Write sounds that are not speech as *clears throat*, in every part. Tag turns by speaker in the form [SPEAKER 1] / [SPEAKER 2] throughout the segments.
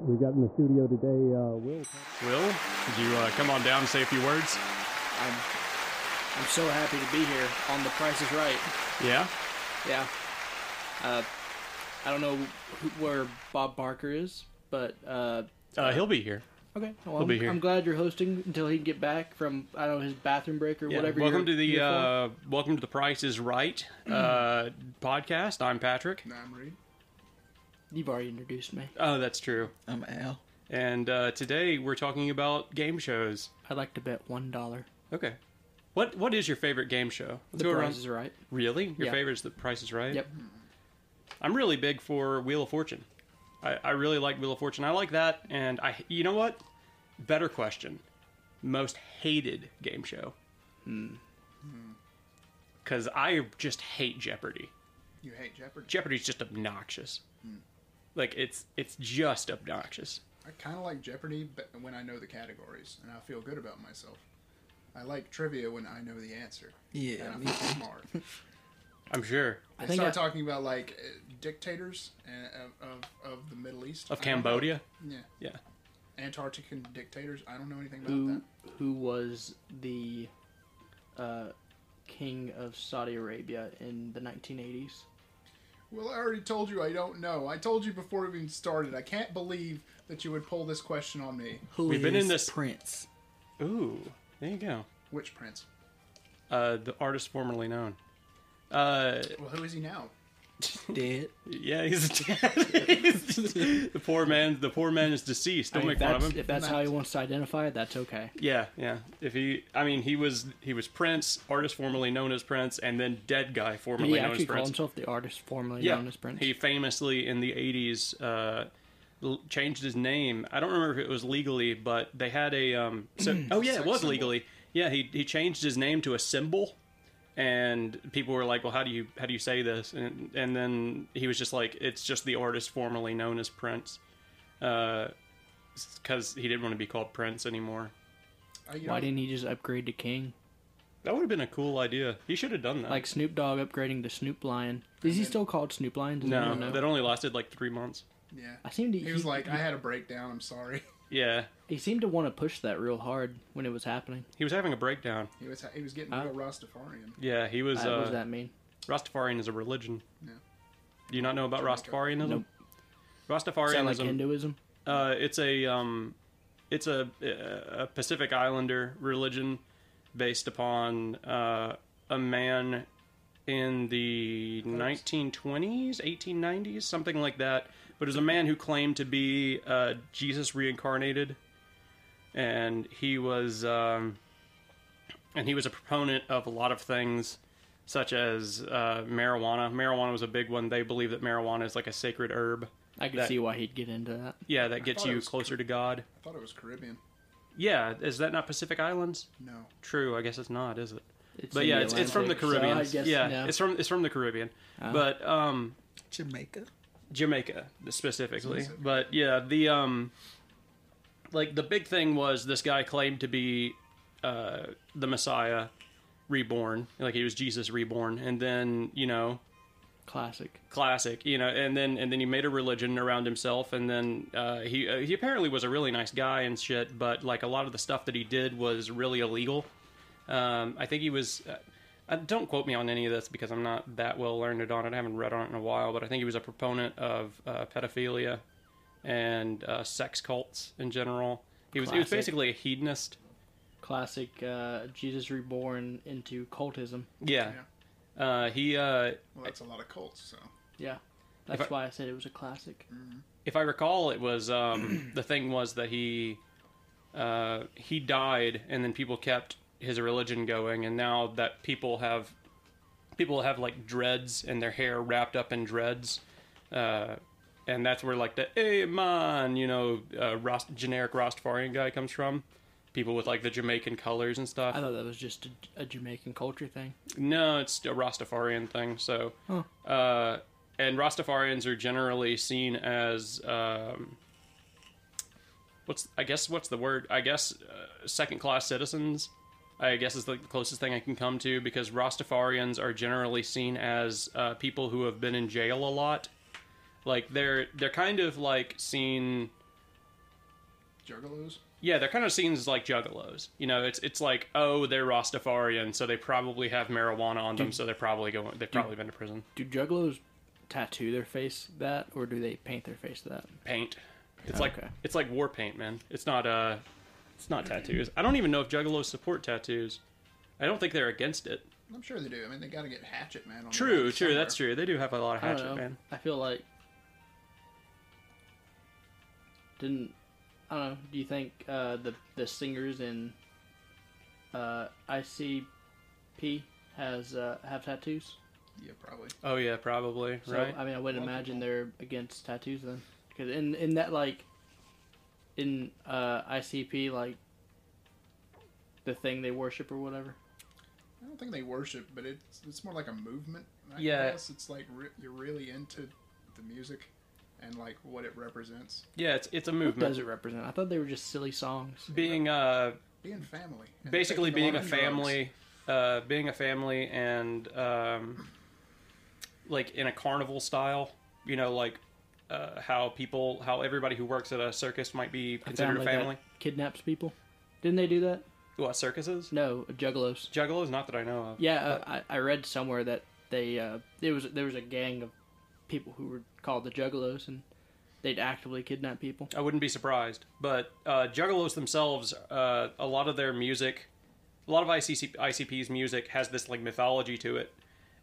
[SPEAKER 1] we got in the studio today uh, Will.
[SPEAKER 2] Will, would you uh, come on down and say a few words?
[SPEAKER 3] I'm, I'm so happy to be here on The Price is Right.
[SPEAKER 2] Yeah?
[SPEAKER 3] Yeah. Uh, I don't know who, where Bob Barker is, but uh,
[SPEAKER 2] Uh, he'll be here.
[SPEAKER 3] okay. Well,
[SPEAKER 2] He'll
[SPEAKER 3] I'm,
[SPEAKER 2] be here.
[SPEAKER 3] I'm glad you're hosting until he can get back from I don't know his bathroom break or
[SPEAKER 2] Yeah.
[SPEAKER 3] whatever.
[SPEAKER 2] Welcome
[SPEAKER 3] you're
[SPEAKER 2] to the
[SPEAKER 3] here for.
[SPEAKER 2] uh, Welcome to the Price is Right uh, *clears throat* podcast. I'm Patrick.
[SPEAKER 4] I'm Reed.
[SPEAKER 3] You've already introduced me.
[SPEAKER 2] Oh, that's true.
[SPEAKER 4] I'm Al.
[SPEAKER 2] And uh, today we're talking about game shows.
[SPEAKER 3] I'd like to bet one dollar.
[SPEAKER 2] Okay. What What is your favorite game show? Let's
[SPEAKER 3] The
[SPEAKER 2] go
[SPEAKER 3] Price
[SPEAKER 2] around.
[SPEAKER 3] is Right.
[SPEAKER 2] Really? Your
[SPEAKER 3] Yeah.
[SPEAKER 2] favorite is The Price is Right?
[SPEAKER 3] Yep.
[SPEAKER 2] I'm really big for Wheel of Fortune. I, I really like Wheel of Fortune. I like that, and I you know what? Better question. Most hated game show. Because I just hate Jeopardy.
[SPEAKER 4] You hate Jeopardy.
[SPEAKER 2] Jeopardy's just obnoxious. Like it's it's just obnoxious.
[SPEAKER 4] I kind of like Jeopardy but when I know the categories and I feel good about myself. I like trivia when I know the answer.
[SPEAKER 5] Yeah,
[SPEAKER 4] and
[SPEAKER 5] me
[SPEAKER 4] I feel smart. They
[SPEAKER 2] I'm sure.
[SPEAKER 3] *laughs* I think
[SPEAKER 4] start
[SPEAKER 3] I,
[SPEAKER 4] talking about like uh, dictators uh, of, of of the Middle East,
[SPEAKER 2] Of
[SPEAKER 4] I don't know.
[SPEAKER 2] Cambodia.
[SPEAKER 4] yeah,
[SPEAKER 2] Yeah.
[SPEAKER 4] Antarctican dictators. I don't know
[SPEAKER 5] Mm,
[SPEAKER 4] anything about
[SPEAKER 3] who
[SPEAKER 4] that.
[SPEAKER 3] who was the uh, king of Saudi Arabia in the 1980s.
[SPEAKER 4] Well, I already told you I don't know. I told you before we even started. I can't believe that you would pull this question on me.
[SPEAKER 5] Who
[SPEAKER 2] We've been in
[SPEAKER 5] is
[SPEAKER 2] this-
[SPEAKER 5] Prince.
[SPEAKER 2] Ooh. There you go.
[SPEAKER 4] Which prince?
[SPEAKER 2] Uh, the artist formerly known. Uh,
[SPEAKER 4] Well, who is he now?
[SPEAKER 5] Dead.
[SPEAKER 2] yeah, he's *laughs* dead. He's just- the poor man. The poor man is deceased. Don't
[SPEAKER 3] I mean,
[SPEAKER 2] make
[SPEAKER 3] if
[SPEAKER 2] fun of
[SPEAKER 3] that's-
[SPEAKER 2] him.
[SPEAKER 3] If that's how he wants to identify it, that's okay.
[SPEAKER 2] Yeah, yeah. If he, I mean, he was he was Prince, artist formerly known as Prince, and then dead guy formerly
[SPEAKER 3] He
[SPEAKER 2] known as
[SPEAKER 3] actually called
[SPEAKER 2] Prince.
[SPEAKER 3] himself the artist formerly
[SPEAKER 2] yeah,
[SPEAKER 3] known as Prince.
[SPEAKER 2] he famously in the '80s uh, l- changed his name. I don't remember if it was legally, but they had a um. So, oh yeah, it
[SPEAKER 4] Sex
[SPEAKER 2] was
[SPEAKER 4] symbol.
[SPEAKER 2] legally. Yeah, he he changed his name to a symbol, and people were like, "Well, how do you how do you say this?" And and then he was just like, "It's just the artist formerly known as Prince," because he didn't want to be called Prince anymore.
[SPEAKER 4] Uh, you
[SPEAKER 3] Why
[SPEAKER 4] know,
[SPEAKER 3] didn't he just upgrade to king?
[SPEAKER 2] That would have been a cool idea. He should have done that.
[SPEAKER 3] Like Snoop Dogg upgrading to Snoop Lion. Is he still called Snoop Lion? Does
[SPEAKER 2] no,
[SPEAKER 3] anyone know?
[SPEAKER 2] that only lasted like three months.
[SPEAKER 4] Yeah,
[SPEAKER 3] I seem to.
[SPEAKER 4] he was like, I had a breakdown. I'm sorry. *laughs*
[SPEAKER 2] Yeah,
[SPEAKER 3] he seemed to want to push that real hard when it was happening.
[SPEAKER 2] he was having a breakdown.
[SPEAKER 4] He was he was getting
[SPEAKER 3] Huh?
[SPEAKER 4] real Rastafarian.
[SPEAKER 2] Yeah, he was.
[SPEAKER 3] What
[SPEAKER 2] Uh,
[SPEAKER 3] does that mean?
[SPEAKER 2] Rastafarian is a religion.
[SPEAKER 4] Yeah.
[SPEAKER 2] Do you not know about
[SPEAKER 4] Jamaica.
[SPEAKER 2] Rastafarianism?
[SPEAKER 3] Nope. Sound like
[SPEAKER 2] Rastafarianism.
[SPEAKER 3] Hinduism?
[SPEAKER 2] uh, it's a um, it's a, a Pacific Islander religion based upon uh, a man in the 1920s, 1890s, something like that. But it was a man who claimed to be uh, Jesus reincarnated, and he was um, and he was a proponent of a lot of things. Such as uh, marijuana. Marijuana was a big one. They believe that marijuana is like a sacred herb.
[SPEAKER 3] I could
[SPEAKER 2] That-
[SPEAKER 3] see why he'd get into that.
[SPEAKER 2] Yeah, that gets
[SPEAKER 4] thought it
[SPEAKER 2] you
[SPEAKER 4] was
[SPEAKER 2] closer to God.
[SPEAKER 4] I thought it was Caribbean.
[SPEAKER 2] Yeah, is that not Pacific Islands?
[SPEAKER 4] No.
[SPEAKER 2] True, I guess it's not, is it?
[SPEAKER 3] It's
[SPEAKER 2] But
[SPEAKER 3] in
[SPEAKER 2] yeah, it's, it's from the
[SPEAKER 3] Atlantic, so I
[SPEAKER 2] Caribbean.
[SPEAKER 3] guess-
[SPEAKER 2] yeah,
[SPEAKER 3] no.
[SPEAKER 2] it's from it's from the Caribbean, but um,
[SPEAKER 5] Jamaica.
[SPEAKER 2] Jamaica specifically. But yeah, the um, like the big thing was this guy claimed to be uh, the Messiah reborn, like he was Jesus reborn, and then you know
[SPEAKER 3] classic.
[SPEAKER 2] classic you know and then and then he made a religion around himself and then uh, he uh, he apparently was a really nice guy and shit but like a lot of the stuff that he did was really illegal um, i think he was uh, uh, don't quote me on any of this because i'm not that well learned on it i haven't read on it in a while but i think he was a proponent of uh, pedophilia and uh, sex cults in general he was he was
[SPEAKER 3] Classic.
[SPEAKER 2] basically a hedonist
[SPEAKER 3] Classic uh, Jesus reborn into cultism.
[SPEAKER 2] yeah, Uh, he uh,
[SPEAKER 4] Well, that's a lot of cults. So
[SPEAKER 3] Yeah. That's
[SPEAKER 2] If I-
[SPEAKER 3] why I said it was a classic.
[SPEAKER 2] if I recall, it was um, *clears throat* the thing was that he uh, he died, and then people kept his religion going, and now that people have people have like dreads and their hair wrapped up in dreads, uh, and that's where like the "Hey man," you know, uh, Rast- generic Rastafarian guy comes from. People with like the Jamaican colors and stuff.
[SPEAKER 3] I thought that was just a, a Jamaican culture thing.
[SPEAKER 2] No, it's a Rastafarian thing. So,
[SPEAKER 3] Huh.
[SPEAKER 2] uh, and Rastafarians are generally seen as um, what's I guess what's the word? I guess uh, second class citizens. I guess is the closest thing I can come to because Rastafarians are generally seen as uh, people who have been in jail a lot. Like they're they're kind of like seen
[SPEAKER 4] Juggalos.
[SPEAKER 2] Yeah, they're kind of seen as like juggalos. You know, it's it's like oh they're Rastafarian, so they probably have marijuana on
[SPEAKER 3] Mm.
[SPEAKER 2] them, so they're probably going. They've probably been to prison.
[SPEAKER 3] Do juggalos tattoo their face that, or do they paint their face that?
[SPEAKER 2] Paint. It's
[SPEAKER 3] Oh, Okay.
[SPEAKER 2] like it's like war paint, man. It's not uh, it's not tattoos. I don't even know if juggalos support tattoos. I don't think they're against it.
[SPEAKER 4] I'm sure they do. I mean, they got to get Hatchet Man. on the
[SPEAKER 2] True,
[SPEAKER 4] road
[SPEAKER 2] true.
[SPEAKER 4] somewhere.
[SPEAKER 2] That's true. They do have a lot of
[SPEAKER 3] I don't
[SPEAKER 2] hatchet,
[SPEAKER 3] know.
[SPEAKER 2] man.
[SPEAKER 3] I feel like didn't I don't know. Do you think uh, the the singers in uh, ICP has uh, have tattoos?
[SPEAKER 4] Yeah, probably.
[SPEAKER 2] Oh yeah, probably.
[SPEAKER 3] So
[SPEAKER 2] right.
[SPEAKER 3] I mean, I wouldn't
[SPEAKER 4] Well,
[SPEAKER 3] imagine they're against tattoos then, because in in that like in uh, ICP like the thing they worship or whatever.
[SPEAKER 4] I don't think they worship, but it's it's more like a movement. I
[SPEAKER 2] Yeah.
[SPEAKER 4] guess. it's like re- you're really into the music and like what it represents.
[SPEAKER 2] yeah, it's it's a
[SPEAKER 3] What does
[SPEAKER 2] movement.
[SPEAKER 3] it represent? I thought they were just silly songs.
[SPEAKER 2] Being uh,
[SPEAKER 4] Being family. and
[SPEAKER 2] basically
[SPEAKER 4] taking
[SPEAKER 2] being a
[SPEAKER 4] lot of drugs.
[SPEAKER 2] family, uh, being a family, and um, like in a carnival style. You know, like uh, how people, how everybody who works at a circus might be considered a
[SPEAKER 3] that
[SPEAKER 2] family.
[SPEAKER 3] kidnaps people. Didn't they do that?
[SPEAKER 2] What circuses?
[SPEAKER 3] No, juggalos.
[SPEAKER 2] Juggalos, not that I know of.
[SPEAKER 3] Yeah, uh, I, I read somewhere that they uh, there was there was a gang of people who were called the Juggalos, and they'd actively kidnap people.
[SPEAKER 2] I wouldn't be surprised. But uh, Juggalos themselves, uh, a lot of their music, a lot of ICC, ICP's music has this like mythology to it,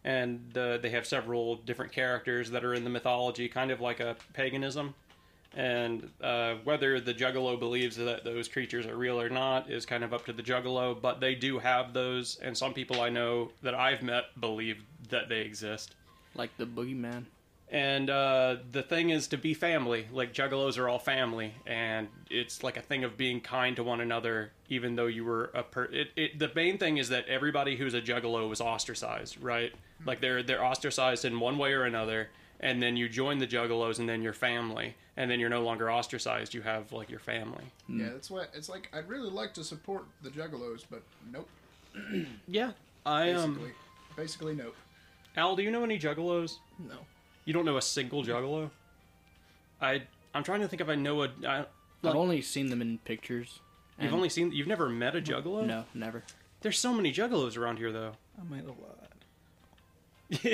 [SPEAKER 2] and uh, they have several different characters that are in the mythology, kind of like a paganism. And uh, whether the Juggalo believes that those creatures are real or not is kind of up to the Juggalo, but they do have those, and some people I know that I've met believe that they exist.
[SPEAKER 3] Like the boogeyman.
[SPEAKER 2] And uh, the thing is to be family. Like juggalos are all family, and it's like a thing of being kind to one another, even though you were a per. It, it, the main thing is that everybody who's a juggalo was ostracized, right? Like they're they're ostracized in one way or another, and then you join the juggalos, and then you're family, and then you're no longer ostracized. You have like your family.
[SPEAKER 5] Hmm.
[SPEAKER 4] Yeah, that's what it's like. I'd really like to support the Juggalos, but nope.
[SPEAKER 2] Yeah, I
[SPEAKER 4] Basically,
[SPEAKER 2] um.
[SPEAKER 4] basically nope.
[SPEAKER 2] Al, do you know any juggalos?
[SPEAKER 5] No.
[SPEAKER 2] You don't know a single juggalo. I I'm trying to think if I know a. I,
[SPEAKER 3] I've only seen them in pictures.
[SPEAKER 2] You've
[SPEAKER 3] and-
[SPEAKER 2] only seen. You've never met a juggalo.
[SPEAKER 3] no, never.
[SPEAKER 2] There's so many juggalos around here, though.
[SPEAKER 5] I made a lot.
[SPEAKER 2] *laughs*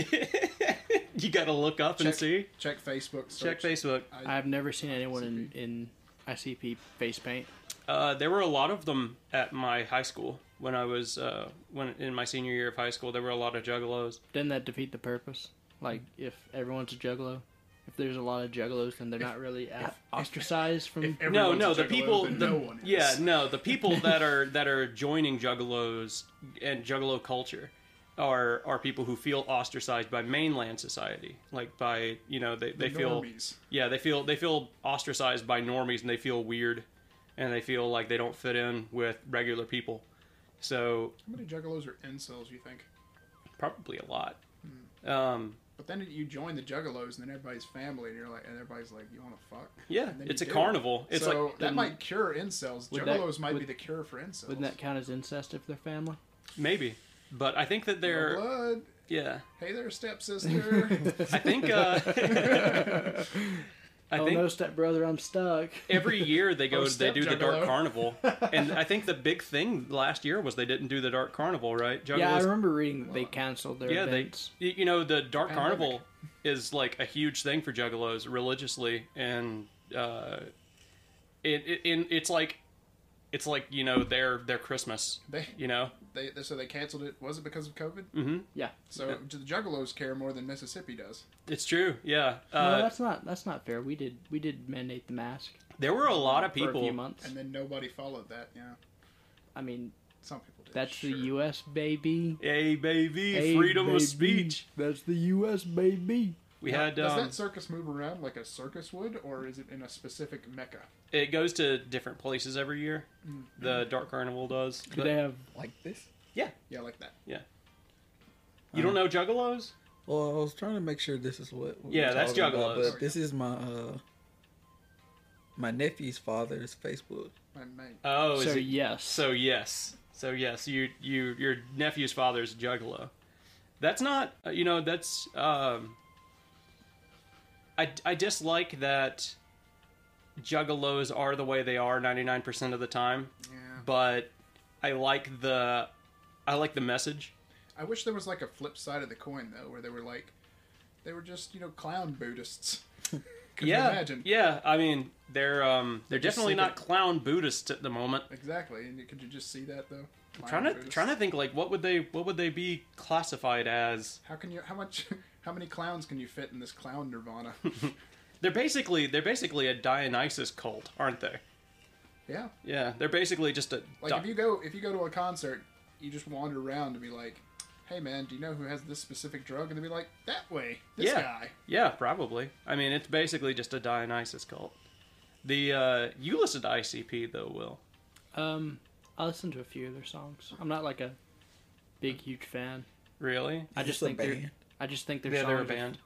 [SPEAKER 2] you gotta look up and see.
[SPEAKER 4] Check Facebook.
[SPEAKER 2] Check
[SPEAKER 4] search.
[SPEAKER 2] Facebook.
[SPEAKER 3] I've never seen anyone in in ICP face paint.
[SPEAKER 2] Uh, there were a lot of them at my high school when I was uh, when in my senior year of high school. There were a lot of juggalos.
[SPEAKER 3] Didn't that defeat the purpose? Like if everyone's a Juggalo. If there's a lot of juggalos, then they're not really a- ostracized from.
[SPEAKER 4] If
[SPEAKER 2] No,
[SPEAKER 4] everyone's
[SPEAKER 2] no,
[SPEAKER 4] a
[SPEAKER 2] the
[SPEAKER 4] Juggalo,
[SPEAKER 2] people.
[SPEAKER 4] then
[SPEAKER 2] the-
[SPEAKER 4] no one is.
[SPEAKER 2] Yeah, no, the
[SPEAKER 4] *laughs*
[SPEAKER 2] people that are that are joining juggalos and juggalo culture are are people who feel ostracized by mainland society. Like by you know they they
[SPEAKER 4] The
[SPEAKER 2] feel
[SPEAKER 4] normies.
[SPEAKER 2] yeah they feel they feel ostracized by normies and they feel weird and they feel like they don't fit in with regular people. So
[SPEAKER 4] How many Juggalos are incels? You think?
[SPEAKER 2] probably a lot.
[SPEAKER 4] Hmm.
[SPEAKER 2] Um,
[SPEAKER 4] But then you join the Juggalos, and then everybody's family, and you're like, and everybody's like, you want to fuck?
[SPEAKER 2] yeah,
[SPEAKER 4] And then
[SPEAKER 2] it's
[SPEAKER 4] you
[SPEAKER 2] a
[SPEAKER 4] do.
[SPEAKER 2] carnival. It's
[SPEAKER 4] so
[SPEAKER 2] like
[SPEAKER 4] that
[SPEAKER 3] then-
[SPEAKER 4] might cure incels.
[SPEAKER 3] Would that-
[SPEAKER 4] Juggalos might
[SPEAKER 3] would-
[SPEAKER 4] be the cure for incels.
[SPEAKER 3] Wouldn't that count as incest if they're family?
[SPEAKER 2] maybe, but I think that they're
[SPEAKER 4] blood? *laughs*
[SPEAKER 2] yeah.
[SPEAKER 4] Hey
[SPEAKER 3] *laughs*
[SPEAKER 4] there, stepsister.
[SPEAKER 2] I think uh, *laughs* I
[SPEAKER 3] oh
[SPEAKER 2] think
[SPEAKER 3] no, stepbrother, I'm stuck.
[SPEAKER 2] every year they go
[SPEAKER 4] *laughs* Oh,
[SPEAKER 2] they
[SPEAKER 4] step
[SPEAKER 2] do the dark
[SPEAKER 4] juggalo. *laughs*
[SPEAKER 2] carnival and i think the big thing last year was they didn't do the dark carnival right Juggalos,
[SPEAKER 3] Yeah, I remember reading that they canceled their
[SPEAKER 2] yeah they
[SPEAKER 3] events.
[SPEAKER 2] you you know the dark
[SPEAKER 4] Pandemic.
[SPEAKER 2] carnival is like a huge thing for juggalos religiously and uh it, it, in it's like it's like you know their their christmas
[SPEAKER 4] they,
[SPEAKER 2] you know
[SPEAKER 4] they, they, so they canceled it. Was it because of COVID?
[SPEAKER 3] Mm-hmm. Yeah,
[SPEAKER 4] So the Juggalos care more than Mississippi does.
[SPEAKER 2] it's true yeah uh
[SPEAKER 3] no, that's not that's not fair. We did we did mandate the mask
[SPEAKER 2] there were a lot of
[SPEAKER 3] for a few
[SPEAKER 2] people
[SPEAKER 3] months.
[SPEAKER 4] And then nobody followed that. Yeah,
[SPEAKER 3] I mean,
[SPEAKER 4] some people did.
[SPEAKER 3] that's
[SPEAKER 4] sure.
[SPEAKER 3] the U.S. baby.
[SPEAKER 2] hey baby
[SPEAKER 3] Hey,
[SPEAKER 2] freedom
[SPEAKER 3] baby.
[SPEAKER 2] of speech
[SPEAKER 3] That's the U.S. baby.
[SPEAKER 2] we
[SPEAKER 4] Now,
[SPEAKER 2] had
[SPEAKER 4] does
[SPEAKER 2] um,
[SPEAKER 4] that circus move around like a circus would, or is it in a specific mecca?
[SPEAKER 2] it goes to different places every year
[SPEAKER 3] Mm.
[SPEAKER 2] the dark carnival does
[SPEAKER 3] Do they have?
[SPEAKER 5] Like this?
[SPEAKER 4] Yeah, like that.
[SPEAKER 2] you don't
[SPEAKER 3] uh,
[SPEAKER 2] know juggalos
[SPEAKER 5] Well, I was trying to make sure this is what. we were
[SPEAKER 2] Yeah, that's
[SPEAKER 5] talking about,
[SPEAKER 2] Juggalos.
[SPEAKER 5] but this is my uh, my nephew's father's Facebook.
[SPEAKER 4] My man.
[SPEAKER 2] Oh,
[SPEAKER 3] so
[SPEAKER 2] is it-
[SPEAKER 3] yes.
[SPEAKER 2] so yes, so yes. You you your nephew's father's a juggalo. That's not uh, you know that's um. I I dislike that. juggalos are the way they are 99% of the time,
[SPEAKER 4] Yeah.
[SPEAKER 2] but I like the I like the message.
[SPEAKER 4] I wish there was like a flip side of the coin though, where they were like, they were just you know clown Buddhists. *laughs*
[SPEAKER 2] *laughs*
[SPEAKER 4] Could
[SPEAKER 2] yeah.
[SPEAKER 4] you imagine?
[SPEAKER 2] Yeah, I mean, they're um they're
[SPEAKER 4] They're just
[SPEAKER 2] definitely not
[SPEAKER 4] sleeping.
[SPEAKER 2] clown Buddhists at the moment.
[SPEAKER 4] Exactly. And you- could you just see that though? Clown
[SPEAKER 2] trying to
[SPEAKER 4] Buddhists.
[SPEAKER 2] trying to think like what would they what would they be classified as?
[SPEAKER 4] How can you? How much? *laughs* How many clowns can you fit in this clown nirvana?
[SPEAKER 2] *laughs*
[SPEAKER 4] *laughs*
[SPEAKER 2] They're basically they're basically a Dionysus cult, aren't they?
[SPEAKER 4] yeah.
[SPEAKER 2] Yeah, they're basically just a
[SPEAKER 4] Like
[SPEAKER 2] doc-
[SPEAKER 4] if you go if you go to a concert, you just wander around and be like, "Hey man, do you know who has this specific drug?" And they'd be like, "That way, this
[SPEAKER 2] Yeah.
[SPEAKER 4] guy."
[SPEAKER 2] Yeah, probably. I mean, it's basically just a Dionysus cult. The uh, you listen to ICP though, Will.
[SPEAKER 3] Um, I listen to a few of their songs. I'm not like a big huge fan.
[SPEAKER 2] Really?
[SPEAKER 3] I
[SPEAKER 5] Is
[SPEAKER 3] just
[SPEAKER 5] this a
[SPEAKER 3] think they're.
[SPEAKER 5] band?
[SPEAKER 3] I just think their
[SPEAKER 2] Yeah,
[SPEAKER 3] songs
[SPEAKER 2] they're a
[SPEAKER 3] are-
[SPEAKER 2] band.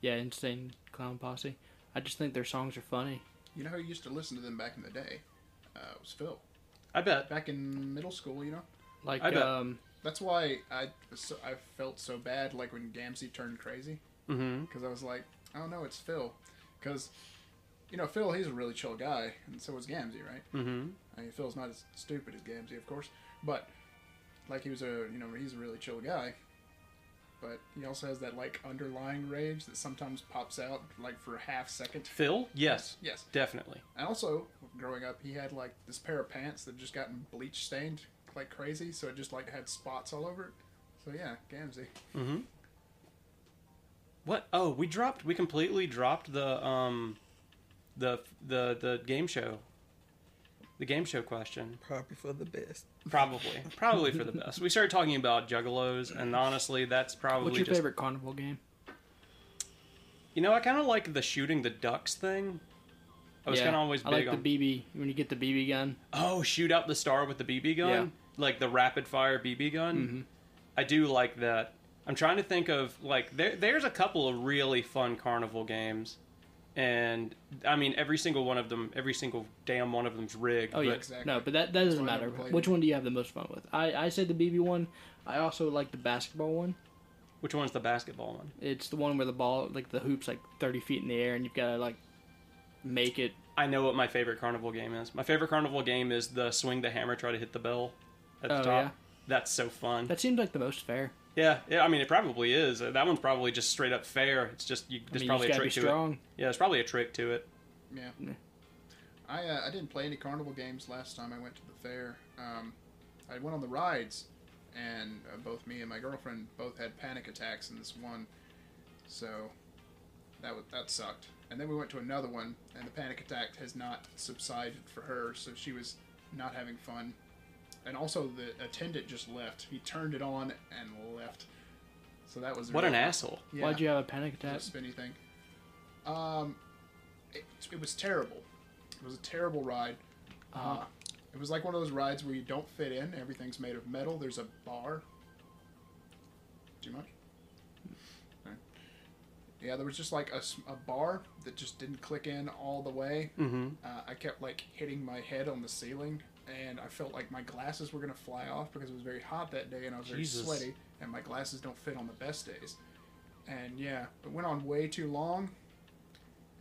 [SPEAKER 3] yeah, insane clown posse. I just think their songs are funny.
[SPEAKER 4] You know who used to listen to them back in the day? Uh, it was Phil.
[SPEAKER 2] I bet.
[SPEAKER 4] Back in middle school, you know.
[SPEAKER 3] Like
[SPEAKER 2] I bet.
[SPEAKER 3] um,
[SPEAKER 4] That's why I was so, I felt so bad like when Gamsey turned crazy
[SPEAKER 2] Mm-hmm.
[SPEAKER 4] because I was like, "Oh no, it's Phil," because you know Phil he's a really chill guy, and so was Gamsey, right?
[SPEAKER 2] Mm-hmm.
[SPEAKER 4] I mean, Phil's not as stupid as Gamzee, of course, but like he was a you know he's a really chill guy, but he also has that like underlying rage that sometimes pops out like for a half second.
[SPEAKER 2] Phil? Yes,
[SPEAKER 4] Yes,
[SPEAKER 2] definitely.
[SPEAKER 4] and also growing up, he had like this pair of pants that just gotten bleach stained like crazy, so it just like had spots all over it. So yeah, Gamzee.
[SPEAKER 2] Mm-hmm. What? Oh, we dropped. We completely dropped the um, the the the game show. The game show question.
[SPEAKER 5] Probably for the best.
[SPEAKER 2] Probably, probably for the best. We started talking about juggalos, and honestly, that's probably
[SPEAKER 3] what's your
[SPEAKER 2] just.
[SPEAKER 3] favorite carnival game?
[SPEAKER 2] You know, I kind of like the shooting the ducks thing. I was
[SPEAKER 3] Yeah,
[SPEAKER 2] kind of always
[SPEAKER 3] I
[SPEAKER 2] big
[SPEAKER 3] like
[SPEAKER 2] on.
[SPEAKER 3] the BB when you get the BB gun.
[SPEAKER 2] Oh, shoot out the star with the BB gun,
[SPEAKER 3] Yeah. Mm-hmm.
[SPEAKER 2] like the rapid fire BB gun. I do like that. I'm trying to think of like there. There's a couple of really fun carnival games, and I mean every single one of them, every single damn one of them's rigged.
[SPEAKER 3] Oh yeah,
[SPEAKER 2] but-
[SPEAKER 4] Exactly.
[SPEAKER 3] no, but that, that doesn't
[SPEAKER 4] why I never
[SPEAKER 3] matter.
[SPEAKER 4] played
[SPEAKER 3] Which
[SPEAKER 4] it.
[SPEAKER 3] one do you have the most fun with? I I say the BB one. I also like the basketball one.
[SPEAKER 2] Which one's the basketball one?
[SPEAKER 3] It's the one where the ball, like the hoop's like 30 feet in the air and you've got to like make it.
[SPEAKER 2] I know what my favorite carnival game is. My favorite carnival game is the swing the hammer, try to hit the bell at the
[SPEAKER 3] Oh,
[SPEAKER 2] top.
[SPEAKER 3] yeah.
[SPEAKER 2] That's so fun.
[SPEAKER 3] That seems like the most fair.
[SPEAKER 2] Yeah, yeah. I mean, it probably is. Uh, That one's probably just straight up fair. It's just you,
[SPEAKER 3] I
[SPEAKER 2] there's
[SPEAKER 3] mean, you
[SPEAKER 2] probably a
[SPEAKER 3] just got to be
[SPEAKER 2] trick to it.
[SPEAKER 3] strong.
[SPEAKER 2] Yeah, there's probably a trick to it.
[SPEAKER 4] Yeah.
[SPEAKER 3] Yeah.
[SPEAKER 4] I uh, I didn't play any carnival games last time I went to the fair. Um, I went on the rides, and uh, both me and my girlfriend both had panic attacks in this one, so that wa that sucked. And then we went to another one, and the panic attack has not subsided for her, so she was not having fun. And also, the attendant just left. He turned it on and left. So that was
[SPEAKER 2] What an
[SPEAKER 4] really-
[SPEAKER 2] asshole!
[SPEAKER 4] Yeah
[SPEAKER 3] Why'd you have a panic attack?
[SPEAKER 4] the spinny thing. Um, it, it was terrible. It was a terrible ride. Uh, it was like one of those rides where you don't fit in. Everything's made of metal. There's a bar. Too much. Okay. Yeah, there was just like a, s- a bar that just didn't click in all the way.
[SPEAKER 2] Mm-hmm.
[SPEAKER 4] Uh, I kept like hitting my head on the ceiling, and I felt like my glasses were gonna fly off because it was very hot that day, and I was
[SPEAKER 2] Jesus.
[SPEAKER 4] very sweaty, and my glasses don't fit on the best days. And yeah, it went on way too long,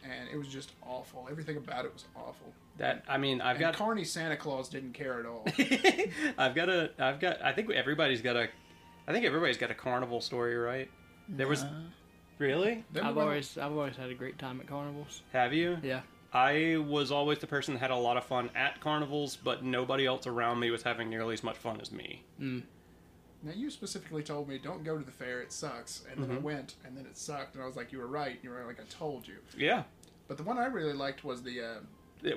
[SPEAKER 4] and it was just awful. Everything about it was awful.
[SPEAKER 2] That I mean, I've
[SPEAKER 4] And
[SPEAKER 2] got,
[SPEAKER 4] Carney Santa Claus didn't care
[SPEAKER 3] *laughs*
[SPEAKER 4] at all.
[SPEAKER 2] *laughs* I've got a, I've got. I think everybody's got a, I think everybody's got a carnival story, right? There was
[SPEAKER 5] Nah.
[SPEAKER 2] really.
[SPEAKER 4] Then we
[SPEAKER 3] I've
[SPEAKER 4] went-
[SPEAKER 3] always I've always had a great time at carnivals.
[SPEAKER 2] Have you?
[SPEAKER 3] Yeah.
[SPEAKER 2] I was always the person that had a lot of fun at carnivals, but nobody else around me was having nearly as much fun as me.
[SPEAKER 3] Mm.
[SPEAKER 4] Now you specifically told me don't go to the fair; it sucks. And
[SPEAKER 3] Mm-hmm.
[SPEAKER 4] then I went, and then it sucked, and I was like, "You were right." And you were like, "I told you."
[SPEAKER 2] Yeah.
[SPEAKER 4] But the one I really liked was the. Uh,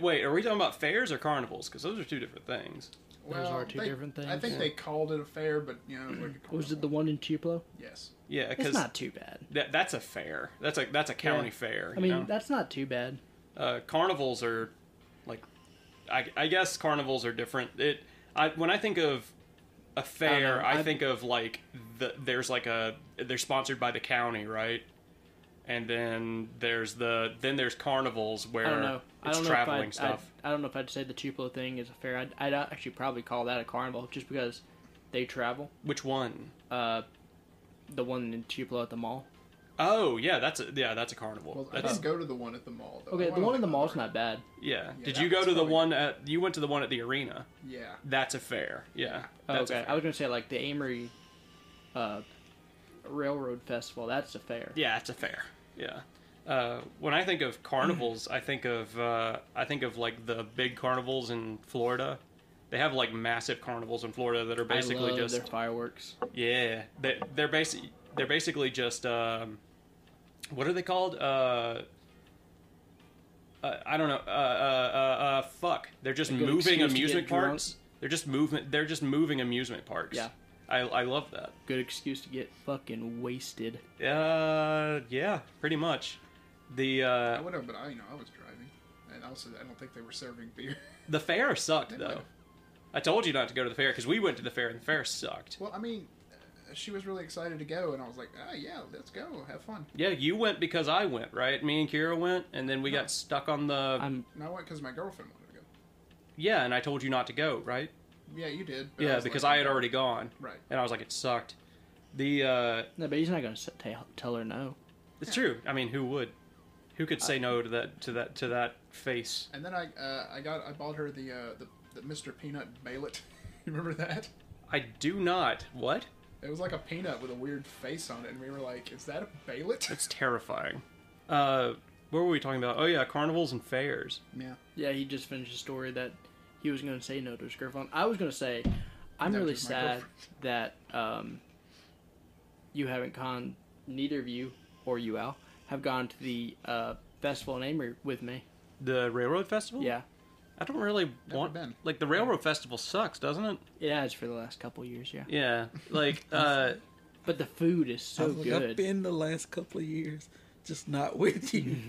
[SPEAKER 2] Wait, are we talking about fairs or carnivals? Because those are two different things.
[SPEAKER 3] Those are two
[SPEAKER 4] they-
[SPEAKER 3] different
[SPEAKER 4] I think
[SPEAKER 3] things.
[SPEAKER 4] they called it a fair, but you know, like
[SPEAKER 3] *clears throat*
[SPEAKER 4] a
[SPEAKER 3] Was it the
[SPEAKER 4] carnival.
[SPEAKER 3] one in Tupelo?
[SPEAKER 4] Yes.
[SPEAKER 2] Yeah,
[SPEAKER 3] It's
[SPEAKER 2] because
[SPEAKER 3] not too bad.
[SPEAKER 2] that, that's a fair. That's a that's a county fair.
[SPEAKER 3] I
[SPEAKER 2] you
[SPEAKER 3] mean,
[SPEAKER 2] know?
[SPEAKER 3] that's not too bad.
[SPEAKER 2] uh, carnivals are like, I, I guess carnivals are different. It I when I think of a fair,
[SPEAKER 3] know.
[SPEAKER 2] I,
[SPEAKER 3] I-
[SPEAKER 2] think of like the, there's like a they're sponsored by the county, right? And then there's the then there's carnivals where
[SPEAKER 3] I don't know.
[SPEAKER 2] it's
[SPEAKER 3] I don't know
[SPEAKER 2] traveling
[SPEAKER 3] if I'd,
[SPEAKER 2] stuff.
[SPEAKER 3] I'd, I don't know if I'd say the Tupelo thing is a fair. I'd, I'd actually probably call that a carnival just because they travel.
[SPEAKER 2] Which one?
[SPEAKER 3] Uh, the one in Tupelo at the mall.
[SPEAKER 2] Oh yeah, that's a yeah, that's a carnival.
[SPEAKER 4] Well, I
[SPEAKER 2] that's,
[SPEAKER 4] didn't go to the one at the mall. Though.
[SPEAKER 3] Okay, the one in the mall's not bad.
[SPEAKER 2] yeah.
[SPEAKER 4] yeah,
[SPEAKER 2] Did
[SPEAKER 4] that
[SPEAKER 2] you go
[SPEAKER 4] was
[SPEAKER 2] to the
[SPEAKER 4] probably-
[SPEAKER 2] one at? You went to the one at the arena.
[SPEAKER 4] Yeah,
[SPEAKER 2] That's a fair. Yeah.
[SPEAKER 3] Oh,
[SPEAKER 2] That's a
[SPEAKER 3] okay,
[SPEAKER 2] fair.
[SPEAKER 3] I was gonna say like the Amory uh, Railroad Festival. That's a fair.
[SPEAKER 2] Yeah, it's a fair. Yeah. Uh, when I think of carnivals, I think of uh, I think of like the big carnivals in Florida. They have like massive carnivals in Florida that are
[SPEAKER 3] I
[SPEAKER 2] basically
[SPEAKER 3] love
[SPEAKER 2] just
[SPEAKER 3] their fireworks.
[SPEAKER 2] yeah. They, they're basic. They're basically just um, what are they called? Uh, uh, I don't know. Uh, uh, uh, uh, fuck. They're just
[SPEAKER 3] A good excuse
[SPEAKER 2] moving
[SPEAKER 3] to get
[SPEAKER 2] amusement
[SPEAKER 3] drunk.
[SPEAKER 2] parks. They're just movement. They're just moving amusement parks.
[SPEAKER 3] Yeah.
[SPEAKER 2] I, I love that.
[SPEAKER 3] Good excuse to get fucking wasted.
[SPEAKER 2] Uh, yeah, pretty much. The
[SPEAKER 4] I
[SPEAKER 2] uh,
[SPEAKER 4] would have, but I, you know, I was driving, and also I don't think they were serving beer. *laughs*
[SPEAKER 2] the fair sucked
[SPEAKER 4] They
[SPEAKER 2] though.
[SPEAKER 4] might've-
[SPEAKER 2] I told you not to go to the fair because we went to the fair and the fair sucked.
[SPEAKER 4] Well, I mean, uh, she was really excited to go, and I was like, ah, yeah, let's go, have fun.
[SPEAKER 2] Yeah, you went because I went, right? Me and Kira went, and then we
[SPEAKER 4] No.
[SPEAKER 2] got stuck on the
[SPEAKER 3] I'm
[SPEAKER 4] And I went because my girlfriend wanted to go.
[SPEAKER 2] yeah, and I told you not to go, right?
[SPEAKER 4] Yeah, you did. but
[SPEAKER 2] yeah,
[SPEAKER 4] was
[SPEAKER 2] because
[SPEAKER 4] like,
[SPEAKER 2] I had already gone,
[SPEAKER 4] Right.
[SPEAKER 2] and I was like, it sucked. The uh,
[SPEAKER 3] no, but he's not gonna s- tell, tell her no.
[SPEAKER 2] it's true. I mean, who would? Who could say no to that to that to that face?
[SPEAKER 4] And then I, uh, I got, I bought her the, uh, the, the Mr. Peanut Mallet. *laughs* you remember that?
[SPEAKER 2] I do not. What?
[SPEAKER 4] It was like a peanut with a weird face on it, and we were like, "Is that a Baylet?"
[SPEAKER 2] That's terrifying. Uh, what were we talking about? Oh yeah, carnivals and fairs.
[SPEAKER 4] *laughs* Yeah, Uh,
[SPEAKER 3] Yeah, he just finished a story that he was gonna say no to his girlfriend. I was gonna say, I'm
[SPEAKER 4] No
[SPEAKER 3] really
[SPEAKER 4] to my
[SPEAKER 3] sad that um, you haven't gone. Neither of you or you Al have gone to the uh, festival in Amory with me.
[SPEAKER 2] The railroad festival.
[SPEAKER 3] Yeah,
[SPEAKER 2] I don't really
[SPEAKER 4] Never
[SPEAKER 2] want
[SPEAKER 4] been.
[SPEAKER 2] like the railroad festival sucks, doesn't it?
[SPEAKER 3] it has for the last couple years. Yeah,
[SPEAKER 2] Yeah,
[SPEAKER 5] *laughs*
[SPEAKER 2] like uh,
[SPEAKER 3] but the food is so
[SPEAKER 5] I was like, I've
[SPEAKER 3] good.
[SPEAKER 5] been the last couple of years, just not *laughs* with you.
[SPEAKER 3] *laughs*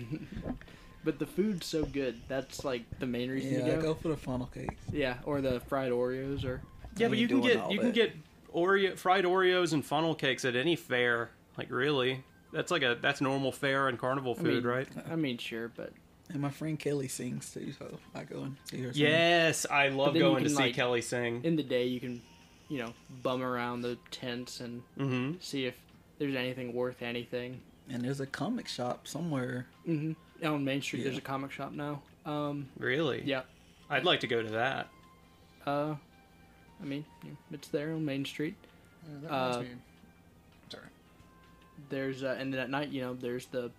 [SPEAKER 3] But the food's so good. That's like the main reason
[SPEAKER 5] yeah,
[SPEAKER 3] to
[SPEAKER 5] I
[SPEAKER 3] go.
[SPEAKER 5] go for the funnel cakes.
[SPEAKER 3] Yeah, or the fried Oreos or
[SPEAKER 2] yeah, but
[SPEAKER 5] ain't
[SPEAKER 2] you can
[SPEAKER 5] doing
[SPEAKER 2] get
[SPEAKER 5] all
[SPEAKER 2] you can
[SPEAKER 5] that.
[SPEAKER 2] get Oreo fried Oreos and funnel cakes at any fair. Like really, that's like a that's normal fair and carnival
[SPEAKER 3] I mean, uh,
[SPEAKER 2] food, right?
[SPEAKER 3] I mean, sure, but
[SPEAKER 5] And my friend Kelly sings too, so I go and see her. sing.
[SPEAKER 2] Yes, I love
[SPEAKER 3] then you
[SPEAKER 2] going to
[SPEAKER 3] can,
[SPEAKER 2] see
[SPEAKER 3] like-
[SPEAKER 2] Kelly sing.
[SPEAKER 3] in the day you can, you know, bum around the tents and
[SPEAKER 2] hmm
[SPEAKER 3] see if there's anything worth anything.
[SPEAKER 5] And there's a comic shop somewhere.
[SPEAKER 3] hmm On Main Street, there's
[SPEAKER 5] Yeah.
[SPEAKER 3] a comic shop now. Um,
[SPEAKER 2] Really?
[SPEAKER 3] yeah.
[SPEAKER 2] I'd like to go to that.
[SPEAKER 3] Uh, I mean, yeah, it's there on Main Street.
[SPEAKER 4] yeah that reminds
[SPEAKER 3] Uh,
[SPEAKER 4] me. Sorry.
[SPEAKER 3] There's uh, and then at night, you know, there's the,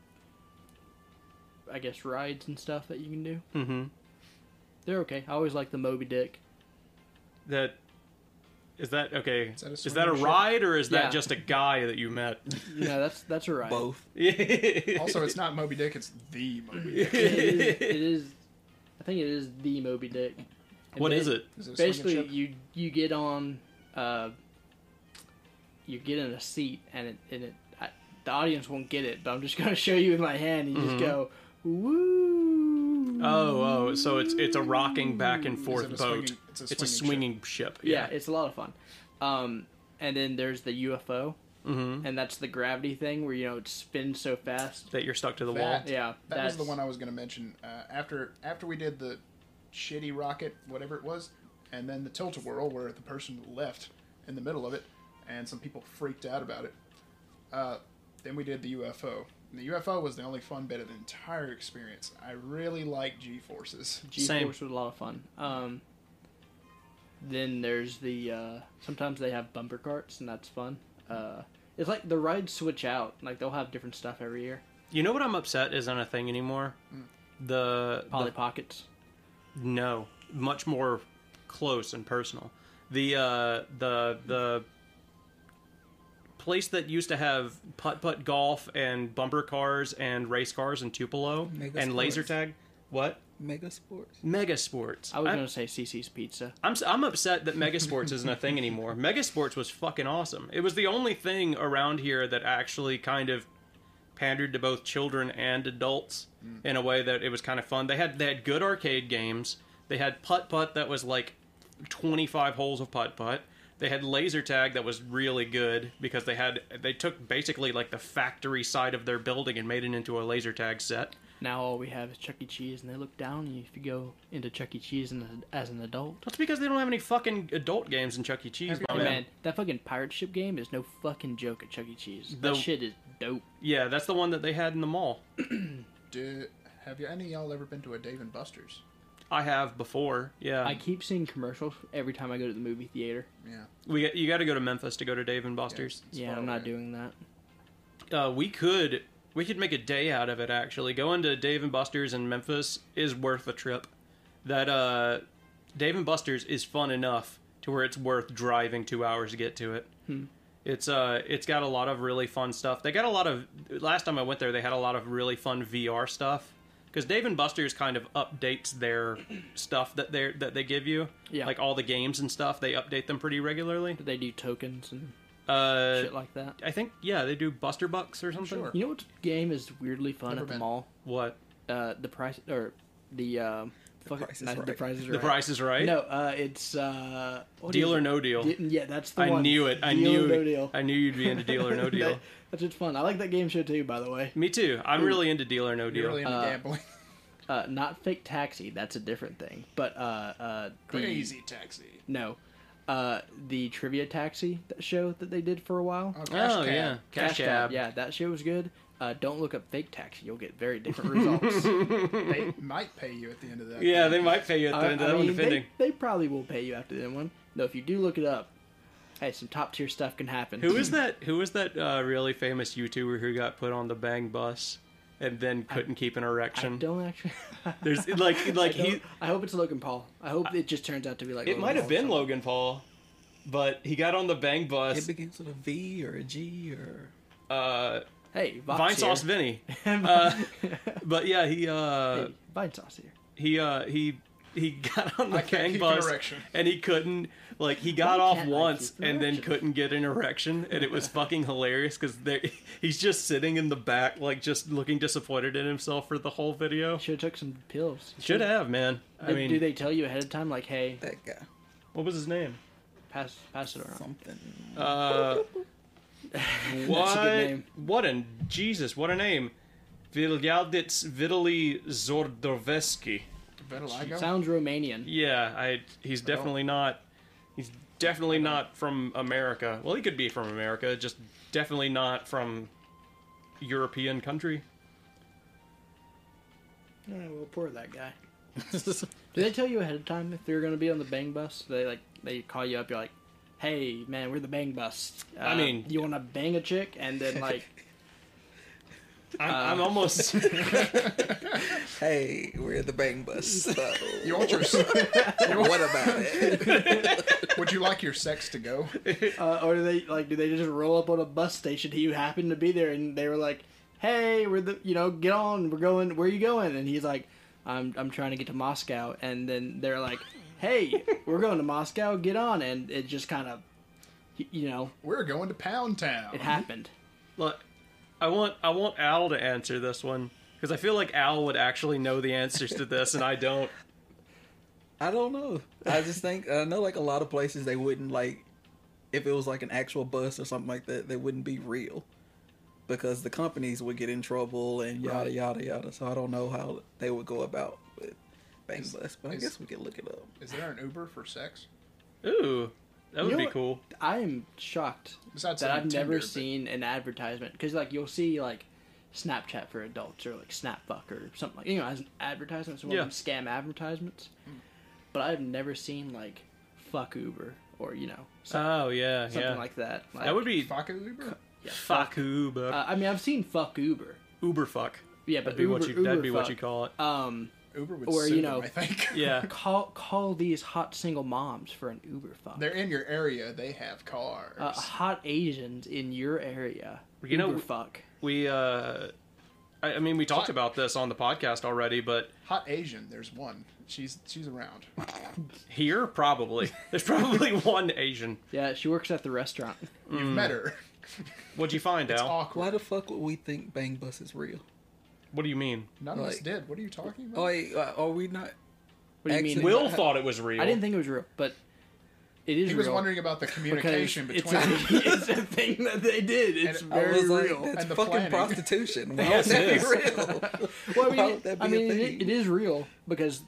[SPEAKER 3] I guess, rides and stuff that you can do.
[SPEAKER 2] hmm
[SPEAKER 3] They're okay. I always like the Moby Dick.
[SPEAKER 2] That is that okay?
[SPEAKER 4] that a
[SPEAKER 2] is that a
[SPEAKER 4] swinging ship?
[SPEAKER 2] ride or is
[SPEAKER 3] Yeah.
[SPEAKER 2] that just a guy that you met? *laughs*
[SPEAKER 3] Yeah, that's that's a ride.
[SPEAKER 5] Both.
[SPEAKER 4] Also, it's not Moby Dick; it's the
[SPEAKER 2] *laughs*
[SPEAKER 4] Moby Dick.
[SPEAKER 3] it, is, it is. I think it is the Moby Dick. And
[SPEAKER 2] What
[SPEAKER 3] ba-
[SPEAKER 2] is it?
[SPEAKER 4] Is it a swinging
[SPEAKER 3] Basically,
[SPEAKER 4] ship?
[SPEAKER 3] you you get on, uh, you get in a seat, and it and it I, the audience won't get it, but I'm just *laughs* gonna show you with my hand, and you
[SPEAKER 2] Mhm.
[SPEAKER 3] just go woo.
[SPEAKER 2] Oh, oh, so it's it's a rocking back and
[SPEAKER 4] Is
[SPEAKER 2] forth
[SPEAKER 4] it a
[SPEAKER 2] boat.
[SPEAKER 4] swinging- it's a swinging.
[SPEAKER 2] It's a swinging ship.
[SPEAKER 3] yeah, it's a lot of fun. Um, and then there's the UFO,
[SPEAKER 2] hmm
[SPEAKER 3] and that's the gravity thing where you know it spins so fast.
[SPEAKER 2] That you're stuck to the wall.
[SPEAKER 4] That-
[SPEAKER 3] Yeah,
[SPEAKER 4] That
[SPEAKER 3] that's
[SPEAKER 4] was the one I was going to mention. Uh, after after we did the shitty rocket, whatever it was, and then the tilt a whirl where the person left in the middle of it, and some people freaked out about it. Uh, then we did the UFO. And the UFO was the only fun bit of the entire experience. I really like G forces.
[SPEAKER 3] G
[SPEAKER 2] Same.
[SPEAKER 3] Force was a lot of fun. Um, then there's the uh, sometimes they have bumper carts and that's fun. Uh, it's like the rides switch out. Like they'll have different stuff every year.
[SPEAKER 2] You know what I'm upset isn't a thing anymore?
[SPEAKER 5] Mm.
[SPEAKER 2] The,
[SPEAKER 3] Polly
[SPEAKER 2] the-
[SPEAKER 3] Pockets.
[SPEAKER 2] no, much more close and personal. The uh, the the place that used to have putt putt golf and bumper cars and race cars and Tupelo
[SPEAKER 5] Mega
[SPEAKER 2] and laser
[SPEAKER 5] Sports.
[SPEAKER 2] tag. What?
[SPEAKER 5] Mega Sports.
[SPEAKER 2] Mega Sports.
[SPEAKER 3] I was
[SPEAKER 2] I'm-
[SPEAKER 3] gonna say CC's Pizza.
[SPEAKER 2] I'm, s- I'm upset
[SPEAKER 4] *laughs*
[SPEAKER 2] that Megasports isn't a thing anymore. Megasports was fucking awesome. It was the only thing around here that actually kind of pandered to both children and adults in a way that it was kind of fun. They had they had good arcade games. They had putt putt that was like 25 holes of putt putt. They had laser tag that was really good because they had they took basically like the factory side of their building and made it into a laser tag set.
[SPEAKER 3] Now all we have is Chuck E. Cheese, and they look down on you if you go into Chuck E. Cheese and- as an adult.
[SPEAKER 2] That's because they don't have any fucking adult games in Chuck E. Cheese.
[SPEAKER 4] Have you
[SPEAKER 2] my
[SPEAKER 3] Hey,
[SPEAKER 2] man.
[SPEAKER 3] man, that fucking pirate ship game is no fucking joke at Chuck E. Cheese.
[SPEAKER 2] The-
[SPEAKER 3] That shit is dope.
[SPEAKER 2] Yeah, that's the one that they had in the mall.
[SPEAKER 4] Do have you any of y'all ever been to a Dave and Buster's?
[SPEAKER 2] I have before. Yeah,
[SPEAKER 3] I keep seeing commercials every time I go to the movie theater.
[SPEAKER 4] Yeah.
[SPEAKER 2] we got, you got to go to Memphis to go to Dave and Buster's.
[SPEAKER 4] It's
[SPEAKER 3] yeah,
[SPEAKER 4] far
[SPEAKER 3] I'm not
[SPEAKER 4] away.
[SPEAKER 3] doing that.
[SPEAKER 2] Uh, we could we could make a day out of it. Actually, going to Dave and Buster's in Memphis is worth the trip. That uh, Dave and Buster's is fun enough to where it's worth driving two hours to get to it. It's uh, it's got a lot of really fun stuff. They got a lot of. Last time I went there, they had a lot of really fun VR stuff. Because Dave and Buster's kind of updates their stuff that they that they give you,
[SPEAKER 3] Yeah.
[SPEAKER 2] like all the games and stuff. They update them pretty regularly.
[SPEAKER 3] Do they do tokens and
[SPEAKER 2] Uh,
[SPEAKER 3] shit like that?
[SPEAKER 2] I think yeah, they do Buster Bucks or something.
[SPEAKER 4] Sure.
[SPEAKER 3] You know what game is weirdly fun
[SPEAKER 4] Never
[SPEAKER 3] at the
[SPEAKER 4] been.
[SPEAKER 3] mall?
[SPEAKER 2] What?
[SPEAKER 3] Uh, the price or the um, fuck it,
[SPEAKER 5] Price is
[SPEAKER 3] not the
[SPEAKER 5] Right.
[SPEAKER 3] price is
[SPEAKER 2] The
[SPEAKER 3] right.
[SPEAKER 2] Price is Right.
[SPEAKER 3] No, uh, it's uh, what
[SPEAKER 2] Deal
[SPEAKER 3] is
[SPEAKER 2] or
[SPEAKER 3] it?
[SPEAKER 2] No Deal.
[SPEAKER 3] Di- yeah, that's the
[SPEAKER 2] I
[SPEAKER 3] one.
[SPEAKER 2] knew it. I
[SPEAKER 3] Deal
[SPEAKER 2] knew.
[SPEAKER 3] Or no deal.
[SPEAKER 2] I knew you'd be into Deal or No Deal.
[SPEAKER 3] *laughs* That- that's just fun. I like that game show too, by the way.
[SPEAKER 2] Me too. I'm
[SPEAKER 3] Ooh.
[SPEAKER 2] really into Deal or No
[SPEAKER 4] You're
[SPEAKER 2] Deal.
[SPEAKER 4] really into
[SPEAKER 3] Uh,
[SPEAKER 5] *laughs*
[SPEAKER 4] gambling.
[SPEAKER 3] Uh, not fake taxi. That's a different thing. But uh, uh, the-
[SPEAKER 4] Crazy taxi.
[SPEAKER 3] No, uh, the trivia taxi that show that they did for a while.
[SPEAKER 4] Oh, Cash
[SPEAKER 2] oh
[SPEAKER 4] Cab.
[SPEAKER 2] yeah, Cash, Cab.
[SPEAKER 3] Yeah, that show was good. Uh, don't look up fake taxi. You'll get very
[SPEAKER 2] *laughs*
[SPEAKER 3] different results.
[SPEAKER 4] They might pay you at the end of that.
[SPEAKER 2] Yeah,
[SPEAKER 4] game.
[SPEAKER 2] they might pay you at the
[SPEAKER 3] I-
[SPEAKER 2] end
[SPEAKER 3] I
[SPEAKER 2] of that one
[SPEAKER 3] mean,
[SPEAKER 2] defending.
[SPEAKER 3] *clears throat* They, they probably will pay you after that one. Though if you do look it up, hey, some top tier stuff can happen.
[SPEAKER 2] Who is that? Who is that uh, really famous YouTuber who got put on the bang bus and then couldn't keep an
[SPEAKER 3] I
[SPEAKER 2] erection?
[SPEAKER 3] don't actually. *laughs*
[SPEAKER 2] There's like like
[SPEAKER 3] I don't-
[SPEAKER 2] he.
[SPEAKER 3] I hope it's Logan Paul. I hope it just turns out to be like.
[SPEAKER 2] It
[SPEAKER 3] Logan
[SPEAKER 2] might have
[SPEAKER 3] Paul
[SPEAKER 2] been
[SPEAKER 3] or
[SPEAKER 2] Logan Paul, but he got on the bang
[SPEAKER 5] It
[SPEAKER 2] bus.
[SPEAKER 5] begins with a V or a G or
[SPEAKER 2] Uh,
[SPEAKER 3] something. Hey, Vox
[SPEAKER 2] Vine
[SPEAKER 3] here.
[SPEAKER 2] Sauce
[SPEAKER 3] *laughs*
[SPEAKER 2] Vinny. *laughs*
[SPEAKER 3] Uh,
[SPEAKER 2] But yeah, he uh,
[SPEAKER 3] hey, Vine Sauce here.
[SPEAKER 2] he uh he he *laughs* got on the
[SPEAKER 4] I can't
[SPEAKER 2] gang
[SPEAKER 4] keep an
[SPEAKER 2] bus
[SPEAKER 4] erection.
[SPEAKER 2] and he couldn't like he got
[SPEAKER 3] Why
[SPEAKER 2] off
[SPEAKER 3] can't I
[SPEAKER 2] once
[SPEAKER 3] keep an
[SPEAKER 2] and then
[SPEAKER 3] erection?
[SPEAKER 2] couldn't get an erection and it
[SPEAKER 3] *laughs*
[SPEAKER 2] was fucking hilarious because there *laughs* he's just sitting in the back like just looking disappointed in himself for the whole video
[SPEAKER 3] Should have took some pills.
[SPEAKER 2] should have man i
[SPEAKER 3] Did-
[SPEAKER 2] mean
[SPEAKER 3] do they tell you ahead of time, like, hey,
[SPEAKER 5] that guy.
[SPEAKER 2] what was his name
[SPEAKER 3] pass pass it around?
[SPEAKER 5] Something.
[SPEAKER 2] uh
[SPEAKER 3] *laughs* That's a
[SPEAKER 2] what
[SPEAKER 3] good name.
[SPEAKER 2] what an jesus what a name Viljaldits Vitali Zordoveski.
[SPEAKER 4] Vitiligo.
[SPEAKER 3] Sounds Romanian.
[SPEAKER 2] Yeah, I he's definitely not he's definitely not from America. Well, he could be from America, just definitely not from European country.
[SPEAKER 3] Yeah, well, poor
[SPEAKER 2] *laughs*
[SPEAKER 3] that guy. Do they tell you ahead of time if you're going to be on the bang bus? Do they like they call you up. You're like, hey, man, we're the bang bus. Uh,
[SPEAKER 2] I mean-
[SPEAKER 3] you want to bang a chick,
[SPEAKER 2] *laughs*
[SPEAKER 3] and then like,
[SPEAKER 2] I'm, I'm almost *laughs*
[SPEAKER 5] hey, we're the bang bus.
[SPEAKER 3] *laughs*
[SPEAKER 5] So
[SPEAKER 4] You want your?
[SPEAKER 5] *laughs* what about
[SPEAKER 4] *laughs*
[SPEAKER 5] it?
[SPEAKER 4] would you like your sex to go?
[SPEAKER 3] uh, or do they like do they just roll up on a bus station? You happen to be there, and they were like, hey, we're the you know get on, we're going. Where you going? And he's like, I'm I'm trying to get to Moscow, and then they're like, hey, we're going to Moscow, get on, and it just kind of, y- you know,
[SPEAKER 4] We're going to Pound Town.
[SPEAKER 3] it happened.
[SPEAKER 2] look. I want I want Al to answer this one because I feel like Al would actually know the answers to this, and I don't.
[SPEAKER 5] *laughs* I don't know. I just think I know like a lot of places they wouldn't like if it was like an actual bus or something like that. They wouldn't be real because the companies would get in trouble and yada yada yada. So I don't know how they would go about with bang
[SPEAKER 4] Is-
[SPEAKER 5] bus, but I
[SPEAKER 4] is-
[SPEAKER 5] guess we could look it up.
[SPEAKER 4] Is there an Uber for sex?
[SPEAKER 2] Ooh, that would
[SPEAKER 3] know
[SPEAKER 2] be
[SPEAKER 3] what?
[SPEAKER 2] cool.
[SPEAKER 3] I am shocked
[SPEAKER 4] Besides
[SPEAKER 3] that
[SPEAKER 4] on
[SPEAKER 3] I've
[SPEAKER 4] Tinder,
[SPEAKER 3] never
[SPEAKER 4] but-
[SPEAKER 3] seen an advertisement because like you'll see like Snapchat for adults or like Snapfuck or something like you know as an advertisement, so one
[SPEAKER 2] Yeah. Hmm.
[SPEAKER 3] of them scam advertisements. But I've never seen like fuck Uber or you know some-
[SPEAKER 2] Oh yeah,
[SPEAKER 3] something
[SPEAKER 2] yeah.
[SPEAKER 3] like that. Like,
[SPEAKER 2] that would be
[SPEAKER 4] Fuck a Uber.
[SPEAKER 3] yeah,
[SPEAKER 2] fuck Uber.
[SPEAKER 3] Uh, I mean, I've seen fuck Uber.
[SPEAKER 2] Uber fuck.
[SPEAKER 3] Yeah, but
[SPEAKER 2] That'd be
[SPEAKER 3] Uber,
[SPEAKER 2] what you.
[SPEAKER 3] Uber
[SPEAKER 2] that'd be what
[SPEAKER 3] fuck.
[SPEAKER 2] you call it.
[SPEAKER 3] Um,
[SPEAKER 4] Uber would
[SPEAKER 3] Or,
[SPEAKER 4] sue
[SPEAKER 3] you
[SPEAKER 4] them,
[SPEAKER 3] know-
[SPEAKER 4] I think.
[SPEAKER 2] Yeah.
[SPEAKER 3] call call these hot single moms for an Uber fuck.
[SPEAKER 4] *laughs* They're in your area. They have cars.
[SPEAKER 3] uh, hot Asians in your area.
[SPEAKER 2] You know-
[SPEAKER 3] Uber fuck.
[SPEAKER 2] We. uh I, I mean, we talked
[SPEAKER 4] Fuck.
[SPEAKER 2] about this on the podcast already, but
[SPEAKER 4] Hot Asian. There's one. She's she's around.
[SPEAKER 2] Hmm. Here,
[SPEAKER 3] *laughs*
[SPEAKER 2] probably. There's probably one Asian.
[SPEAKER 3] Yeah, she works at the restaurant.
[SPEAKER 4] You've met her.
[SPEAKER 2] What'd you find
[SPEAKER 4] It's
[SPEAKER 2] out?
[SPEAKER 4] awkward.
[SPEAKER 5] Why the fuck would we think bang bus is real?
[SPEAKER 2] What do you mean?
[SPEAKER 4] None of us
[SPEAKER 5] Like-
[SPEAKER 4] did. What are you talking about?
[SPEAKER 5] Oh, wait, uh, are we not?
[SPEAKER 3] What do you mean?
[SPEAKER 5] Actually-
[SPEAKER 2] Will thought it was real.
[SPEAKER 3] I didn't think it was real, but it is
[SPEAKER 4] he was
[SPEAKER 3] real
[SPEAKER 4] wondering about the
[SPEAKER 3] because
[SPEAKER 4] communication
[SPEAKER 3] it's
[SPEAKER 4] between.
[SPEAKER 3] a, *laughs*
[SPEAKER 4] *laughs*
[SPEAKER 3] it's a thing that they did. It's
[SPEAKER 4] And uh, I
[SPEAKER 5] I
[SPEAKER 3] very
[SPEAKER 5] was like,
[SPEAKER 3] real.
[SPEAKER 5] that's
[SPEAKER 4] And the
[SPEAKER 5] fucking
[SPEAKER 4] planning.
[SPEAKER 5] prostitution. Why
[SPEAKER 2] Yes,
[SPEAKER 5] would that
[SPEAKER 2] it
[SPEAKER 5] be
[SPEAKER 3] well,
[SPEAKER 5] real?
[SPEAKER 3] I
[SPEAKER 5] Why
[SPEAKER 3] mean,
[SPEAKER 5] would that be
[SPEAKER 3] I mean
[SPEAKER 5] a
[SPEAKER 3] it-
[SPEAKER 5] thing?
[SPEAKER 3] it is real because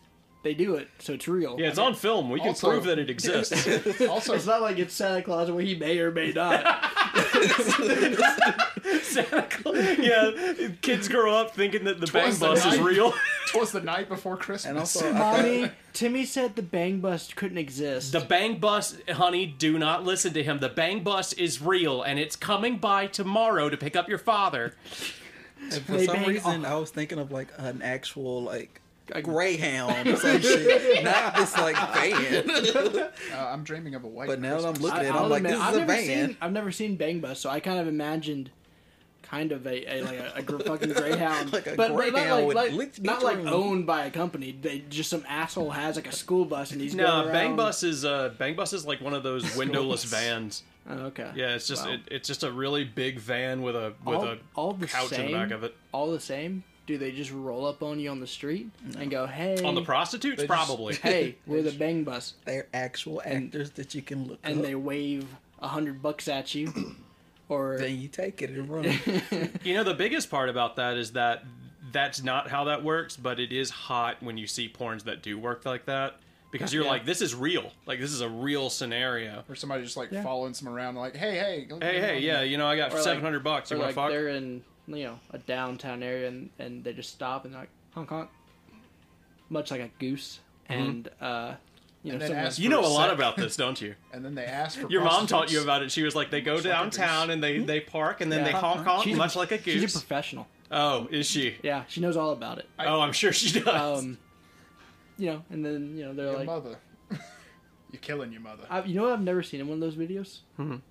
[SPEAKER 3] they do it, so it's real.
[SPEAKER 2] Yeah, it's on film. We can
[SPEAKER 4] also-
[SPEAKER 2] prove that it exists.
[SPEAKER 3] *laughs*
[SPEAKER 2] *laughs*
[SPEAKER 4] also,
[SPEAKER 3] It's not like it's Santa Claus where he may or may not.
[SPEAKER 2] Santa Claus. Yeah, kids grow up thinking that the
[SPEAKER 4] Twice
[SPEAKER 2] bang
[SPEAKER 4] the
[SPEAKER 2] bus is
[SPEAKER 4] night.
[SPEAKER 2] real.
[SPEAKER 4] *laughs*
[SPEAKER 2] *laughs*
[SPEAKER 4] twas the night before Christmas.
[SPEAKER 5] And
[SPEAKER 4] *laughs*
[SPEAKER 5] also, I-
[SPEAKER 3] Mommy, Timmy said the bang bust couldn't exist.
[SPEAKER 2] The bang bus, honey, do not listen to him. The bang bus is real, and it's coming by tomorrow to pick up your father.
[SPEAKER 5] And for
[SPEAKER 3] They
[SPEAKER 5] some
[SPEAKER 3] bang
[SPEAKER 5] reason, I was thinking of like an actual like
[SPEAKER 3] *laughs*
[SPEAKER 5] greyhound or some shit, not this like van.
[SPEAKER 4] uh, I'm dreaming of a white.
[SPEAKER 5] but now that I'm
[SPEAKER 4] Christmas.
[SPEAKER 5] looking at, it,
[SPEAKER 3] I'll
[SPEAKER 5] I'm like,
[SPEAKER 3] admit,
[SPEAKER 5] this
[SPEAKER 3] I've
[SPEAKER 5] is a
[SPEAKER 3] never
[SPEAKER 5] van.
[SPEAKER 3] Seen, I've never seen Bang Bus, so I kind of imagined kind of a, a like a, a gr- fucking greyhound,
[SPEAKER 5] *laughs* Like a
[SPEAKER 3] but, but
[SPEAKER 5] greyhound
[SPEAKER 3] not like,
[SPEAKER 5] with
[SPEAKER 3] like,
[SPEAKER 5] lit-
[SPEAKER 3] not like
[SPEAKER 5] featuring-
[SPEAKER 3] owned by a company. They just some asshole has like a school bus and he's
[SPEAKER 2] No,
[SPEAKER 3] going
[SPEAKER 2] bang
[SPEAKER 3] around-
[SPEAKER 2] bus is uh, bang bus is like one of those windowless vans.
[SPEAKER 3] Oh, okay,
[SPEAKER 2] Yeah, it's just
[SPEAKER 3] Wow.
[SPEAKER 2] it, it's just a really big van with a with
[SPEAKER 3] all,
[SPEAKER 2] a
[SPEAKER 3] all the
[SPEAKER 2] couch
[SPEAKER 3] same,
[SPEAKER 2] in the back of it.
[SPEAKER 3] All the same, do they just roll up on you on the street and go, "Hey,
[SPEAKER 2] On the prostitutes,
[SPEAKER 5] just-
[SPEAKER 2] probably.
[SPEAKER 3] *laughs* hey, we're
[SPEAKER 5] *laughs*
[SPEAKER 3] the Bang Bus,"
[SPEAKER 5] They're actual actors that you can look
[SPEAKER 3] and
[SPEAKER 5] up.
[SPEAKER 3] they wave a hundred bucks at
[SPEAKER 5] *clears throat*
[SPEAKER 3] you, or
[SPEAKER 5] then you take it
[SPEAKER 3] *laughs*
[SPEAKER 5] and run.
[SPEAKER 2] You know, the biggest part about that is that that's not how that works, but it is hot when you see porns that do work like that because you're
[SPEAKER 3] Yeah.
[SPEAKER 2] like, this is real. Like, this is a real scenario.
[SPEAKER 4] or somebody just like
[SPEAKER 3] Yeah.
[SPEAKER 4] following some around, like, hey, hey,
[SPEAKER 2] Hey, hey, yeah, you know, I got
[SPEAKER 3] Or like-
[SPEAKER 2] 700 bucks. You
[SPEAKER 3] or
[SPEAKER 2] want
[SPEAKER 3] like
[SPEAKER 2] to fuck?
[SPEAKER 3] they're in you know a downtown area and, and they just stop and they're like honk honk, much like a goose and uh you know
[SPEAKER 4] And then
[SPEAKER 3] someone-
[SPEAKER 4] ask-
[SPEAKER 2] You know a
[SPEAKER 4] for a
[SPEAKER 2] lot
[SPEAKER 4] sec.
[SPEAKER 2] about this, don't you?
[SPEAKER 4] And then they asked for
[SPEAKER 2] Your mom taught you
[SPEAKER 4] prostitutes.
[SPEAKER 2] about it. She was like, they go
[SPEAKER 4] Much like a
[SPEAKER 2] downtown
[SPEAKER 4] goose.
[SPEAKER 2] and they, they park and then
[SPEAKER 3] Hmm? Yeah.
[SPEAKER 2] they honk honk,
[SPEAKER 3] She's a-
[SPEAKER 2] much like a
[SPEAKER 3] she's a
[SPEAKER 2] goose.
[SPEAKER 3] professional
[SPEAKER 2] Oh, is she?
[SPEAKER 3] yeah she knows all about it
[SPEAKER 2] Oh, I'm sure she does.
[SPEAKER 3] um you know and then you know they're
[SPEAKER 4] Your
[SPEAKER 3] like
[SPEAKER 4] mother. *laughs* You're killing your mother.
[SPEAKER 3] I, you know what I've never seen in one of those videos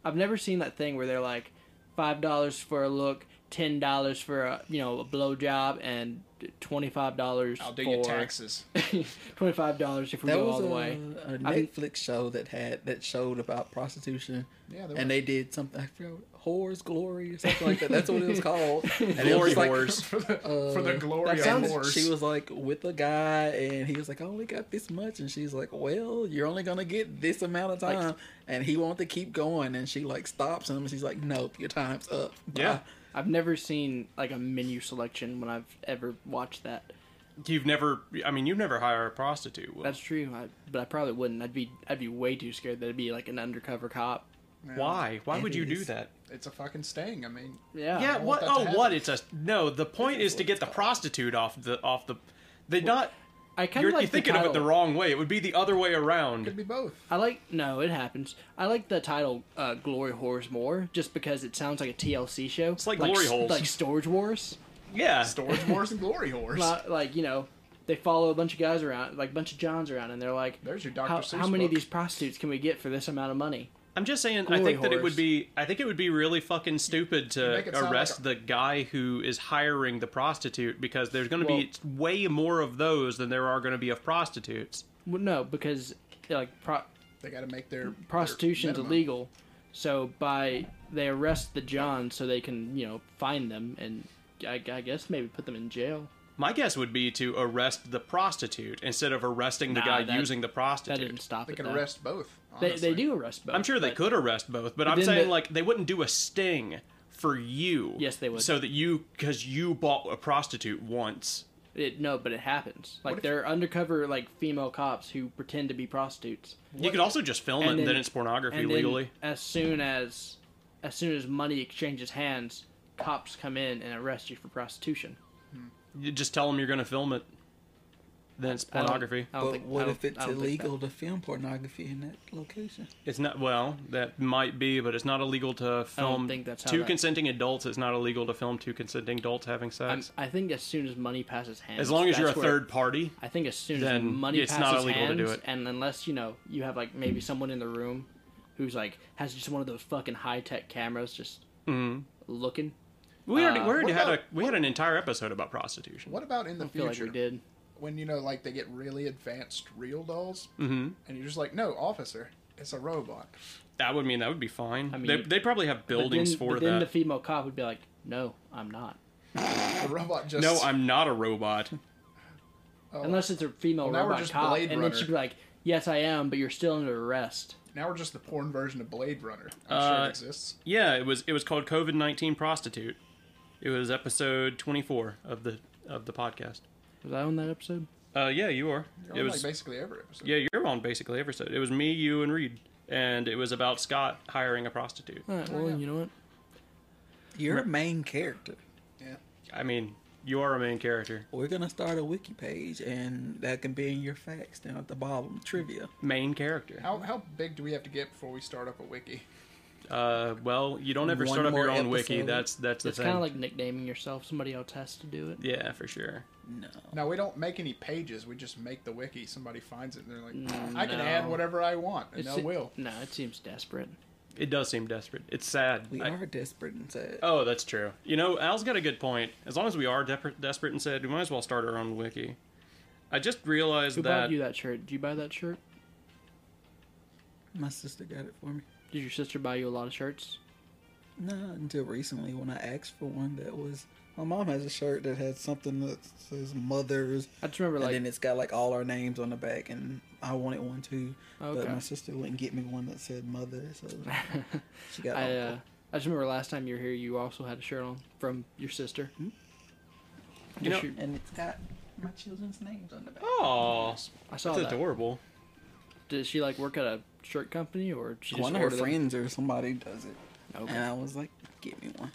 [SPEAKER 3] I've never seen that thing where they're like five dollars for a look ten dollars for a you know a blow job and twenty five dollars
[SPEAKER 4] I'll do
[SPEAKER 3] for *laughs*
[SPEAKER 4] your taxes.
[SPEAKER 3] twenty five dollars if we
[SPEAKER 5] That
[SPEAKER 3] go
[SPEAKER 5] was
[SPEAKER 3] all the
[SPEAKER 5] a,
[SPEAKER 3] way
[SPEAKER 5] a
[SPEAKER 3] I mean-
[SPEAKER 5] Netflix show that had that showed about prostitution.
[SPEAKER 4] Yeah, there
[SPEAKER 5] and
[SPEAKER 4] was.
[SPEAKER 5] they did something. I forgot, whores glory or something like that. That's what it was called.
[SPEAKER 3] *laughs*
[SPEAKER 5] And it
[SPEAKER 2] Glory
[SPEAKER 5] was like-
[SPEAKER 2] whores.
[SPEAKER 4] *laughs* for the, for the
[SPEAKER 5] Uh,
[SPEAKER 4] glory
[SPEAKER 3] that
[SPEAKER 4] of
[SPEAKER 3] sounds-
[SPEAKER 4] wars.
[SPEAKER 5] She was like with a guy, and he was like, "I only got this much," and she's like, "Well, you're only gonna get this amount of
[SPEAKER 3] Like-
[SPEAKER 5] time," and he wanted to keep going, and she like stops him, and she's like, "Nope, your time's up." Bye."
[SPEAKER 2] Yeah.
[SPEAKER 3] I've never seen like a menu selection when I've ever watched that.
[SPEAKER 2] You've never, I mean, you've never hired a prostitute. Will.
[SPEAKER 3] That's true, I, but I probably wouldn't. I'd be I'd be way too scared. That'd be like an undercover cop.
[SPEAKER 4] Yeah.
[SPEAKER 2] Why? Why
[SPEAKER 5] It
[SPEAKER 2] would you do
[SPEAKER 5] is.
[SPEAKER 2] that?
[SPEAKER 4] It's a fucking sting. I mean,
[SPEAKER 3] Yeah.
[SPEAKER 2] Yeah.
[SPEAKER 4] don't
[SPEAKER 2] What?
[SPEAKER 4] want that
[SPEAKER 2] Oh,
[SPEAKER 4] to
[SPEAKER 2] what?
[SPEAKER 4] happen.
[SPEAKER 2] It's a no. The point is to get the prostitute off the off the. They not.
[SPEAKER 3] I kind
[SPEAKER 2] You're,
[SPEAKER 3] of like
[SPEAKER 2] you're thinking
[SPEAKER 3] the
[SPEAKER 2] of
[SPEAKER 3] title.
[SPEAKER 2] it the wrong way. It would be the other way
[SPEAKER 4] it could
[SPEAKER 2] around.
[SPEAKER 4] be both.
[SPEAKER 3] I like no, it happens. I like the title uh, "Glory Whores" more, just because it sounds like a TLC show. It's
[SPEAKER 2] like Glory Holes.
[SPEAKER 3] like Storage Wars.
[SPEAKER 2] Yeah.
[SPEAKER 4] Storage wars and glory wars.
[SPEAKER 3] Not, like you know, they follow a bunch of guys around, like a bunch of Johns around, and they're like,
[SPEAKER 4] There's your Dr.
[SPEAKER 3] how,
[SPEAKER 4] Seuss
[SPEAKER 3] how many of
[SPEAKER 4] book.
[SPEAKER 3] these prostitutes can we get for this amount of money?"
[SPEAKER 2] I'm just saying. I
[SPEAKER 3] Glory
[SPEAKER 2] think that it would
[SPEAKER 3] whores.
[SPEAKER 2] be. I think it would be really fucking stupid to
[SPEAKER 4] make it sound like
[SPEAKER 2] arrest
[SPEAKER 4] a-
[SPEAKER 2] the guy who is hiring the prostitute because there's going to be way more of those than there are going to be of prostitutes.
[SPEAKER 3] Well, no, because like pro-
[SPEAKER 4] They got to make their
[SPEAKER 3] prostitution's
[SPEAKER 4] their minimum.
[SPEAKER 3] illegal so by they arrest the john so they can you know find them and I, I guess maybe put them in jail
[SPEAKER 2] My guess would be to arrest the prostitute instead of arresting the
[SPEAKER 3] Nah,
[SPEAKER 2] guy
[SPEAKER 3] that-
[SPEAKER 2] using the
[SPEAKER 3] that
[SPEAKER 2] prostitute.
[SPEAKER 3] didn't stop
[SPEAKER 4] They
[SPEAKER 3] it
[SPEAKER 4] could
[SPEAKER 3] though.
[SPEAKER 4] arrest both.
[SPEAKER 3] they, they
[SPEAKER 4] honestly.
[SPEAKER 3] do arrest both
[SPEAKER 2] I'm sure they
[SPEAKER 3] but-
[SPEAKER 2] could arrest both, but, I'm
[SPEAKER 3] then
[SPEAKER 2] saying
[SPEAKER 3] the-
[SPEAKER 2] like they wouldn't do a sting for you.
[SPEAKER 3] Yes, they would.
[SPEAKER 2] So that you, because you bought a prostitute once.
[SPEAKER 3] it, no but it happens like
[SPEAKER 4] if-
[SPEAKER 3] they're undercover like female cops who pretend to be prostitutes
[SPEAKER 2] You could also just film it, and
[SPEAKER 3] then-
[SPEAKER 2] then it's pornography
[SPEAKER 3] and then
[SPEAKER 2] legally.
[SPEAKER 3] as soon as as soon as money exchanges hands cops come in and arrest you for prostitution
[SPEAKER 2] You just tell them you're going to film it. Then it's
[SPEAKER 3] I don't-
[SPEAKER 2] pornography.
[SPEAKER 3] I don't
[SPEAKER 5] But
[SPEAKER 3] think- I
[SPEAKER 5] what
[SPEAKER 3] don't-
[SPEAKER 5] if it's
[SPEAKER 3] I don't think that-
[SPEAKER 5] illegal to film pornography in that location?
[SPEAKER 2] It's not well. That might be, but it's not illegal to film.
[SPEAKER 3] think that's how
[SPEAKER 2] two
[SPEAKER 3] that-
[SPEAKER 2] consenting adults. It's not illegal to film two consenting adults having
[SPEAKER 3] I'm,
[SPEAKER 2] sex.
[SPEAKER 3] i think as soon as money passes hands
[SPEAKER 2] as long as you're a
[SPEAKER 3] that's where-
[SPEAKER 2] third party.
[SPEAKER 3] I think as soon as
[SPEAKER 2] then
[SPEAKER 3] money
[SPEAKER 2] it's
[SPEAKER 3] passes
[SPEAKER 2] not illegal to
[SPEAKER 3] hands,
[SPEAKER 2] do it.
[SPEAKER 3] and unless you know you have like maybe someone in the room who's like has just one of those fucking high tech cameras just
[SPEAKER 2] Mm-hmm.
[SPEAKER 3] looking.
[SPEAKER 2] We already, we already
[SPEAKER 4] what
[SPEAKER 2] had
[SPEAKER 4] about-
[SPEAKER 2] a we had an entire episode about prostitution.
[SPEAKER 4] What about in the
[SPEAKER 3] I feel like
[SPEAKER 4] future
[SPEAKER 3] we did.
[SPEAKER 4] when you know, like they get really advanced real dolls,
[SPEAKER 2] Mm-hmm.
[SPEAKER 4] and you're just like, no, officer, it's a robot.
[SPEAKER 2] That would mean that would be fine.
[SPEAKER 3] mean,
[SPEAKER 2] they, they probably have
[SPEAKER 3] But
[SPEAKER 2] buildings
[SPEAKER 3] then,
[SPEAKER 2] for
[SPEAKER 3] but
[SPEAKER 2] that.
[SPEAKER 3] Then the female cop would be like, "No, I'm not."
[SPEAKER 4] The robot just
[SPEAKER 2] No, I'm not a robot.
[SPEAKER 4] Oh,
[SPEAKER 3] Unless it's a female
[SPEAKER 4] Well, now we're
[SPEAKER 3] robot
[SPEAKER 4] just
[SPEAKER 3] cop,
[SPEAKER 4] Blade
[SPEAKER 3] and
[SPEAKER 4] Runner.
[SPEAKER 3] then she'd be like, "Yes, I am, but you're still under arrest."
[SPEAKER 4] now we're just the porn version of Blade Runner. I'm sure
[SPEAKER 2] Uh,
[SPEAKER 4] it exists.
[SPEAKER 2] Yeah, it was it was called COVID nineteen prostitute. It was episode twenty four of the of the podcast.
[SPEAKER 3] Was I on that episode?
[SPEAKER 2] Uh, yeah, you are.
[SPEAKER 4] You're
[SPEAKER 2] It
[SPEAKER 4] on,
[SPEAKER 2] was
[SPEAKER 4] like basically every episode.
[SPEAKER 2] yeah, you're on basically every episode. It was me, you, and Reed, and it was about Scott hiring a prostitute.
[SPEAKER 3] All right. Uh, Well, you know what?
[SPEAKER 5] You're a main character.
[SPEAKER 4] Yeah.
[SPEAKER 2] I mean, you are a main character.
[SPEAKER 5] We're gonna start a wiki page, and that can be in your facts down at the bottom. Trivia.
[SPEAKER 2] Main character.
[SPEAKER 4] How how big do we have to get before we start up a wiki?
[SPEAKER 2] Uh, well, you don't ever
[SPEAKER 5] One
[SPEAKER 2] start up your
[SPEAKER 5] more
[SPEAKER 2] own wiki.
[SPEAKER 5] episode.
[SPEAKER 2] That's that's the
[SPEAKER 3] It's
[SPEAKER 2] thing.
[SPEAKER 3] kind of like nicknaming yourself. Somebody else has to do it.
[SPEAKER 2] yeah, for sure.
[SPEAKER 5] No.
[SPEAKER 4] No, we don't make any pages. We just make the wiki. Somebody finds it and they're like,
[SPEAKER 3] Mm,
[SPEAKER 4] I can
[SPEAKER 3] no.
[SPEAKER 4] add whatever I want, and
[SPEAKER 3] It's-
[SPEAKER 4] they will.
[SPEAKER 3] No, it seems desperate.
[SPEAKER 2] It does seem desperate. It's sad.
[SPEAKER 5] We
[SPEAKER 2] I-
[SPEAKER 5] are desperate and sad.
[SPEAKER 2] oh, that's true. You know, Al's got a good point. As long as we are dep desperate and sad, we might as well start our own wiki. I just realized
[SPEAKER 3] Who
[SPEAKER 2] that
[SPEAKER 3] bought you that shirt? Did you buy that shirt?
[SPEAKER 5] My sister got it for me.
[SPEAKER 3] Did your sister buy you a lot of shirts?
[SPEAKER 5] No, until recently when I asked for one that was. My mom has a shirt that has something that says "Mothers,"
[SPEAKER 3] I just remember
[SPEAKER 5] and
[SPEAKER 3] like
[SPEAKER 5] then it's got like all our names on the back, and I wanted one too. But
[SPEAKER 3] Okay.
[SPEAKER 5] my sister wouldn't get me one that said "Mother,"
[SPEAKER 3] *laughs*
[SPEAKER 5] so she got.
[SPEAKER 3] I
[SPEAKER 5] all-
[SPEAKER 3] uh, I just remember last time you were here, you also had a shirt on from your sister.
[SPEAKER 2] Hmm? You know-
[SPEAKER 3] Just your-
[SPEAKER 5] and it's got my children's names on the back.
[SPEAKER 2] Oh,
[SPEAKER 3] I saw
[SPEAKER 2] that's
[SPEAKER 3] that.
[SPEAKER 2] adorable.
[SPEAKER 3] Did she like work at a shirt company or she just
[SPEAKER 5] One of her
[SPEAKER 3] ordered them?
[SPEAKER 5] friends or somebody does it,
[SPEAKER 3] Okay.
[SPEAKER 5] and I was like, "Get me one."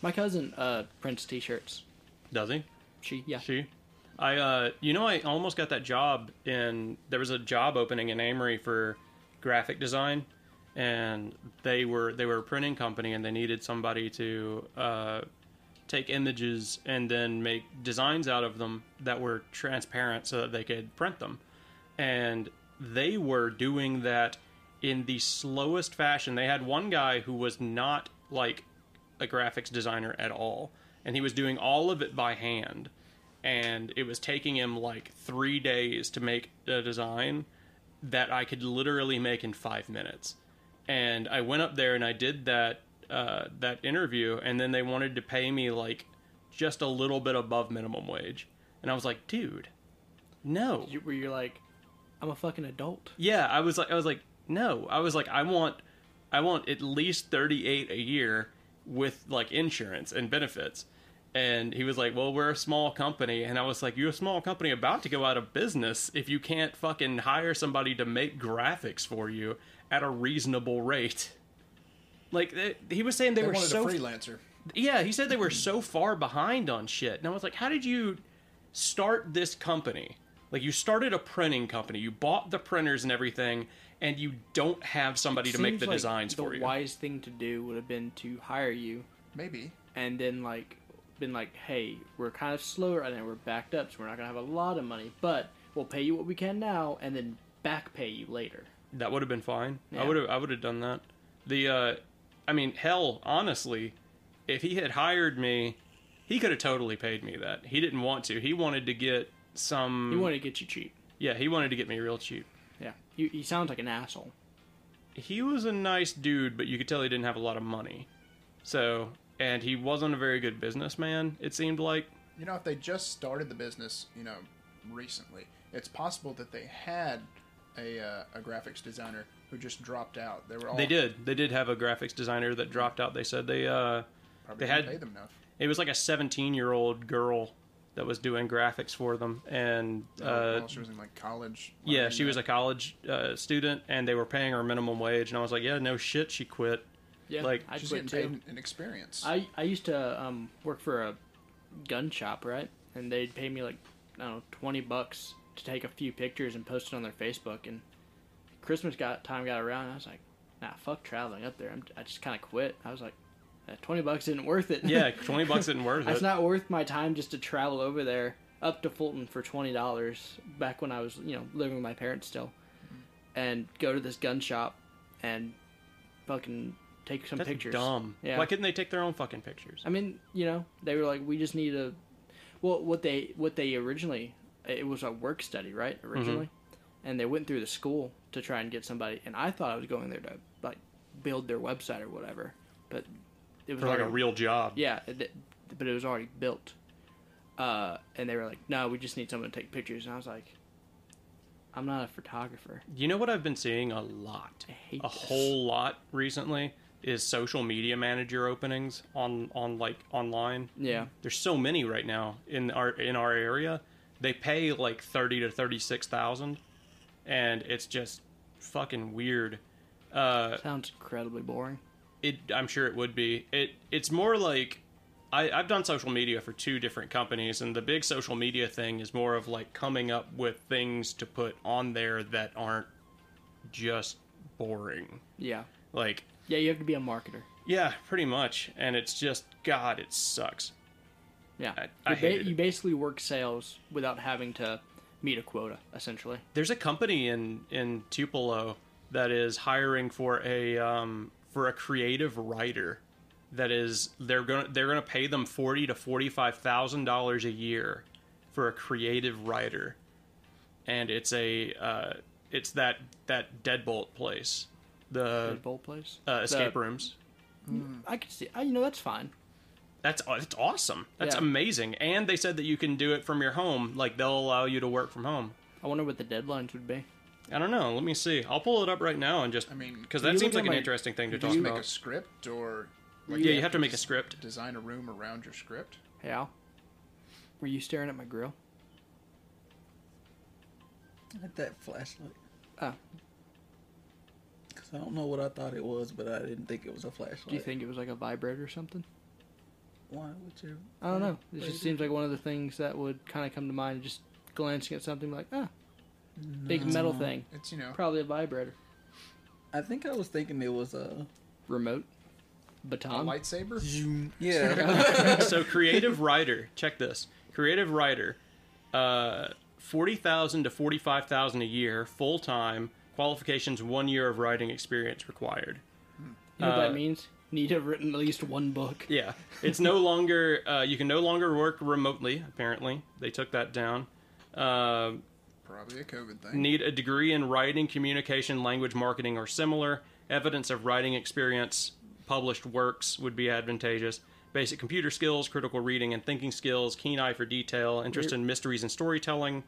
[SPEAKER 3] My cousin uh, prints T-shirts.
[SPEAKER 2] Does he?
[SPEAKER 3] She yeah.
[SPEAKER 2] She. I uh you know I almost got that job in there was a job opening in Amory for graphic design and they were they were a printing company and they needed somebody to uh take images and then make designs out of them that were transparent so that they could print them. And they were doing that in the slowest fashion. They had one guy who was not like a graphics designer at all, and he was doing all of it by hand. And it was taking him like three days to make a design that I could literally make in five minutes. And I went up there and I did that uh, that interview, and then they wanted to pay me like just a little bit above minimum wage, and I was like, dude, no.
[SPEAKER 3] You, where you're like, I'm a fucking adult.
[SPEAKER 2] Yeah, I was like, I was like, no, I was like, I want, I want at least thirty eight a year with like insurance and benefits. And he was like, well, we're a small company, and I was like, you're a small company about to go out of business if you can't fucking hire somebody to make graphics for you at a reasonable rate. Like th- he was saying, they,
[SPEAKER 4] They
[SPEAKER 2] were
[SPEAKER 4] wanted
[SPEAKER 2] so
[SPEAKER 4] a freelancer.
[SPEAKER 2] yeah, he said they were so far behind on shit. And I was like, how did you start this company? Like, you started a printing company, you bought the printers and everything, and you don't have somebody to make
[SPEAKER 3] Seems
[SPEAKER 2] the
[SPEAKER 3] like
[SPEAKER 2] designs
[SPEAKER 3] the
[SPEAKER 2] for you.
[SPEAKER 3] wise thing to do would have been to hire you
[SPEAKER 4] Maybe.
[SPEAKER 3] and then like been like, hey, we're kind of slow right now. We're backed up, so we're not gonna have a lot of money, but we'll pay you what we can now, and then back pay you later.
[SPEAKER 2] That would have been fine.
[SPEAKER 3] Yeah.
[SPEAKER 2] I would have I would have done that. The uh I mean, hell, honestly, if he had hired me, he could have totally paid me that. He didn't want to. He wanted to get some
[SPEAKER 3] He wanted to get you cheap.
[SPEAKER 2] Yeah, he wanted to get me real cheap.
[SPEAKER 3] Yeah, you, you sound like an asshole.
[SPEAKER 2] he was a nice dude, but you could tell he didn't have a lot of money. So, and he wasn't a very good businessman, it seemed like.
[SPEAKER 4] You know, if they just started the business, you know, recently, it's possible that they had a, uh, a graphics designer who just dropped out. They were all
[SPEAKER 3] Oh.
[SPEAKER 2] They did. They did have a graphics designer that dropped out. They said they, uh,
[SPEAKER 4] Probably
[SPEAKER 2] They
[SPEAKER 4] didn't
[SPEAKER 2] had-
[SPEAKER 4] pay them enough.
[SPEAKER 2] it was like a 17 year old girl that was doing graphics for them. And,
[SPEAKER 3] Oh,
[SPEAKER 2] uh,
[SPEAKER 4] While she was in like college.
[SPEAKER 2] yeah,
[SPEAKER 4] learning
[SPEAKER 2] she was
[SPEAKER 4] that.
[SPEAKER 2] a college uh, student and they were paying her minimum wage. And I was like, yeah, no shit, she quit.
[SPEAKER 3] Yeah,
[SPEAKER 2] Like,
[SPEAKER 3] I
[SPEAKER 4] She's
[SPEAKER 3] quit
[SPEAKER 4] getting
[SPEAKER 3] too.
[SPEAKER 4] paid an experience.
[SPEAKER 3] I, I used to um, work for a gun shop, right? And they'd pay me like, I don't know, 20 bucks to take a few pictures and post it on their Facebook. And Christmas got time got around, and I was like, nah, fuck traveling up there. I'm, I just kind of quit. I was like, that 20 bucks isn't worth it. *laughs*
[SPEAKER 2] Yeah, 20 bucks isn't worth
[SPEAKER 3] It's
[SPEAKER 2] it.
[SPEAKER 3] not worth my time just to travel over there up to Fulton for twenty dollars back when I was, you know, living with my parents still. And go to this gun shop and fucking take some
[SPEAKER 2] That's
[SPEAKER 3] pictures.
[SPEAKER 2] dumb.
[SPEAKER 3] Yeah.
[SPEAKER 2] Why couldn't they take their own fucking pictures?
[SPEAKER 3] I mean, you know, they were like, we just need a. Well, what they what they originally it was a work study, right?
[SPEAKER 2] Mm-hmm.
[SPEAKER 3] Originally, and they went through the school to try and get somebody. And I thought I was going there to like build their website or whatever, but it was
[SPEAKER 2] For like a
[SPEAKER 3] already-
[SPEAKER 2] real job.
[SPEAKER 3] yeah, it- it- but it was already built. Uh, and they were like, "No, we just need someone to take pictures." And I was like, "I'm not a photographer."
[SPEAKER 2] You know what I've been seeing a lot,
[SPEAKER 3] I hate
[SPEAKER 2] a
[SPEAKER 3] this.
[SPEAKER 2] whole lot recently is social media manager openings on on like online.
[SPEAKER 3] Yeah,
[SPEAKER 2] There's so many right now in our in our area they pay like thirty to thirty six thousand, and it's just fucking weird. Uh,
[SPEAKER 3] Sounds incredibly boring.
[SPEAKER 2] it i'm sure it would be it it's more like I, i've done social media for two different companies and the big social media thing is more of like coming up with things to put on there that aren't just boring
[SPEAKER 3] Yeah.
[SPEAKER 2] like
[SPEAKER 3] Yeah, you have to be a marketer.
[SPEAKER 2] yeah pretty much and it's just god it sucks
[SPEAKER 3] Yeah.
[SPEAKER 2] I-
[SPEAKER 3] you,
[SPEAKER 2] I hated it.
[SPEAKER 3] you basically work sales without having to meet a quota, essentially.
[SPEAKER 2] there's a company in in Tupelo that is hiring for a um, for a creative writer that is they're gonna they're gonna pay them forty to forty five thousand dollars a year for a creative writer, and it's a uh, it's that that Deadbolt place the
[SPEAKER 3] Red Bull place.
[SPEAKER 2] uh, escape
[SPEAKER 3] The-
[SPEAKER 2] rooms.
[SPEAKER 3] I can see. I, you know, that's fine.
[SPEAKER 2] That's aw- that's awesome. That's
[SPEAKER 3] Yeah.
[SPEAKER 2] amazing. And they said that you can do it from your home. Like they'll allow you to work from home.
[SPEAKER 3] I wonder what the deadlines would be.
[SPEAKER 2] I don't know. Let me see. I'll pull it up right now and just.
[SPEAKER 4] I mean,
[SPEAKER 2] because
[SPEAKER 3] do you
[SPEAKER 2] that seems
[SPEAKER 3] look
[SPEAKER 2] like
[SPEAKER 3] at
[SPEAKER 2] an
[SPEAKER 3] my-
[SPEAKER 2] interesting thing to
[SPEAKER 4] Do
[SPEAKER 2] talk
[SPEAKER 4] you make a
[SPEAKER 2] about.
[SPEAKER 4] script or like,
[SPEAKER 2] Yeah, you have to make a
[SPEAKER 4] *laughs*
[SPEAKER 2] script.
[SPEAKER 4] design a room around your script?
[SPEAKER 3] Hey, Al, were you staring at my grill?
[SPEAKER 5] At that flashlight.
[SPEAKER 3] Oh,
[SPEAKER 5] Because I don't know what I thought it was, but I didn't think it was a flashlight.
[SPEAKER 3] do you think it was like a vibrator or something?
[SPEAKER 5] Why would you?
[SPEAKER 3] I don't know. It just seems like one of the things that would kind of come to mind. Just glancing at something like, ah, big metal thing,
[SPEAKER 4] It's you know,
[SPEAKER 3] probably a vibrator,
[SPEAKER 5] I think I was thinking it was uh, a.
[SPEAKER 3] remote,
[SPEAKER 4] a
[SPEAKER 3] baton.
[SPEAKER 4] lightsaber.
[SPEAKER 5] *laughs* Yeah.
[SPEAKER 2] so creative writer, check this. Creative writer, uh, forty thousand to forty five thousand a year, full time. Qualifications: one year of writing experience required.
[SPEAKER 3] You know what
[SPEAKER 2] Uh,
[SPEAKER 3] that means? Need to have written at least one book.
[SPEAKER 2] Yeah, it's no *laughs* longer uh, you can no longer work remotely. Apparently, they took that down. Uh,
[SPEAKER 4] Probably a COVID thing.
[SPEAKER 2] need a degree in writing, communication, language marketing, or similar. Evidence of writing experience, published works would be advantageous. Basic computer skills, critical reading and thinking skills, keen eye for detail, interest in mysteries and storytelling.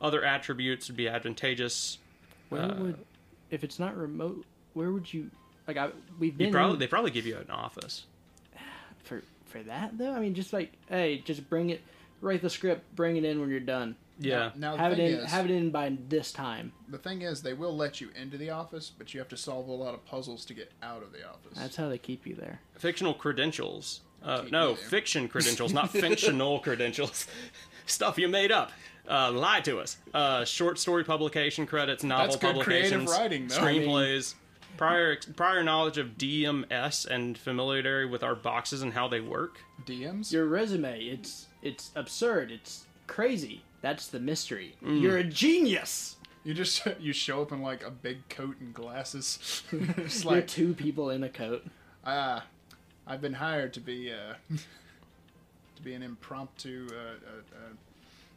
[SPEAKER 2] Other attributes would be advantageous.
[SPEAKER 3] Where
[SPEAKER 2] Uh,
[SPEAKER 3] would, if it's not remote, where would you? Like I, we've been
[SPEAKER 2] You
[SPEAKER 3] in-
[SPEAKER 2] probably they probably give you an office.
[SPEAKER 3] for for that though. I mean, just like hey, just bring it, write the script, bring it in when you're done.
[SPEAKER 2] Yeah,
[SPEAKER 4] Now the
[SPEAKER 3] have it
[SPEAKER 4] thing
[SPEAKER 3] in,
[SPEAKER 4] is,
[SPEAKER 3] have it in by this time.
[SPEAKER 4] the thing is, they will let you into the office, but you have to solve a lot of puzzles to get out of the office.
[SPEAKER 3] That's how they keep you there.
[SPEAKER 2] fictional credentials. Uh,
[SPEAKER 4] Keep
[SPEAKER 2] no,
[SPEAKER 4] you there. *laughs*
[SPEAKER 2] fiction credentials, not fictional credentials. *laughs* Stuff you made up. Uh, lie to us. Uh, short story publication credits, novel
[SPEAKER 4] That's good creative
[SPEAKER 2] publications,
[SPEAKER 4] writing, though.
[SPEAKER 2] screenplays, prior prior knowledge of DMS and familiarity with our boxes and how they work.
[SPEAKER 4] DMs.
[SPEAKER 3] Your resume, it's it's absurd. It's crazy. That's the mystery. You're a genius.
[SPEAKER 4] You just *laughs* you show up in like a big coat and glasses. *laughs* it's
[SPEAKER 3] You're
[SPEAKER 4] like
[SPEAKER 3] two people in a coat.
[SPEAKER 4] ah, I've been hired to be uh, *laughs* to be an impromptu. Uh, uh, uh,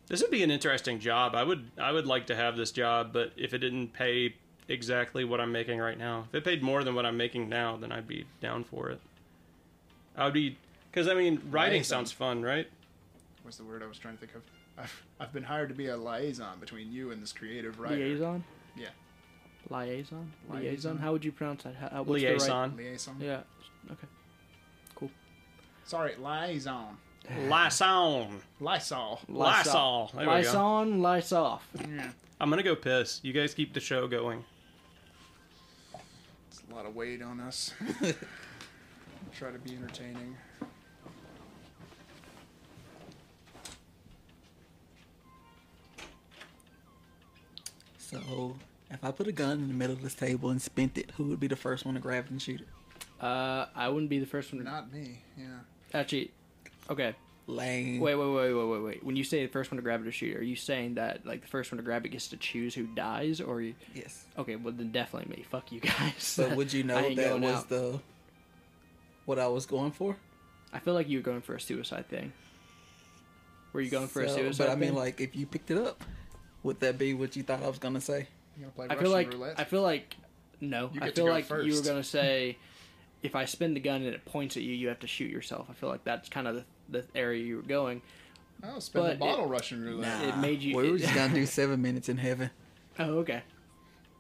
[SPEAKER 2] This would be an interesting job. I would I would like to have this job, but if it didn't pay exactly what I'm making right now, if it paid more than what I'm making now, then I'd be down for it. I would be because I mean writing
[SPEAKER 4] Liaison.
[SPEAKER 2] sounds fun, right?
[SPEAKER 4] what's the word I was trying to think of? I've, I've been hired to be a liaison between you and this creative writer.
[SPEAKER 3] Liaison.
[SPEAKER 4] Yeah.
[SPEAKER 3] Liaison. Liaison.
[SPEAKER 4] Liaison.
[SPEAKER 3] How would you pronounce that? How, uh, what's the right-
[SPEAKER 2] Liaison.
[SPEAKER 4] *sighs* Liaison.
[SPEAKER 3] Yeah. Okay.
[SPEAKER 4] Sorry, liaison.
[SPEAKER 2] Lysol.
[SPEAKER 4] Lysol.
[SPEAKER 2] Lysol. There we go.
[SPEAKER 3] Lysol. Lights off.
[SPEAKER 4] Yeah.
[SPEAKER 2] I'm gonna go piss. You guys keep the show going.
[SPEAKER 4] It's a lot of weight
[SPEAKER 3] *laughs*
[SPEAKER 4] on us. Try to be entertaining.
[SPEAKER 5] so, if I put a gun in the middle of this table and spent it, who would be the first one to grab it and shoot it?
[SPEAKER 3] Uh, I wouldn't be the first one. to
[SPEAKER 4] Not me. Yeah.
[SPEAKER 3] Actually, okay.
[SPEAKER 5] Lame.
[SPEAKER 3] Wait, wait, wait, wait, wait, wait. When you say the first one to grab it or shoot, it, are you saying that like the first one to grab it gets to choose who dies, or you?
[SPEAKER 5] Yes.
[SPEAKER 3] Okay, well then definitely me. Fuck you guys. *laughs*
[SPEAKER 5] But would you
[SPEAKER 3] I
[SPEAKER 5] know
[SPEAKER 3] ain't
[SPEAKER 5] that
[SPEAKER 3] going
[SPEAKER 5] was
[SPEAKER 3] out.
[SPEAKER 5] the what I was going for?
[SPEAKER 3] I feel like you were going for a suicide thing. Were you going for a
[SPEAKER 5] So-
[SPEAKER 3] suicide?
[SPEAKER 5] But I mean,
[SPEAKER 3] thing?
[SPEAKER 5] like, if you picked it up, would that be what you thought I was gonna say?
[SPEAKER 4] You gonna play
[SPEAKER 3] I
[SPEAKER 4] Russian
[SPEAKER 3] feel like
[SPEAKER 4] roulette?
[SPEAKER 3] I feel like no.
[SPEAKER 4] You
[SPEAKER 3] I
[SPEAKER 4] get to
[SPEAKER 3] feel
[SPEAKER 4] go
[SPEAKER 3] like you were
[SPEAKER 4] first. *laughs*
[SPEAKER 3] gonna say, if I spin the gun and it points at you, you have to shoot yourself. I feel like that's kind of the, the area you were going.
[SPEAKER 4] Oh, spin the
[SPEAKER 3] but it-
[SPEAKER 4] bottle Russian roulette.
[SPEAKER 3] It made you-
[SPEAKER 5] We were just
[SPEAKER 3] *laughs*
[SPEAKER 5] gonna do seven minutes in heaven.
[SPEAKER 3] Oh,
[SPEAKER 5] *laughs*
[SPEAKER 3] okay.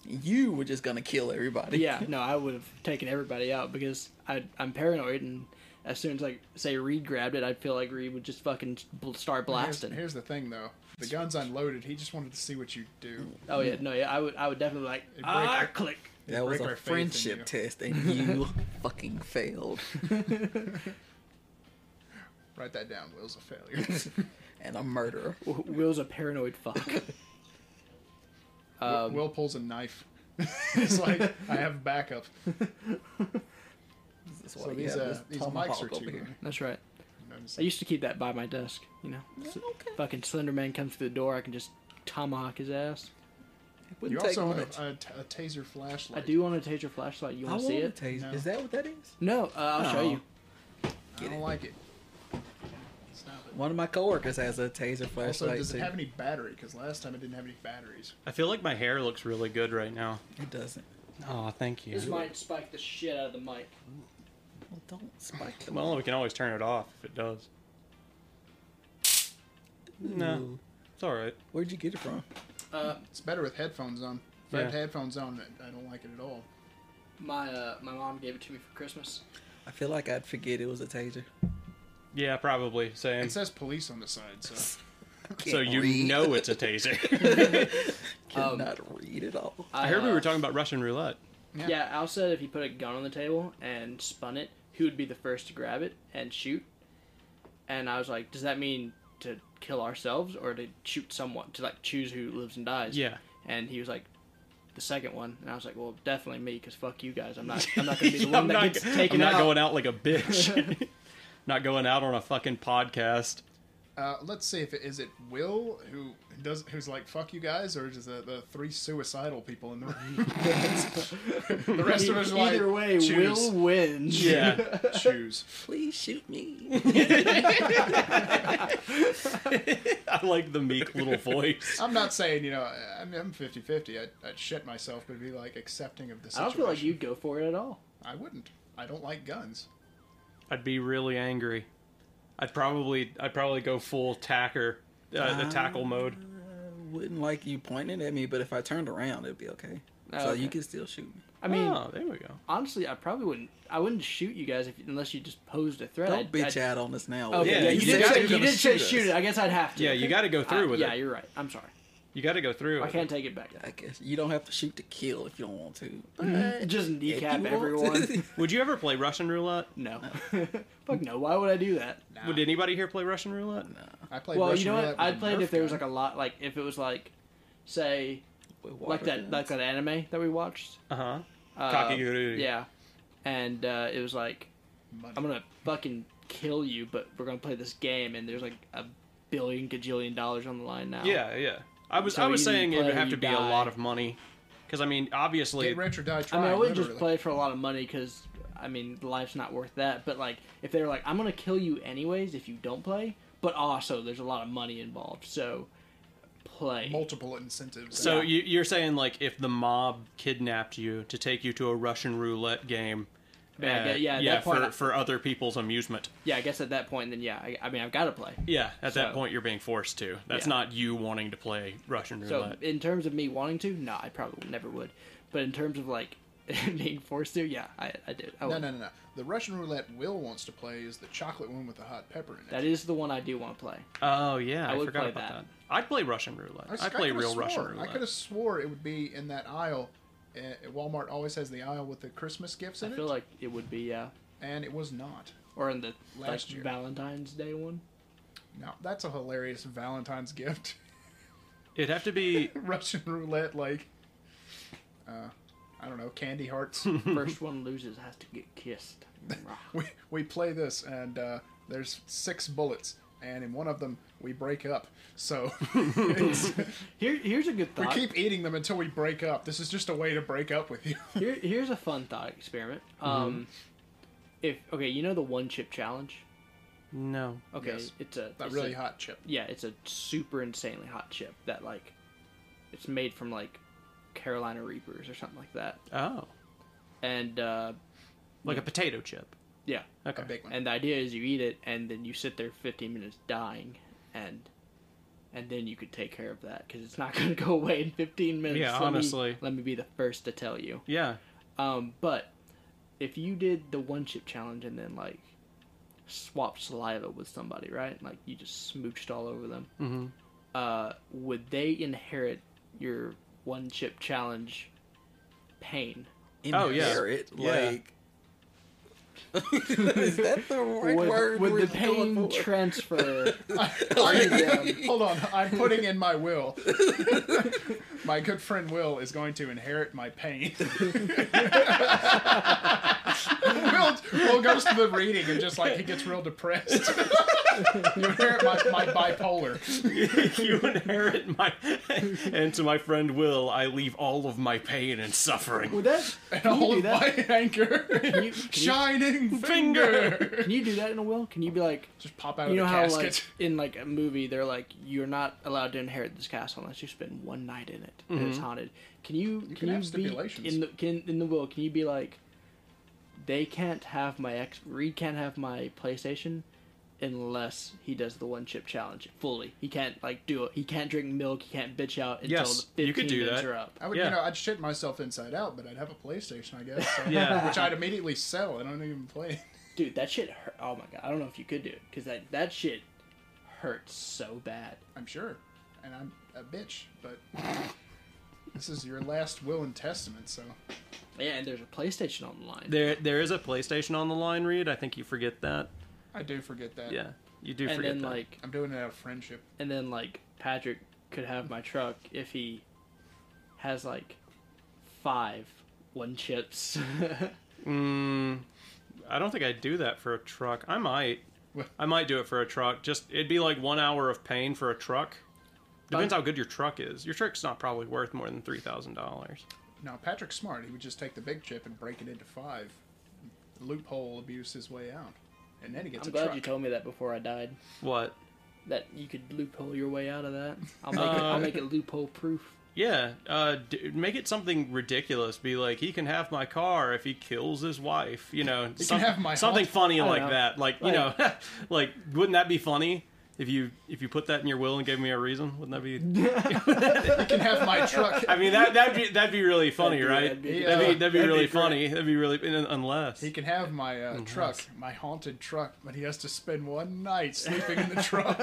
[SPEAKER 5] You were just gonna kill everybody.
[SPEAKER 3] yeah, no, I would have taken everybody out because I, I'm paranoid, and as soon as like say Reed grabbed it, I'd feel like Reed would just fucking bl- start
[SPEAKER 4] Here's-
[SPEAKER 3] blasting.
[SPEAKER 4] Here's, the thing, though. The gun's unloaded. He just wanted to see what you do.
[SPEAKER 3] Oh yeah, no, yeah, I would, I would definitely like
[SPEAKER 4] It break-
[SPEAKER 3] ah, click.
[SPEAKER 4] *laughs*
[SPEAKER 5] That was
[SPEAKER 4] break
[SPEAKER 5] a
[SPEAKER 4] our faith in
[SPEAKER 5] friendship
[SPEAKER 4] you.
[SPEAKER 5] test, and
[SPEAKER 3] *laughs*
[SPEAKER 5] you fucking failed.
[SPEAKER 4] Write that down. Will's a failure. *laughs*
[SPEAKER 5] And a murderer.
[SPEAKER 3] W- Will's a paranoid
[SPEAKER 5] *laughs*
[SPEAKER 3] fuck. Um,
[SPEAKER 4] Will pulls a knife. *laughs* it's like I have backup.
[SPEAKER 5] That's
[SPEAKER 4] So these
[SPEAKER 5] have
[SPEAKER 4] uh,
[SPEAKER 5] this
[SPEAKER 4] these
[SPEAKER 5] tomahawk
[SPEAKER 4] mics are
[SPEAKER 5] over
[SPEAKER 4] too.
[SPEAKER 5] here.
[SPEAKER 3] that's right. I
[SPEAKER 4] high.
[SPEAKER 3] used to keep that by my desk. You know, S-
[SPEAKER 5] okay.
[SPEAKER 3] fucking Slender Man comes through the door, I can just tomahawk his ass.
[SPEAKER 5] It wouldn't
[SPEAKER 4] You
[SPEAKER 5] take
[SPEAKER 4] also
[SPEAKER 5] much.
[SPEAKER 4] have a, t- a taser flashlight.
[SPEAKER 3] I do want to taser flashlight. You
[SPEAKER 5] I
[SPEAKER 3] want to see
[SPEAKER 5] want a
[SPEAKER 3] it?
[SPEAKER 5] taser.
[SPEAKER 4] No.
[SPEAKER 5] Is that what that is?
[SPEAKER 3] No, uh, I'll show
[SPEAKER 5] No.
[SPEAKER 3] you.
[SPEAKER 4] I don't
[SPEAKER 5] Get it.
[SPEAKER 4] like it. Stop it.
[SPEAKER 5] One of my coworkers has a taser
[SPEAKER 4] Also,
[SPEAKER 5] flashlight
[SPEAKER 4] does
[SPEAKER 5] too.
[SPEAKER 4] it have any battery? Because last time it didn't have any batteries.
[SPEAKER 2] I feel like my hair looks really good right now.
[SPEAKER 5] It doesn't.
[SPEAKER 2] Oh, thank you.
[SPEAKER 3] spike the shit out of the mic.
[SPEAKER 5] Well, don't spike them.
[SPEAKER 2] Well, we can always turn it off if it does. No,
[SPEAKER 5] Ooh.
[SPEAKER 2] it's all right.
[SPEAKER 5] Where'd you get it from?
[SPEAKER 3] Uh,
[SPEAKER 4] It's better with headphones on. If I have
[SPEAKER 2] Yeah.
[SPEAKER 4] headphones on, I I don't like it at all.
[SPEAKER 3] my uh, my mom gave it to me for Christmas.
[SPEAKER 5] I feel like I'd forget it was a taser.
[SPEAKER 2] Yeah, probably same.
[SPEAKER 4] It says police on the side, so
[SPEAKER 2] So you know it's a taser.
[SPEAKER 3] *laughs* um,
[SPEAKER 5] cannot read at all.
[SPEAKER 2] I heard we
[SPEAKER 3] uh,
[SPEAKER 2] were talking about Russian roulette.
[SPEAKER 4] Yeah.
[SPEAKER 3] Yeah, Al said if he put a gun on the table and spun it, he would be the first to grab it and shoot. And I was like, does that mean to kill ourselves or to shoot someone to like choose who lives and dies?
[SPEAKER 2] Yeah.
[SPEAKER 3] And he was like, the second one. And I was like, well, definitely me, because fuck you guys.
[SPEAKER 2] *laughs*
[SPEAKER 3] I'm not. I'm not gonna be the
[SPEAKER 2] I'm
[SPEAKER 3] one that
[SPEAKER 2] not
[SPEAKER 3] gets
[SPEAKER 2] go-
[SPEAKER 3] taken
[SPEAKER 2] I'm not
[SPEAKER 3] out.
[SPEAKER 2] going out like a
[SPEAKER 3] *laughs*
[SPEAKER 2] bitch. not going out on a fucking podcast.
[SPEAKER 4] uh, let's see if it is it Will who does who's like fuck you guys, or is it the three suicidal people in the
[SPEAKER 3] *laughs*
[SPEAKER 4] room? the
[SPEAKER 2] *laughs*
[SPEAKER 4] rest of us are like
[SPEAKER 3] Either way,
[SPEAKER 4] choose,
[SPEAKER 3] Will wins.
[SPEAKER 2] Yeah.
[SPEAKER 4] choose.
[SPEAKER 5] Please shoot me.
[SPEAKER 2] *laughs* I like the meek
[SPEAKER 3] *laughs*
[SPEAKER 2] little voice.
[SPEAKER 4] I'm not saying you know I- I'm, I'm 50-50. I'd, I'd shit myself, but be like accepting of the
[SPEAKER 3] I
[SPEAKER 4] situation.
[SPEAKER 3] don't feel like you'd go for it at all.
[SPEAKER 4] I wouldn't. I don't like guns.
[SPEAKER 2] I'd be really angry. I'd probably I'd probably go full tacker uh,
[SPEAKER 3] Ah.
[SPEAKER 2] the tackle mode.
[SPEAKER 5] Wouldn't like you pointing at me, but if I turned around, it'd be okay.
[SPEAKER 3] Oh,
[SPEAKER 5] so
[SPEAKER 3] okay.
[SPEAKER 5] you can still shoot me.
[SPEAKER 3] I mean,
[SPEAKER 2] oh, there we go.
[SPEAKER 3] honestly, I probably wouldn't. I wouldn't shoot you guys if, unless you just posed a threat.
[SPEAKER 5] Don't
[SPEAKER 3] I'd-
[SPEAKER 5] bitch
[SPEAKER 3] I'd-
[SPEAKER 5] out on us now.
[SPEAKER 3] Okay,
[SPEAKER 2] Yeah,
[SPEAKER 3] yeah,
[SPEAKER 2] you
[SPEAKER 3] you, did
[SPEAKER 2] said
[SPEAKER 3] say,
[SPEAKER 2] you're
[SPEAKER 3] you
[SPEAKER 5] gonna
[SPEAKER 3] did say
[SPEAKER 5] shoot us.
[SPEAKER 3] shoot it. I guess I'd have to.
[SPEAKER 2] Yeah, you got to go
[SPEAKER 3] I-
[SPEAKER 2] through with
[SPEAKER 3] yeah,
[SPEAKER 2] it.
[SPEAKER 3] you're right. I'm sorry.
[SPEAKER 2] You got to go through.
[SPEAKER 3] I
[SPEAKER 2] with
[SPEAKER 3] can't
[SPEAKER 2] It.
[SPEAKER 3] take it back.
[SPEAKER 5] I guess you don't have to shoot to kill if you don't want to.
[SPEAKER 3] Just
[SPEAKER 5] If you
[SPEAKER 3] kneecap
[SPEAKER 5] want to- *laughs*
[SPEAKER 3] everyone.
[SPEAKER 2] Would you ever play Russian roulette? *laughs*
[SPEAKER 3] No. Fuck no. Why would I do that?
[SPEAKER 4] Nah.
[SPEAKER 2] Would anybody here play Russian roulette?
[SPEAKER 4] I played.
[SPEAKER 3] well,
[SPEAKER 4] Russian
[SPEAKER 3] you know what?
[SPEAKER 4] roulette with
[SPEAKER 3] I'd
[SPEAKER 4] a
[SPEAKER 3] play it
[SPEAKER 4] Nerf
[SPEAKER 3] if there was
[SPEAKER 4] gun.
[SPEAKER 3] like a lot, like if it was like, say,
[SPEAKER 5] With
[SPEAKER 3] like
[SPEAKER 5] water
[SPEAKER 3] that,
[SPEAKER 5] guns.
[SPEAKER 3] like that anime that we watched.
[SPEAKER 2] Uh
[SPEAKER 4] Uh-huh.
[SPEAKER 2] huh.
[SPEAKER 3] Uh,
[SPEAKER 2] Kakigurui.
[SPEAKER 3] Yeah, and uh, it was like
[SPEAKER 4] Money.
[SPEAKER 3] I'm gonna fucking kill you, but we're gonna play this game, and there's like a billion gajillion dollars on the line now.
[SPEAKER 2] Yeah, yeah. I was
[SPEAKER 3] So
[SPEAKER 2] I was
[SPEAKER 3] either you
[SPEAKER 2] saying it would
[SPEAKER 3] play or
[SPEAKER 2] have to
[SPEAKER 3] you
[SPEAKER 2] be a
[SPEAKER 3] die.
[SPEAKER 2] lot of money, because I mean obviously
[SPEAKER 4] Get rich or die
[SPEAKER 3] I
[SPEAKER 4] trying.
[SPEAKER 3] mean, I would just
[SPEAKER 4] literally.
[SPEAKER 3] play for a lot of money because, I mean, life's not worth that. But, like, if they were like, I'm going to kill you anyways if you don't play, but also there's a lot of money involved, so play.
[SPEAKER 4] multiple incentives.
[SPEAKER 2] So
[SPEAKER 3] Yeah.
[SPEAKER 2] you, you're saying like if the mob kidnapped you to take you to a Russian roulette game,
[SPEAKER 3] Yeah, I
[SPEAKER 2] uh,
[SPEAKER 3] get- yeah, at that point
[SPEAKER 2] for,
[SPEAKER 3] I-
[SPEAKER 2] for other people's amusement.
[SPEAKER 3] yeah, I guess at that point, then, yeah, I, I mean, I've got to play.
[SPEAKER 2] Yeah, at that
[SPEAKER 3] So-
[SPEAKER 2] point you're being forced to. That's
[SPEAKER 3] Yeah.
[SPEAKER 2] not you wanting to play Russian
[SPEAKER 3] So,
[SPEAKER 2] roulette.
[SPEAKER 3] in terms of me wanting to, no, I probably never would. But in terms of, like, *laughs* being forced to, yeah, I, I did. I
[SPEAKER 4] no,
[SPEAKER 3] would.
[SPEAKER 4] no, no, no. The Russian roulette Will wants to play is the chocolate one with the hot pepper in it.
[SPEAKER 3] That is the one I do want to play.
[SPEAKER 2] oh yeah,
[SPEAKER 3] I
[SPEAKER 2] I,
[SPEAKER 3] would
[SPEAKER 2] forgot
[SPEAKER 3] play
[SPEAKER 2] about that.
[SPEAKER 3] that.
[SPEAKER 2] I'd play Russian roulette. I,
[SPEAKER 4] s-
[SPEAKER 2] would play
[SPEAKER 4] coulda
[SPEAKER 2] real
[SPEAKER 4] swore,
[SPEAKER 2] Russian
[SPEAKER 4] I could
[SPEAKER 2] roulette.
[SPEAKER 4] have swore it would be in that aisle. Uh, Walmart always has the aisle with the Christmas gifts
[SPEAKER 3] I
[SPEAKER 4] in
[SPEAKER 3] feel
[SPEAKER 4] it,
[SPEAKER 3] like it would be, yeah.
[SPEAKER 4] and it was not.
[SPEAKER 3] Or in the
[SPEAKER 4] Last
[SPEAKER 3] like,
[SPEAKER 4] year.
[SPEAKER 3] Valentine's Day
[SPEAKER 4] *laughs*
[SPEAKER 3] one.
[SPEAKER 4] Now that's a hilarious Valentine's gift. *laughs*
[SPEAKER 2] It'd have to be
[SPEAKER 4] Russian roulette, like, uh, I don't know,
[SPEAKER 2] *laughs*
[SPEAKER 4] candy hearts.
[SPEAKER 3] First one loses has to get kissed.
[SPEAKER 4] we we play this, and uh, there's six bullets, and in one of them we break up. So *laughs*
[SPEAKER 2] *laughs*
[SPEAKER 4] it's-
[SPEAKER 3] *laughs* Here, here's a good
[SPEAKER 4] we
[SPEAKER 3] thought.
[SPEAKER 4] keep eating them until we break up. This is just a way to break
[SPEAKER 2] *laughs*
[SPEAKER 4] up with you.
[SPEAKER 3] Here, here's a fun thought experiment.
[SPEAKER 4] Mm-hmm.
[SPEAKER 3] Um, if okay, you know the one chip challenge.
[SPEAKER 2] no.
[SPEAKER 3] Okay,
[SPEAKER 4] Yes.
[SPEAKER 3] it's a
[SPEAKER 4] that
[SPEAKER 3] it's
[SPEAKER 4] really
[SPEAKER 3] a-
[SPEAKER 4] hot chip.
[SPEAKER 3] Yeah, it's a super insanely hot chip that like, it's made from like Carolina Reapers or something like that.
[SPEAKER 2] Oh,
[SPEAKER 3] And uh,
[SPEAKER 2] like a potato chip.
[SPEAKER 3] yeah,
[SPEAKER 2] Okay.
[SPEAKER 4] A
[SPEAKER 2] *laughs*
[SPEAKER 4] big one.
[SPEAKER 3] and the idea is you eat it and then you sit there 15 minutes dying and. And then you could take care of that because it's not *laughs* going to go away in 15 minutes.
[SPEAKER 2] Yeah,
[SPEAKER 3] Let me-
[SPEAKER 2] honestly.
[SPEAKER 3] let me be the first to tell you.
[SPEAKER 2] yeah.
[SPEAKER 3] Um, but if you did the one chip challenge and then like swapped saliva with somebody, right? Like you just smooched all over them.
[SPEAKER 2] hmm
[SPEAKER 3] uh, would they inherit your one chip challenge pain?
[SPEAKER 2] Oh, yeah.
[SPEAKER 5] Inherit,
[SPEAKER 2] Yeah.
[SPEAKER 5] Like, *laughs* is that the right
[SPEAKER 3] would,
[SPEAKER 5] word?
[SPEAKER 3] would
[SPEAKER 5] we're
[SPEAKER 3] the pain
[SPEAKER 5] going for? *laughs*
[SPEAKER 3] transfer?
[SPEAKER 4] I, I- hold on, I'm putting in my will. *laughs* my good friend Will is going to inherit my pain. *laughs* Will, Will goes to the reading and just like he gets real depressed. *laughs* you inherit my, my bipolar.
[SPEAKER 2] you inherit my *laughs* and to my friend will i leave all of my pain and suffering
[SPEAKER 3] would that?
[SPEAKER 4] And
[SPEAKER 3] Can you
[SPEAKER 4] all
[SPEAKER 3] do
[SPEAKER 4] of my
[SPEAKER 3] that?
[SPEAKER 4] *laughs* anger.
[SPEAKER 3] you- can you-
[SPEAKER 4] Shining
[SPEAKER 2] Finger.
[SPEAKER 4] finger.
[SPEAKER 3] Can you do that in a will? Can you be like,
[SPEAKER 4] Just pop out
[SPEAKER 3] you
[SPEAKER 4] of
[SPEAKER 3] know
[SPEAKER 4] the
[SPEAKER 3] how
[SPEAKER 4] casket.
[SPEAKER 3] like in like a movie they're like, you're not allowed to inherit this castle unless you spend one night in it and
[SPEAKER 2] Mm-hmm.
[SPEAKER 3] it's haunted. Can you? can,
[SPEAKER 4] can
[SPEAKER 3] you
[SPEAKER 4] have
[SPEAKER 3] be
[SPEAKER 4] stipulations.
[SPEAKER 3] in the can in the will? Can you be like, they can't have my ex. Reed can't have my PlayStation unless he does the one chip challenge fully. He can't like do it. He can't drink milk. He can't bitch out until
[SPEAKER 2] Yes,
[SPEAKER 3] the
[SPEAKER 2] you could
[SPEAKER 3] fifteen
[SPEAKER 2] do
[SPEAKER 3] minutes
[SPEAKER 2] that.
[SPEAKER 3] are up.
[SPEAKER 4] I would,
[SPEAKER 2] Yeah.
[SPEAKER 4] you know, I'd shit myself inside out, but I'd have a PlayStation, I guess. so-
[SPEAKER 2] Yeah.
[SPEAKER 4] Which I'd immediately sell. I don't even play.
[SPEAKER 3] Dude, that shit hurt. Oh my god, I don't know if you could do it because that that shit hurts so bad.
[SPEAKER 4] I'm sure. And I'm a bitch, but this is your last will and testament, so
[SPEAKER 3] Yeah, and there's a PlayStation on the line.
[SPEAKER 2] there there is a playstation on the line reed i think you forget that
[SPEAKER 4] I do forget that.
[SPEAKER 2] yeah you do
[SPEAKER 3] and
[SPEAKER 2] forget
[SPEAKER 3] then
[SPEAKER 2] that
[SPEAKER 3] like
[SPEAKER 4] I'm doing it out of friendship.
[SPEAKER 3] and then like Patrick could have my truck if he has like five one chips. *laughs*
[SPEAKER 2] mm, i don't think i'd do that for a truck i might
[SPEAKER 4] What?
[SPEAKER 2] i might do it for a truck just it'd be like one hour of pain for a truck depends how good your truck is your truck's not probably worth more than $3000
[SPEAKER 4] Now, Patrick's smart. He would just take the big chip and break it into five. Loophole abuse his way out. And then he gets
[SPEAKER 3] I'm
[SPEAKER 4] a
[SPEAKER 3] glad
[SPEAKER 4] truck.
[SPEAKER 3] you told me that before I died.
[SPEAKER 2] what
[SPEAKER 3] That you could loophole your way out of that. I'll make it.
[SPEAKER 2] Uh,
[SPEAKER 3] I'll make it loophole proof.
[SPEAKER 2] Yeah, uh, d- make it something ridiculous. Be like, he can have my car if he kills his wife. You know,
[SPEAKER 4] He can have my
[SPEAKER 2] something
[SPEAKER 4] hot-
[SPEAKER 2] funny
[SPEAKER 3] I don't
[SPEAKER 2] like
[SPEAKER 3] know.
[SPEAKER 2] that. Like you know, *laughs*
[SPEAKER 3] Like-
[SPEAKER 2] like wouldn't that be funny if you if you put that in your will and gave me a reason? Wouldn't that be?
[SPEAKER 4] You can have
[SPEAKER 3] *laughs*
[SPEAKER 4] my truck.
[SPEAKER 2] I mean, that that'd be that'd be really funny,
[SPEAKER 3] That'd be-
[SPEAKER 2] right? That'd
[SPEAKER 3] that'd be-
[SPEAKER 2] be
[SPEAKER 4] Yeah.
[SPEAKER 2] that'd be,
[SPEAKER 4] That'd be
[SPEAKER 2] really
[SPEAKER 4] great.
[SPEAKER 2] funny. That'd be really un- unless.
[SPEAKER 4] He can have my
[SPEAKER 2] Oh,
[SPEAKER 4] uh, truck, my haunted truck, but he has to spend one night sleeping in the truck.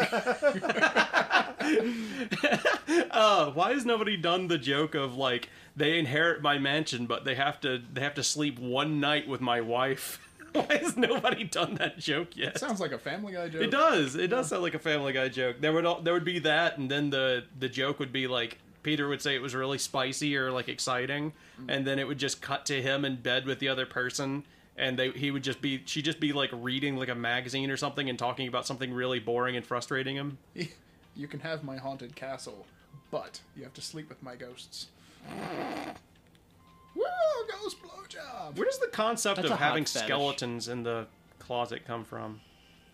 [SPEAKER 2] *laughs* Uh, why has nobody done the joke of like they inherit my mansion, but they have to they have to sleep one night with my wife? *laughs* why has nobody done that joke yet?
[SPEAKER 4] Sounds like a Family Guy joke.
[SPEAKER 2] It does. It does sound like a Family Guy joke. There would al- there would be that, and then the the joke would be like Peter would say it was really spicy or like exciting,
[SPEAKER 3] Mm.
[SPEAKER 2] and then it would just cut to him in bed with the other person, and they he would just be she would just be like reading like a magazine or something and talking about something really boring and frustrating him.
[SPEAKER 4] You can have my haunted castle, but you have to sleep with my ghosts. Woo! Ghost blowjob!
[SPEAKER 2] Where does the concept
[SPEAKER 3] That's a
[SPEAKER 2] of
[SPEAKER 3] hot
[SPEAKER 2] having
[SPEAKER 3] fetish.
[SPEAKER 2] skeletons in the closet come from?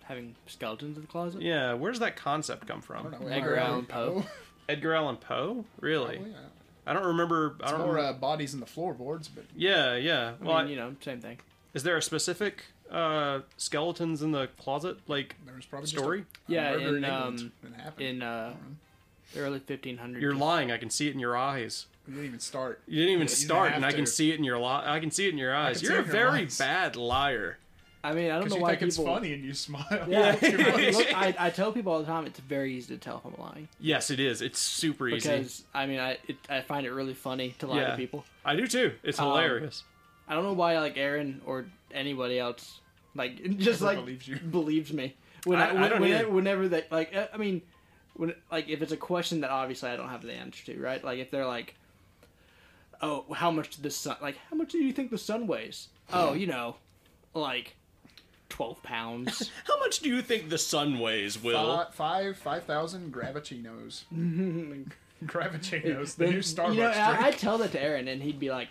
[SPEAKER 3] Having skeletons in the closet.
[SPEAKER 2] Yeah, where does that concept come
[SPEAKER 4] I
[SPEAKER 2] from?
[SPEAKER 4] don't know,
[SPEAKER 3] Edgar
[SPEAKER 4] Edgar
[SPEAKER 3] Allan Poe.
[SPEAKER 2] Edgar Allan Poe, really?
[SPEAKER 4] Probably, yeah.
[SPEAKER 2] I don't remember. I don't.
[SPEAKER 4] Or
[SPEAKER 2] remember.
[SPEAKER 4] uh, bodies in the floorboards, but
[SPEAKER 2] yeah, yeah.
[SPEAKER 3] I
[SPEAKER 2] Well, I-
[SPEAKER 3] mean, you know, same thing.
[SPEAKER 2] Is there a specific uh, skeletons in the closet like
[SPEAKER 4] there's probably
[SPEAKER 2] story?
[SPEAKER 4] Just a, a
[SPEAKER 3] Yeah,
[SPEAKER 4] murder
[SPEAKER 3] in,
[SPEAKER 4] in, England
[SPEAKER 3] um,
[SPEAKER 4] that happened.
[SPEAKER 3] In uh, the early 1500s.
[SPEAKER 2] You're lying. I can see it in your eyes.
[SPEAKER 4] we didn't even start.
[SPEAKER 2] You didn't even
[SPEAKER 4] You didn't
[SPEAKER 2] start,
[SPEAKER 4] have
[SPEAKER 2] and I can
[SPEAKER 4] to.
[SPEAKER 2] see it in your li- I can see it in your eyes.
[SPEAKER 4] see
[SPEAKER 2] You're
[SPEAKER 4] it
[SPEAKER 2] a
[SPEAKER 4] in your
[SPEAKER 2] very
[SPEAKER 4] eyes.
[SPEAKER 2] bad liar.
[SPEAKER 3] I mean, I don't
[SPEAKER 4] Because
[SPEAKER 3] know
[SPEAKER 4] you
[SPEAKER 3] why
[SPEAKER 4] think
[SPEAKER 3] people.
[SPEAKER 4] it's funny and you smile.
[SPEAKER 3] Yeah,
[SPEAKER 4] *laughs* It's your
[SPEAKER 3] *laughs*
[SPEAKER 2] *laughs*
[SPEAKER 4] eyes.
[SPEAKER 3] look, I, I tell people all the time it's very easy to tell if I'm lying.
[SPEAKER 2] Yes, it is. It's super easy.
[SPEAKER 3] because I mean I it, I find it really funny to lie
[SPEAKER 2] Yeah.
[SPEAKER 3] to people.
[SPEAKER 2] I do too. It's
[SPEAKER 3] Um,
[SPEAKER 2] hilarious.
[SPEAKER 3] I don't know why like Aaron or anybody else like *laughs* just
[SPEAKER 4] Never
[SPEAKER 3] like
[SPEAKER 4] believes you.
[SPEAKER 3] believes me when
[SPEAKER 2] I-
[SPEAKER 3] I,
[SPEAKER 2] I don't
[SPEAKER 3] when-
[SPEAKER 2] either.
[SPEAKER 3] whenever they like uh, I mean when like if it's a question that obviously I don't have the answer to right like if they're like oh how much did the sun like how much do you think the sun weighs oh you know like twelve pounds
[SPEAKER 2] How much do you think the sun weighs, Will?
[SPEAKER 4] Fi- Five, five thousand
[SPEAKER 3] *laughs*
[SPEAKER 4] Gravitinos. Gravitinos, the
[SPEAKER 3] Then-
[SPEAKER 4] new Starbucks
[SPEAKER 3] You know, I, I
[SPEAKER 4] drink.
[SPEAKER 3] tell that to Aaron, and he'd be like,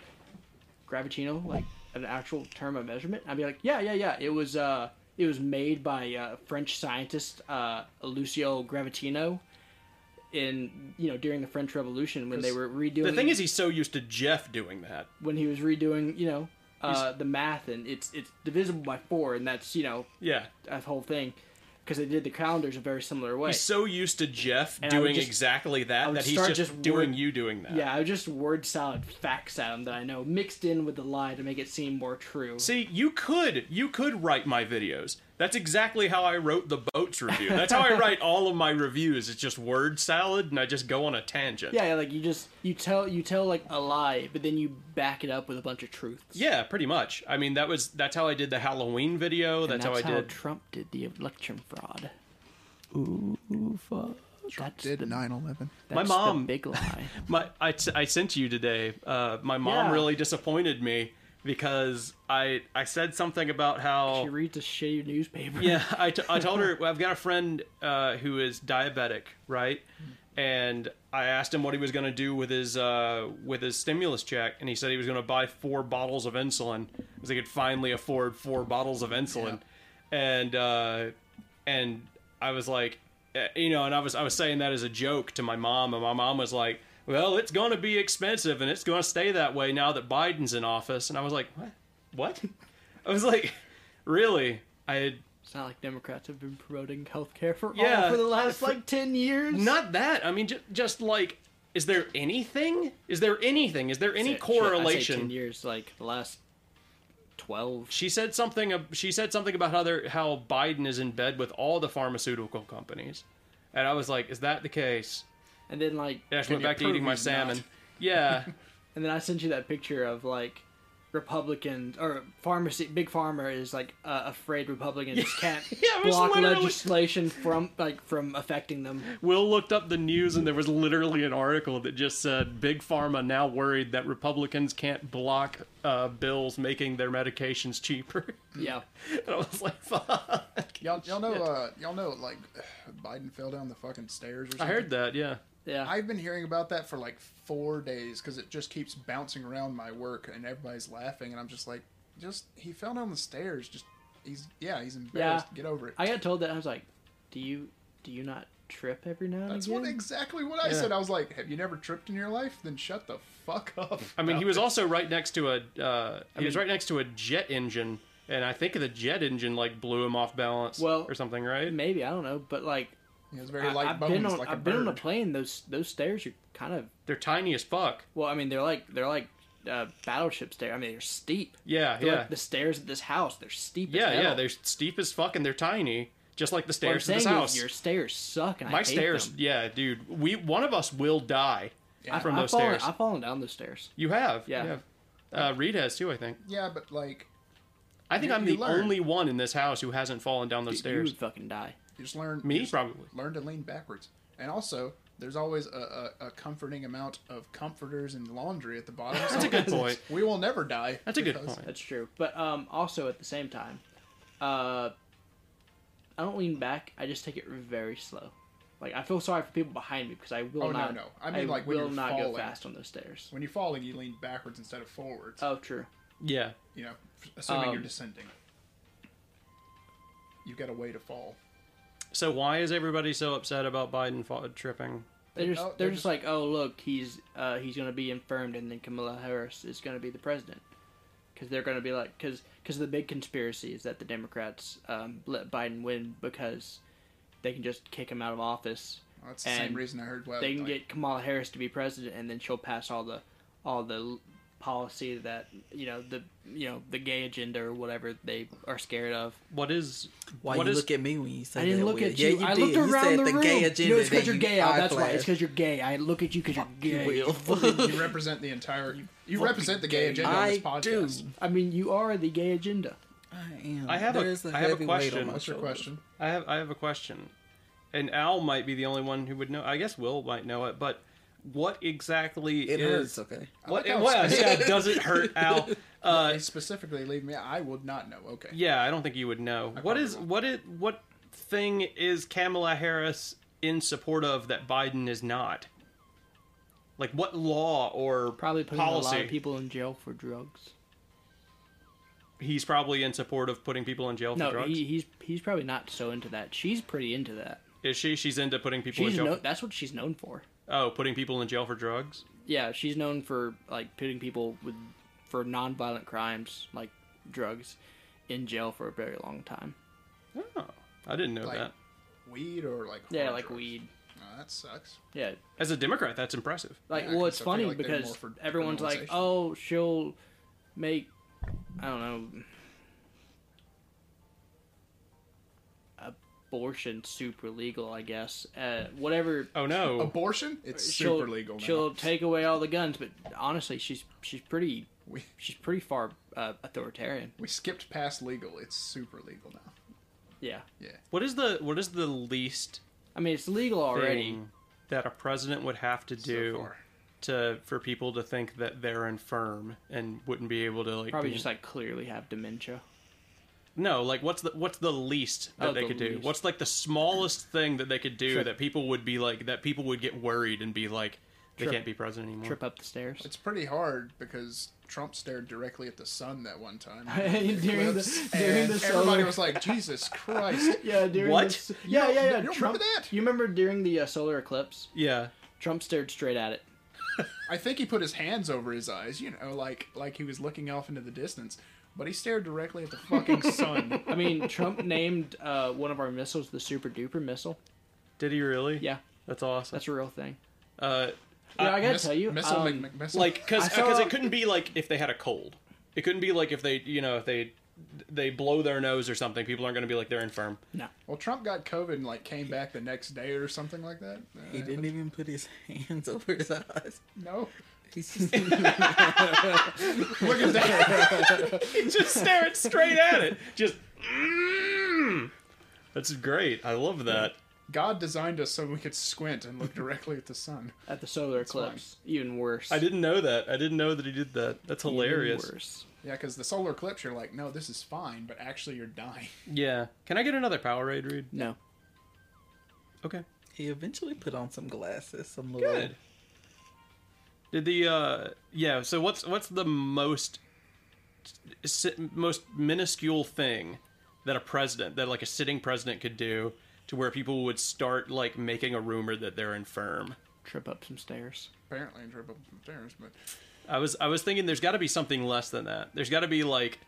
[SPEAKER 3] "Gravicino, like an actual term of measurement." I'd be like, "Yeah, yeah, yeah. It was uh, it was made by uh, French scientist uh, Lucio Gravitino." In you know during the French Revolution when they were redoing
[SPEAKER 2] the thing is, he's so used to Jeff doing that.
[SPEAKER 3] when he was redoing you know uh, the math and it's it's divisible by four and that's you know
[SPEAKER 2] Yeah,
[SPEAKER 3] that whole thing because they did the calendars a very similar way
[SPEAKER 2] he's so used to Jeff
[SPEAKER 3] And I would
[SPEAKER 2] doing
[SPEAKER 3] just-
[SPEAKER 2] exactly
[SPEAKER 3] I
[SPEAKER 2] that
[SPEAKER 3] would
[SPEAKER 2] that he's
[SPEAKER 3] start
[SPEAKER 2] just,
[SPEAKER 3] just
[SPEAKER 2] doing
[SPEAKER 3] word-
[SPEAKER 2] you doing that.
[SPEAKER 3] Yeah, I just word salad facts at him that I know, mixed in with the lie to make it seem more true.
[SPEAKER 2] See, you could you could write my videos. That's exactly how I wrote the boats review. That's
[SPEAKER 3] *laughs*
[SPEAKER 2] how I write all of my reviews. It's just word salad, and I just go on a tangent.
[SPEAKER 3] Yeah, like you just you tell you tell like a lie, but then you back it up with a bunch of truths.
[SPEAKER 2] Yeah, pretty much. I mean, that was that's how I did the Halloween video.
[SPEAKER 3] And
[SPEAKER 2] That's, how I did.
[SPEAKER 3] Trump did the election fraud.
[SPEAKER 5] Ooh, fuck.
[SPEAKER 3] That's *laughs*
[SPEAKER 4] Did
[SPEAKER 3] the,
[SPEAKER 4] 9 11.
[SPEAKER 3] that's the
[SPEAKER 2] mom-
[SPEAKER 3] big lie.
[SPEAKER 2] *laughs* my I, t- I sent you today. Uh, my mom
[SPEAKER 3] Yeah.
[SPEAKER 2] really disappointed me because I I said something about how
[SPEAKER 3] she reads a shitty newspaper.
[SPEAKER 2] yeah I, t- I told her i've got a friend uh, who is diabetic right and i asked him what he was going to do with his uh, with his stimulus check and he said he was going to buy four bottles of insulin because he could finally afford four bottles of insulin and uh, and i was like eh, you know and i was i was saying that as a joke to my mom and my mom was like well it's going to be expensive and it's going to stay that way now that biden's in office and i was like what what *laughs* i was like really i had
[SPEAKER 3] It's not like Democrats have been promoting health care for
[SPEAKER 2] Yeah,
[SPEAKER 3] all for the last like ten years.
[SPEAKER 2] Not that. I mean, just, just like, is there anything? Is there anything? Is there any
[SPEAKER 3] Shit, shit, I'd say ten
[SPEAKER 2] correlation?
[SPEAKER 3] years, like the last twelve.
[SPEAKER 2] She said something. ab- She said something about how they how Biden is in bed with all the pharmaceutical companies, and I was like, is that the case?
[SPEAKER 3] And then like
[SPEAKER 2] And I just
[SPEAKER 4] Can
[SPEAKER 2] went
[SPEAKER 4] you
[SPEAKER 2] back to
[SPEAKER 4] prove
[SPEAKER 2] eating my
[SPEAKER 4] he's
[SPEAKER 2] salmon.
[SPEAKER 4] not?
[SPEAKER 2] Yeah,
[SPEAKER 3] And then I sent you that picture of like Republicans or pharmacy big farmer is like uh, afraid Republicans can't
[SPEAKER 2] *laughs* Yeah, it was
[SPEAKER 3] block
[SPEAKER 2] literally-
[SPEAKER 3] legislation from like from affecting them.
[SPEAKER 2] Will looked up the news, and there was literally an article that just said Big Pharma now worried that Republicans can't block uh, bills making their medications cheaper. *laughs*
[SPEAKER 3] Yeah,
[SPEAKER 2] and I was like, fuck.
[SPEAKER 4] *laughs* Y'all, y'all know, uh, y'all know, like *sighs* Biden fell down the fucking stairs. Or
[SPEAKER 2] I
[SPEAKER 4] something?
[SPEAKER 2] heard that. Yeah.
[SPEAKER 3] yeah.
[SPEAKER 4] I've been hearing about that for like four days because it just keeps bouncing around my work and everybody's laughing and I'm just like, just he fell down the stairs. Just he's yeah, he's embarrassed.
[SPEAKER 3] Yeah.
[SPEAKER 4] Get over it.
[SPEAKER 3] I got told that I was like, do you do you not trip every now and
[SPEAKER 4] That's
[SPEAKER 3] again?
[SPEAKER 4] what exactly what I
[SPEAKER 2] Yeah.
[SPEAKER 4] said. I was like, have you never tripped in your life? Then shut the fuck up.
[SPEAKER 2] I mean, he was
[SPEAKER 4] all
[SPEAKER 2] also right next to a uh, he was right next to a jet engine, and I think the jet engine like blew him off balance,
[SPEAKER 3] Well,
[SPEAKER 2] or something, right?
[SPEAKER 3] Maybe I don't know, but like
[SPEAKER 4] he has very light
[SPEAKER 3] I, have
[SPEAKER 4] bones,
[SPEAKER 3] been on
[SPEAKER 4] like a
[SPEAKER 3] I've
[SPEAKER 4] bird.
[SPEAKER 3] been on a plane. Those those stairs are kind of
[SPEAKER 2] They're tiny as fuck.
[SPEAKER 3] well. I mean, they're like they're like uh, battleship stairs. I mean, they're steep.
[SPEAKER 2] Yeah,
[SPEAKER 3] They're
[SPEAKER 2] Uh, yeah,
[SPEAKER 3] like the stairs at this house. They're steep.
[SPEAKER 2] yeah,
[SPEAKER 3] as hell.
[SPEAKER 2] yeah. They're steep as fuck, and they're tiny, just like the
[SPEAKER 3] What I'm
[SPEAKER 2] stairs to this
[SPEAKER 3] saying is
[SPEAKER 2] house.
[SPEAKER 3] Your stairs suck, and I
[SPEAKER 2] My
[SPEAKER 3] hate
[SPEAKER 2] stairs,
[SPEAKER 3] them.
[SPEAKER 2] yeah, dude. We one of us will die
[SPEAKER 4] Yeah.
[SPEAKER 2] from
[SPEAKER 3] I've
[SPEAKER 2] those
[SPEAKER 3] fallen,
[SPEAKER 2] stairs.
[SPEAKER 3] I've fallen down those stairs.
[SPEAKER 2] You have,
[SPEAKER 3] Yeah.
[SPEAKER 2] You have. Uh, Reed has too, I think.
[SPEAKER 4] yeah, but like
[SPEAKER 2] I think
[SPEAKER 4] You-
[SPEAKER 2] I'm
[SPEAKER 4] you
[SPEAKER 2] the
[SPEAKER 4] learn.
[SPEAKER 2] only one in this house who hasn't fallen down those
[SPEAKER 3] You *laughs*
[SPEAKER 2] stairs.
[SPEAKER 3] would fucking die.
[SPEAKER 4] you just learn
[SPEAKER 2] Me,
[SPEAKER 4] you just
[SPEAKER 2] probably.
[SPEAKER 4] learn to lean backwards. And also, there's always a, a, a comforting amount of comforters and laundry at the bottom.
[SPEAKER 2] That's a good point.
[SPEAKER 4] We will never die.
[SPEAKER 2] That's
[SPEAKER 3] *laughs*
[SPEAKER 2] a good
[SPEAKER 4] because-
[SPEAKER 2] point.
[SPEAKER 3] That's true. But um, also at the same time, uh, I don't lean back. I just take it very slow. Like I feel sorry for people behind me because I will
[SPEAKER 4] Oh, no,
[SPEAKER 3] not.
[SPEAKER 4] no. I mean, like, when
[SPEAKER 3] will
[SPEAKER 4] you're
[SPEAKER 3] not go
[SPEAKER 4] falling.
[SPEAKER 3] fast on those stairs.
[SPEAKER 4] When you're falling, you lean backwards instead of forwards.
[SPEAKER 3] Oh, true.
[SPEAKER 2] Yeah,
[SPEAKER 4] you know, assuming
[SPEAKER 3] Um,
[SPEAKER 4] you're descending. You've got a way to fall.
[SPEAKER 2] So why is everybody so upset about Biden fa- tripping?
[SPEAKER 3] They're just
[SPEAKER 4] Oh,
[SPEAKER 3] they're, just, like, oh look, he's uh, he's gonna be infirmed, and then Kamala Harris is gonna be the president. Because they're gonna be like, because the big conspiracy is that the Democrats um, let Biden win because they can just kick him out of office.
[SPEAKER 4] Well, that's the
[SPEAKER 3] And
[SPEAKER 4] same reason I heard. Well,
[SPEAKER 3] They can
[SPEAKER 4] like,
[SPEAKER 3] get Kamala Harris to be president, and then she'll pass all the all the l- policy that you know the you know the gay agenda or whatever they are scared of.
[SPEAKER 2] What is
[SPEAKER 5] Why
[SPEAKER 2] what
[SPEAKER 5] you
[SPEAKER 2] is-
[SPEAKER 5] look at me when you say
[SPEAKER 3] I didn't
[SPEAKER 5] that,
[SPEAKER 3] look
[SPEAKER 5] Will?
[SPEAKER 3] at you.
[SPEAKER 5] Yeah, you
[SPEAKER 3] I
[SPEAKER 5] did.
[SPEAKER 3] looked
[SPEAKER 5] you
[SPEAKER 3] around
[SPEAKER 5] said
[SPEAKER 3] the,
[SPEAKER 5] the
[SPEAKER 3] room.
[SPEAKER 5] gay agenda.
[SPEAKER 3] No, it's
[SPEAKER 5] because
[SPEAKER 3] because you're gay. Al, that's why. It's
[SPEAKER 5] because
[SPEAKER 3] because you're gay. I look at you because you're gay.
[SPEAKER 4] *laughs*
[SPEAKER 5] Will.
[SPEAKER 4] you represent the entire. You, represent the gay
[SPEAKER 3] gay.
[SPEAKER 4] agenda on this
[SPEAKER 5] I do.
[SPEAKER 4] podcast.
[SPEAKER 3] I mean, you are the gay agenda.
[SPEAKER 5] *laughs* I am.
[SPEAKER 2] I have a-
[SPEAKER 5] There's
[SPEAKER 2] I have a
[SPEAKER 5] heavy weight
[SPEAKER 2] question.
[SPEAKER 5] on my
[SPEAKER 4] What's your
[SPEAKER 5] shoulder.
[SPEAKER 4] question?
[SPEAKER 2] I have I have a question, and Al might be the only one who would know. I guess Will might know it, but what exactly
[SPEAKER 5] It
[SPEAKER 2] is
[SPEAKER 5] hurts. Okay.
[SPEAKER 2] what?
[SPEAKER 4] I like how
[SPEAKER 2] well,
[SPEAKER 4] it's-
[SPEAKER 3] *laughs*
[SPEAKER 2] yeah, does it hurt Al? Uh,
[SPEAKER 4] They specifically leave me. I would not know. Okay.
[SPEAKER 2] yeah, I don't think you would know. What
[SPEAKER 4] probably
[SPEAKER 2] is
[SPEAKER 4] won't.
[SPEAKER 2] what it what thing is Kamala Harris in support of that Biden is not? Like what law or
[SPEAKER 3] Probably putting a lot
[SPEAKER 2] policy?
[SPEAKER 3] of people in jail for drugs.
[SPEAKER 2] He's probably in support of putting people in jail for
[SPEAKER 3] No,
[SPEAKER 2] drugs.
[SPEAKER 3] he, he's he's probably not so into that. She's pretty into that.
[SPEAKER 2] Is she? She's into putting people in
[SPEAKER 3] She's
[SPEAKER 2] jail.
[SPEAKER 3] no, that's what she's known for.
[SPEAKER 2] Oh, putting people in jail for drugs.
[SPEAKER 3] Yeah, she's known for like putting people with for nonviolent crimes like drugs in jail for a very long time.
[SPEAKER 2] Oh, I didn't know
[SPEAKER 4] Like-
[SPEAKER 2] that.
[SPEAKER 4] Weed or like.
[SPEAKER 3] Yeah,
[SPEAKER 4] hard
[SPEAKER 3] like
[SPEAKER 4] drugs?
[SPEAKER 3] weed.
[SPEAKER 4] Oh, that sucks.
[SPEAKER 3] Yeah,
[SPEAKER 2] As a Democrat, that's impressive.
[SPEAKER 3] like
[SPEAKER 4] Yeah,
[SPEAKER 3] well,
[SPEAKER 4] 'cause
[SPEAKER 3] it's
[SPEAKER 4] I feel
[SPEAKER 3] funny
[SPEAKER 4] like they're
[SPEAKER 3] because
[SPEAKER 4] more for
[SPEAKER 3] everyone's like,
[SPEAKER 4] criminalization.
[SPEAKER 3] oh, she'll make, I don't know, abortion super legal, I guess. Uh, whatever.
[SPEAKER 2] Oh no.
[SPEAKER 4] Abortion? It's
[SPEAKER 3] she'll,
[SPEAKER 4] super legal now.
[SPEAKER 3] She'll take away all the guns, but honestly, she's she's pretty
[SPEAKER 4] We,
[SPEAKER 3] she's pretty far uh, authoritarian.
[SPEAKER 4] we skipped past legal. It's super legal now.
[SPEAKER 3] Yeah,
[SPEAKER 2] What is the what is the least
[SPEAKER 3] I mean it's legal already.
[SPEAKER 2] thing that a president would have to do
[SPEAKER 4] So far.
[SPEAKER 2] to for people to think that they're infirm and wouldn't be able to like
[SPEAKER 3] Probably
[SPEAKER 2] be-
[SPEAKER 3] just like clearly have dementia.
[SPEAKER 2] no like what's the what's the least that
[SPEAKER 3] Oh,
[SPEAKER 2] they
[SPEAKER 3] the
[SPEAKER 2] could do
[SPEAKER 3] least.
[SPEAKER 2] what's like the smallest thing that they could do
[SPEAKER 3] Trip.
[SPEAKER 2] that people would be like that people would get worried and be like they
[SPEAKER 3] Trip.
[SPEAKER 2] can't be president anymore
[SPEAKER 3] Trip up the stairs.
[SPEAKER 4] It's pretty hard because Trump stared directly at the sun that one time.
[SPEAKER 3] *laughs* During the-
[SPEAKER 4] Eclipse,
[SPEAKER 3] during
[SPEAKER 4] and
[SPEAKER 3] the
[SPEAKER 4] everybody
[SPEAKER 3] solar-
[SPEAKER 4] was like, "Jesus Christ!"
[SPEAKER 3] Yeah, during
[SPEAKER 2] What?
[SPEAKER 3] this-
[SPEAKER 4] You
[SPEAKER 3] yeah,
[SPEAKER 4] don't-
[SPEAKER 3] yeah, yeah.
[SPEAKER 4] you don't
[SPEAKER 3] Trump,
[SPEAKER 4] remember that?
[SPEAKER 3] You remember during the uh, solar eclipse,
[SPEAKER 2] yeah
[SPEAKER 3] Trump stared straight at it.
[SPEAKER 4] I think he put his hands over his eyes, you know, like like he was looking off into the distance, but he stared directly at
[SPEAKER 3] *laughs*
[SPEAKER 4] the fucking sun.
[SPEAKER 3] I mean, Trump named uh, one of our missiles the Super Duper missile.
[SPEAKER 2] did he really
[SPEAKER 3] Yeah,
[SPEAKER 2] that's awesome
[SPEAKER 3] that's a real thing.
[SPEAKER 2] uh
[SPEAKER 3] Yeah, I gotta
[SPEAKER 4] Miss-
[SPEAKER 3] tell you,
[SPEAKER 4] missile,
[SPEAKER 3] um,
[SPEAKER 4] Mc- Mc- missile.
[SPEAKER 2] like because
[SPEAKER 3] I saw-
[SPEAKER 2] it couldn't be like if they had a cold it couldn't be like if they you know if they they blow their nose or something people aren't going to be like they're infirm *laughs*
[SPEAKER 3] no,
[SPEAKER 4] well, Trump got COVID and like came back the next day or something like that. Uh,
[SPEAKER 5] He didn't even put his *laughs* hands over his eyes.
[SPEAKER 3] *laughs*
[SPEAKER 4] No,
[SPEAKER 5] He's just
[SPEAKER 4] look at that.
[SPEAKER 2] just staring straight at it. Just, mm. that's great. I love that.
[SPEAKER 4] God designed us so we could squint and look directly at the sun.
[SPEAKER 3] at the solar
[SPEAKER 4] fine.
[SPEAKER 3] eclipse, even worse.
[SPEAKER 2] I didn't know that. I didn't know that he did that. That's
[SPEAKER 3] Even
[SPEAKER 2] hilarious.
[SPEAKER 3] worse.
[SPEAKER 4] Yeah, because the solar eclipse, you're like, no, this is fine, but actually, you're dying.
[SPEAKER 2] Yeah. Can I get another Powerade read?
[SPEAKER 3] No,
[SPEAKER 2] Okay.
[SPEAKER 5] he eventually put on some glasses, some little
[SPEAKER 2] Good. Did the uh yeah, so what's what's the most si- most minuscule thing that a president that like a sitting president could do to where people would start like making a rumor that they're infirm?
[SPEAKER 3] trip up some stairs.
[SPEAKER 4] Apparently, in triple parents, but
[SPEAKER 2] I was I was thinking there's got to be something less than that. There's got to be like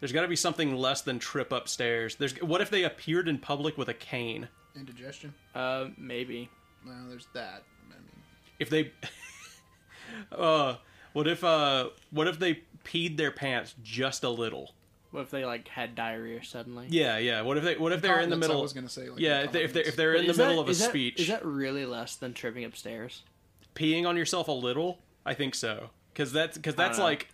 [SPEAKER 2] there's got to be something less than trip upstairs. There's what if they appeared in public with a cane?
[SPEAKER 4] indigestion.
[SPEAKER 3] Uh, maybe.
[SPEAKER 4] Well, there's that. I mean,
[SPEAKER 2] If they *laughs* uh what if uh what if they peed their pants just a little?
[SPEAKER 3] What if they like had diarrhea suddenly?
[SPEAKER 2] Yeah, yeah. What if they what if they're in the
[SPEAKER 4] Incontinence,
[SPEAKER 2] middle
[SPEAKER 4] I was gonna say, like,
[SPEAKER 2] Yeah, if they, if they're, if they're
[SPEAKER 3] But
[SPEAKER 2] in the
[SPEAKER 3] is that-
[SPEAKER 2] middle of a
[SPEAKER 3] is that-
[SPEAKER 2] speech
[SPEAKER 3] Is that really less than tripping upstairs?
[SPEAKER 2] peeing on yourself a little? I think so. Cuz that's cuz that's
[SPEAKER 3] know.
[SPEAKER 2] like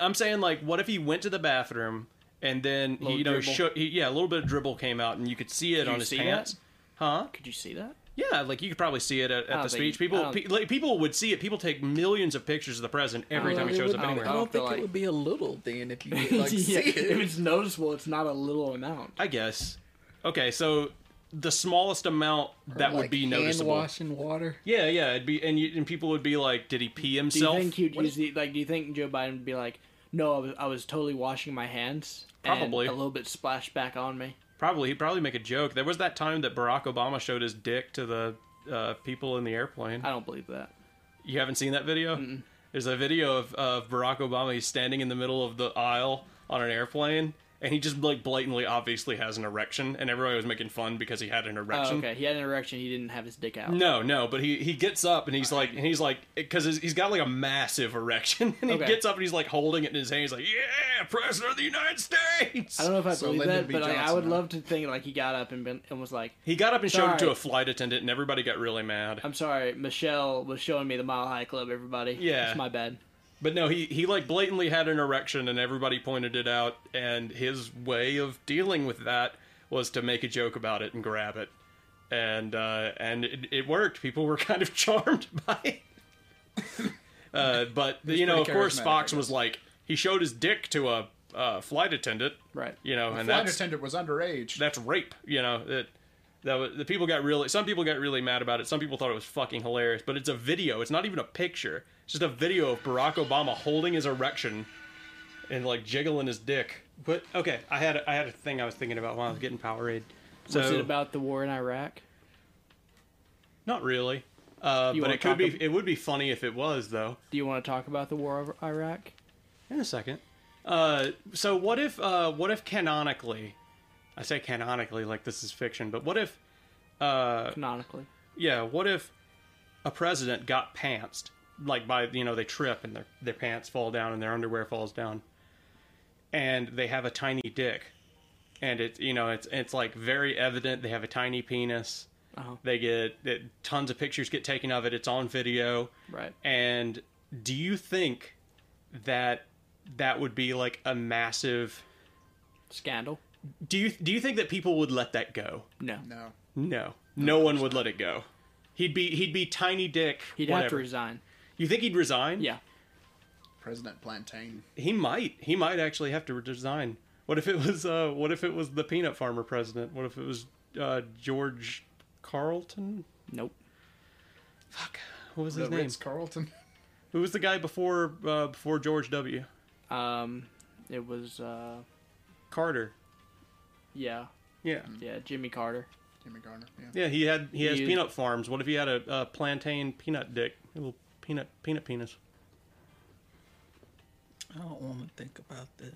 [SPEAKER 2] I'm saying like what if he went to the bathroom and then he,
[SPEAKER 3] Little
[SPEAKER 2] you know
[SPEAKER 3] dribble.
[SPEAKER 2] shook, he, yeah, a little bit of dribble came out and you could see it
[SPEAKER 3] you
[SPEAKER 2] on his
[SPEAKER 3] see
[SPEAKER 2] pants.
[SPEAKER 3] that?
[SPEAKER 2] Huh?
[SPEAKER 3] Could you see that?
[SPEAKER 2] Yeah, like you could probably see it at,
[SPEAKER 3] I
[SPEAKER 2] at the
[SPEAKER 3] don't think-
[SPEAKER 2] speech.
[SPEAKER 3] I
[SPEAKER 2] People,
[SPEAKER 3] don't-
[SPEAKER 2] pe- like, people would see it. People take millions of pictures of the president every
[SPEAKER 5] Well,
[SPEAKER 2] time he
[SPEAKER 5] it
[SPEAKER 2] shows
[SPEAKER 5] would-
[SPEAKER 2] up
[SPEAKER 5] I don't,
[SPEAKER 2] anywhere.
[SPEAKER 5] I
[SPEAKER 2] I,
[SPEAKER 5] don't think
[SPEAKER 3] feel
[SPEAKER 5] it
[SPEAKER 3] like-
[SPEAKER 5] would be a little then if you could, like see
[SPEAKER 3] Yeah, *laughs* If
[SPEAKER 5] it.
[SPEAKER 3] it's noticeable, it's not a little amount.
[SPEAKER 2] guess. Okay, so the smallest amount that would
[SPEAKER 5] Like,
[SPEAKER 2] be noticeable.
[SPEAKER 5] Hand washing water.
[SPEAKER 2] Yeah, yeah, it'd be and you, and people would be like, "Did he pee
[SPEAKER 3] Do you
[SPEAKER 2] himself?"
[SPEAKER 3] think he'd use the like? Do you think Joe Biden would be like, "No, I was, I was totally washing my hands. and
[SPEAKER 2] Probably.
[SPEAKER 3] a little bit splashed back on me."
[SPEAKER 2] Probably, he'd probably make a joke. There was that time that Barack Obama showed his dick to the uh, people in the airplane.
[SPEAKER 3] I don't believe that.
[SPEAKER 2] You haven't seen that video? There's a video of, of Barack Obama. He's standing in the middle of the aisle on an airplane, and he just like blatantly, obviously has an erection, and everybody was making fun because he had an
[SPEAKER 3] Oh,
[SPEAKER 2] erection.
[SPEAKER 3] okay, he had an erection. He didn't have his dick out.
[SPEAKER 2] No, no, but he he gets up and he's like and he's like because he's got like a massive erection, *laughs* and he
[SPEAKER 3] Okay.
[SPEAKER 2] gets up and he's like holding it in his hand. He's like, "Yeah, president of the United States."
[SPEAKER 3] I don't know if I
[SPEAKER 4] So
[SPEAKER 3] believe
[SPEAKER 4] Lyndon
[SPEAKER 3] that,
[SPEAKER 4] B.
[SPEAKER 3] but like, I
[SPEAKER 4] Johnson,
[SPEAKER 3] would
[SPEAKER 4] huh?
[SPEAKER 3] love to think like he got up and been, and was like,
[SPEAKER 2] He got up and showed it to
[SPEAKER 3] Sorry.
[SPEAKER 2] a flight attendant, and everybody got really mad.
[SPEAKER 3] "I'm sorry, Michelle was showing me the Mile High Club. Everybody,
[SPEAKER 2] Yeah.
[SPEAKER 3] it's my bad."
[SPEAKER 2] But no, he he like blatantly had an erection and everybody pointed it out and his way of dealing with that was to make a joke about it and grab it. And uh and it, it worked. People were *laughs* kind of charmed by it. uh but you know, of
[SPEAKER 4] pretty
[SPEAKER 2] course
[SPEAKER 4] charismatic,
[SPEAKER 2] Fox
[SPEAKER 4] I guess.
[SPEAKER 2] was like he showed his dick to a uh, flight attendant,
[SPEAKER 3] Right.
[SPEAKER 2] you know,
[SPEAKER 4] the
[SPEAKER 2] and
[SPEAKER 4] flight
[SPEAKER 2] that's
[SPEAKER 4] attendant was underage.
[SPEAKER 2] that's rape, you know, that that was, the people got really some people got really mad about it. Some people thought it was fucking hilarious, but it's a video. It's not even a picture. It's just a video of Barack Obama holding his erection and like jiggling his dick. But okay, I had I had a thing I was thinking about while I was getting Powerade. So
[SPEAKER 3] was it about the war in Iraq?
[SPEAKER 2] not really. Uh,
[SPEAKER 3] You
[SPEAKER 2] but
[SPEAKER 3] wanna
[SPEAKER 2] it could
[SPEAKER 3] talk
[SPEAKER 2] be
[SPEAKER 3] ab-
[SPEAKER 2] it would be funny if it was though.
[SPEAKER 3] Do you want to talk about the war of Iraq?
[SPEAKER 2] In a second. Uh, so what if uh, what if canonically I say canonically like this is fiction, but what if uh,
[SPEAKER 3] Canonically,
[SPEAKER 2] Yeah, what if a president got pantsed? Like by you know, they trip and their their pants fall down and their underwear falls down. And they have a tiny dick. and it's you know it's it's like very evident they have a tiny penis.
[SPEAKER 3] Uh-huh.
[SPEAKER 2] They get it, tons of pictures get taken of it. It's on video.
[SPEAKER 3] Right.
[SPEAKER 2] And do you think that that would be like a massive?
[SPEAKER 3] Scandal?
[SPEAKER 2] Do you do you think that people would let that go?
[SPEAKER 3] Hmm? No.
[SPEAKER 4] No.
[SPEAKER 2] No, no one would let it go. He'd be he'd be tiny dick.
[SPEAKER 3] He'd have to
[SPEAKER 2] whatever.
[SPEAKER 3] resign.
[SPEAKER 2] You think he'd resign?
[SPEAKER 3] Yeah.
[SPEAKER 4] President Plantain.
[SPEAKER 2] He might. He might actually have to resign. What if it was? Uh, what if it was the peanut farmer president? What if it was uh, George Carlton?
[SPEAKER 3] Nope.
[SPEAKER 2] Fuck. What was
[SPEAKER 4] The
[SPEAKER 2] his name?
[SPEAKER 4] Ritz Carlton. *laughs*
[SPEAKER 2] Who was the guy before uh, before George W.
[SPEAKER 3] Um, it was uh,
[SPEAKER 2] Carter?
[SPEAKER 3] yeah,
[SPEAKER 2] Yeah.
[SPEAKER 3] yeah, Jimmy Carter.
[SPEAKER 4] Jimmy Garner. Yeah.
[SPEAKER 2] Yeah. He had he has
[SPEAKER 3] You-
[SPEAKER 2] peanut farms. What if he had a, a plantain peanut dick? A little peanut peanut penis.
[SPEAKER 5] I don't want to think about that.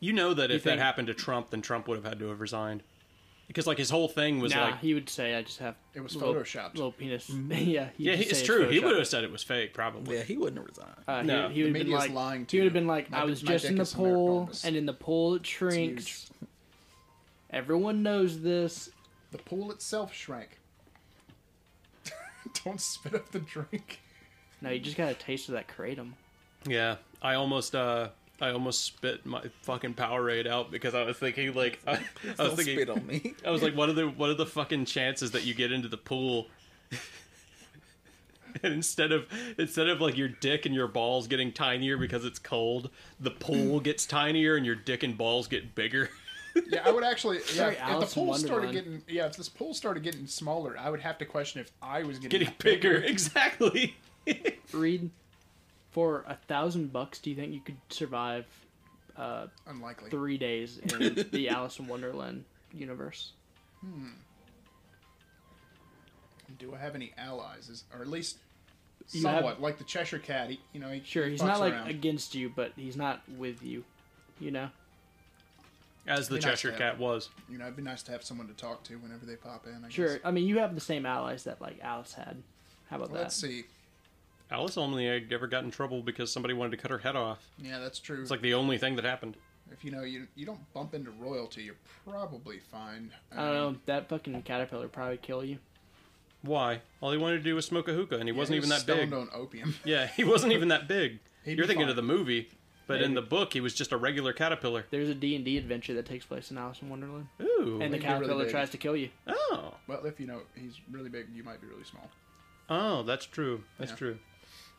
[SPEAKER 2] You know that
[SPEAKER 3] You
[SPEAKER 2] if
[SPEAKER 3] think-
[SPEAKER 2] that happened to Trump, then Trump would have had to have resigned. Because like his whole thing was
[SPEAKER 3] nah,
[SPEAKER 2] like,
[SPEAKER 3] he would say, "I just have
[SPEAKER 4] It was
[SPEAKER 3] little-
[SPEAKER 4] photoshopped.
[SPEAKER 3] Little penis. *laughs* yeah, he'd
[SPEAKER 2] yeah,
[SPEAKER 3] just
[SPEAKER 2] he, it's
[SPEAKER 3] say
[SPEAKER 2] true. He
[SPEAKER 3] photoshopped.
[SPEAKER 2] would have said it was fake, probably.
[SPEAKER 5] Yeah, he wouldn't resign.
[SPEAKER 3] Uh,
[SPEAKER 2] No,
[SPEAKER 3] he, he
[SPEAKER 4] the
[SPEAKER 3] would have been
[SPEAKER 4] media's
[SPEAKER 3] like,
[SPEAKER 4] lying to
[SPEAKER 3] he would have
[SPEAKER 4] you.
[SPEAKER 3] been like,
[SPEAKER 4] My-
[SPEAKER 3] I was
[SPEAKER 4] my
[SPEAKER 3] just
[SPEAKER 4] dick
[SPEAKER 3] in the
[SPEAKER 4] is America
[SPEAKER 3] pool,
[SPEAKER 4] almost.
[SPEAKER 3] and in the pool it shrinks. Everyone knows this.
[SPEAKER 4] The pool itself shrank. *laughs* Don't spit up the drink.
[SPEAKER 3] No, you just got a taste of that kratom.
[SPEAKER 2] Yeah, I almost uh I almost spit my fucking Powerade out because I was thinking like I, I was
[SPEAKER 5] *laughs* Don't spit
[SPEAKER 2] thinking
[SPEAKER 5] on *laughs* me.
[SPEAKER 2] I was like what are the what are the fucking chances that you get into the pool *laughs* and instead of instead of like your dick and your balls getting tinier because it's cold, the
[SPEAKER 5] *clears throat*
[SPEAKER 2] pool gets tinier and your dick and balls get bigger. *laughs*
[SPEAKER 4] Yeah, I would actually. Yeah,
[SPEAKER 3] Sorry,
[SPEAKER 4] if
[SPEAKER 3] Alice
[SPEAKER 4] the
[SPEAKER 3] in
[SPEAKER 4] pool started
[SPEAKER 3] Wonderland.
[SPEAKER 4] getting, yeah, if this pool started getting smaller, I would have to question if I was getting,
[SPEAKER 2] Getting
[SPEAKER 5] *laughs*
[SPEAKER 2] bigger, exactly.
[SPEAKER 3] Reed, for a thousand bucks, do you think you could survive uh,
[SPEAKER 4] Unlikely.
[SPEAKER 3] three days in
[SPEAKER 4] *laughs*
[SPEAKER 3] the Alice in Wonderland universe?
[SPEAKER 4] Do I have any allies, Is- or at least
[SPEAKER 3] You have-
[SPEAKER 4] somewhat like the Cheshire Cat? He, you know, he
[SPEAKER 3] Sure, he's
[SPEAKER 4] fucks
[SPEAKER 3] not like
[SPEAKER 4] around.
[SPEAKER 3] against you, but he's not with you. You know,
[SPEAKER 2] As the
[SPEAKER 4] Be nice
[SPEAKER 2] Cheshire
[SPEAKER 4] to have
[SPEAKER 2] Cat was.
[SPEAKER 4] you know, it'd be nice to have someone to talk to whenever they pop in. I
[SPEAKER 3] sure.
[SPEAKER 4] Guess.
[SPEAKER 3] I mean, you have the same allies that like Alice had. How about
[SPEAKER 4] Let's
[SPEAKER 3] that?
[SPEAKER 4] see.
[SPEAKER 2] Alice only uh, ever got in trouble because somebody wanted to cut her head off.
[SPEAKER 4] Yeah, that's true.
[SPEAKER 2] It's like the only thing that happened.
[SPEAKER 4] if you know you you don't bump into royalty, you're probably fine.
[SPEAKER 3] I don't know. That fucking caterpillar would probably kill you.
[SPEAKER 2] Why? All he wanted to do was smoke a hookah, and he wasn't even that big.
[SPEAKER 4] on opium. *laughs*
[SPEAKER 2] Yeah, he wasn't even that big.
[SPEAKER 4] He'd
[SPEAKER 2] You're
[SPEAKER 4] be
[SPEAKER 2] thinking
[SPEAKER 4] fine.
[SPEAKER 2] of the movie, but in
[SPEAKER 3] Maybe.
[SPEAKER 2] the book, he was just a regular caterpillar.
[SPEAKER 3] There's a D and D adventure that takes place in Alice in Wonderland,
[SPEAKER 2] Ooh.
[SPEAKER 3] and the
[SPEAKER 4] He'd be really
[SPEAKER 3] caterpillar
[SPEAKER 4] big.
[SPEAKER 3] tries to kill you.
[SPEAKER 2] oh,
[SPEAKER 4] Well, if you know he's really big, you might be really small.
[SPEAKER 2] oh, that's true. That's
[SPEAKER 4] Yeah.
[SPEAKER 2] true.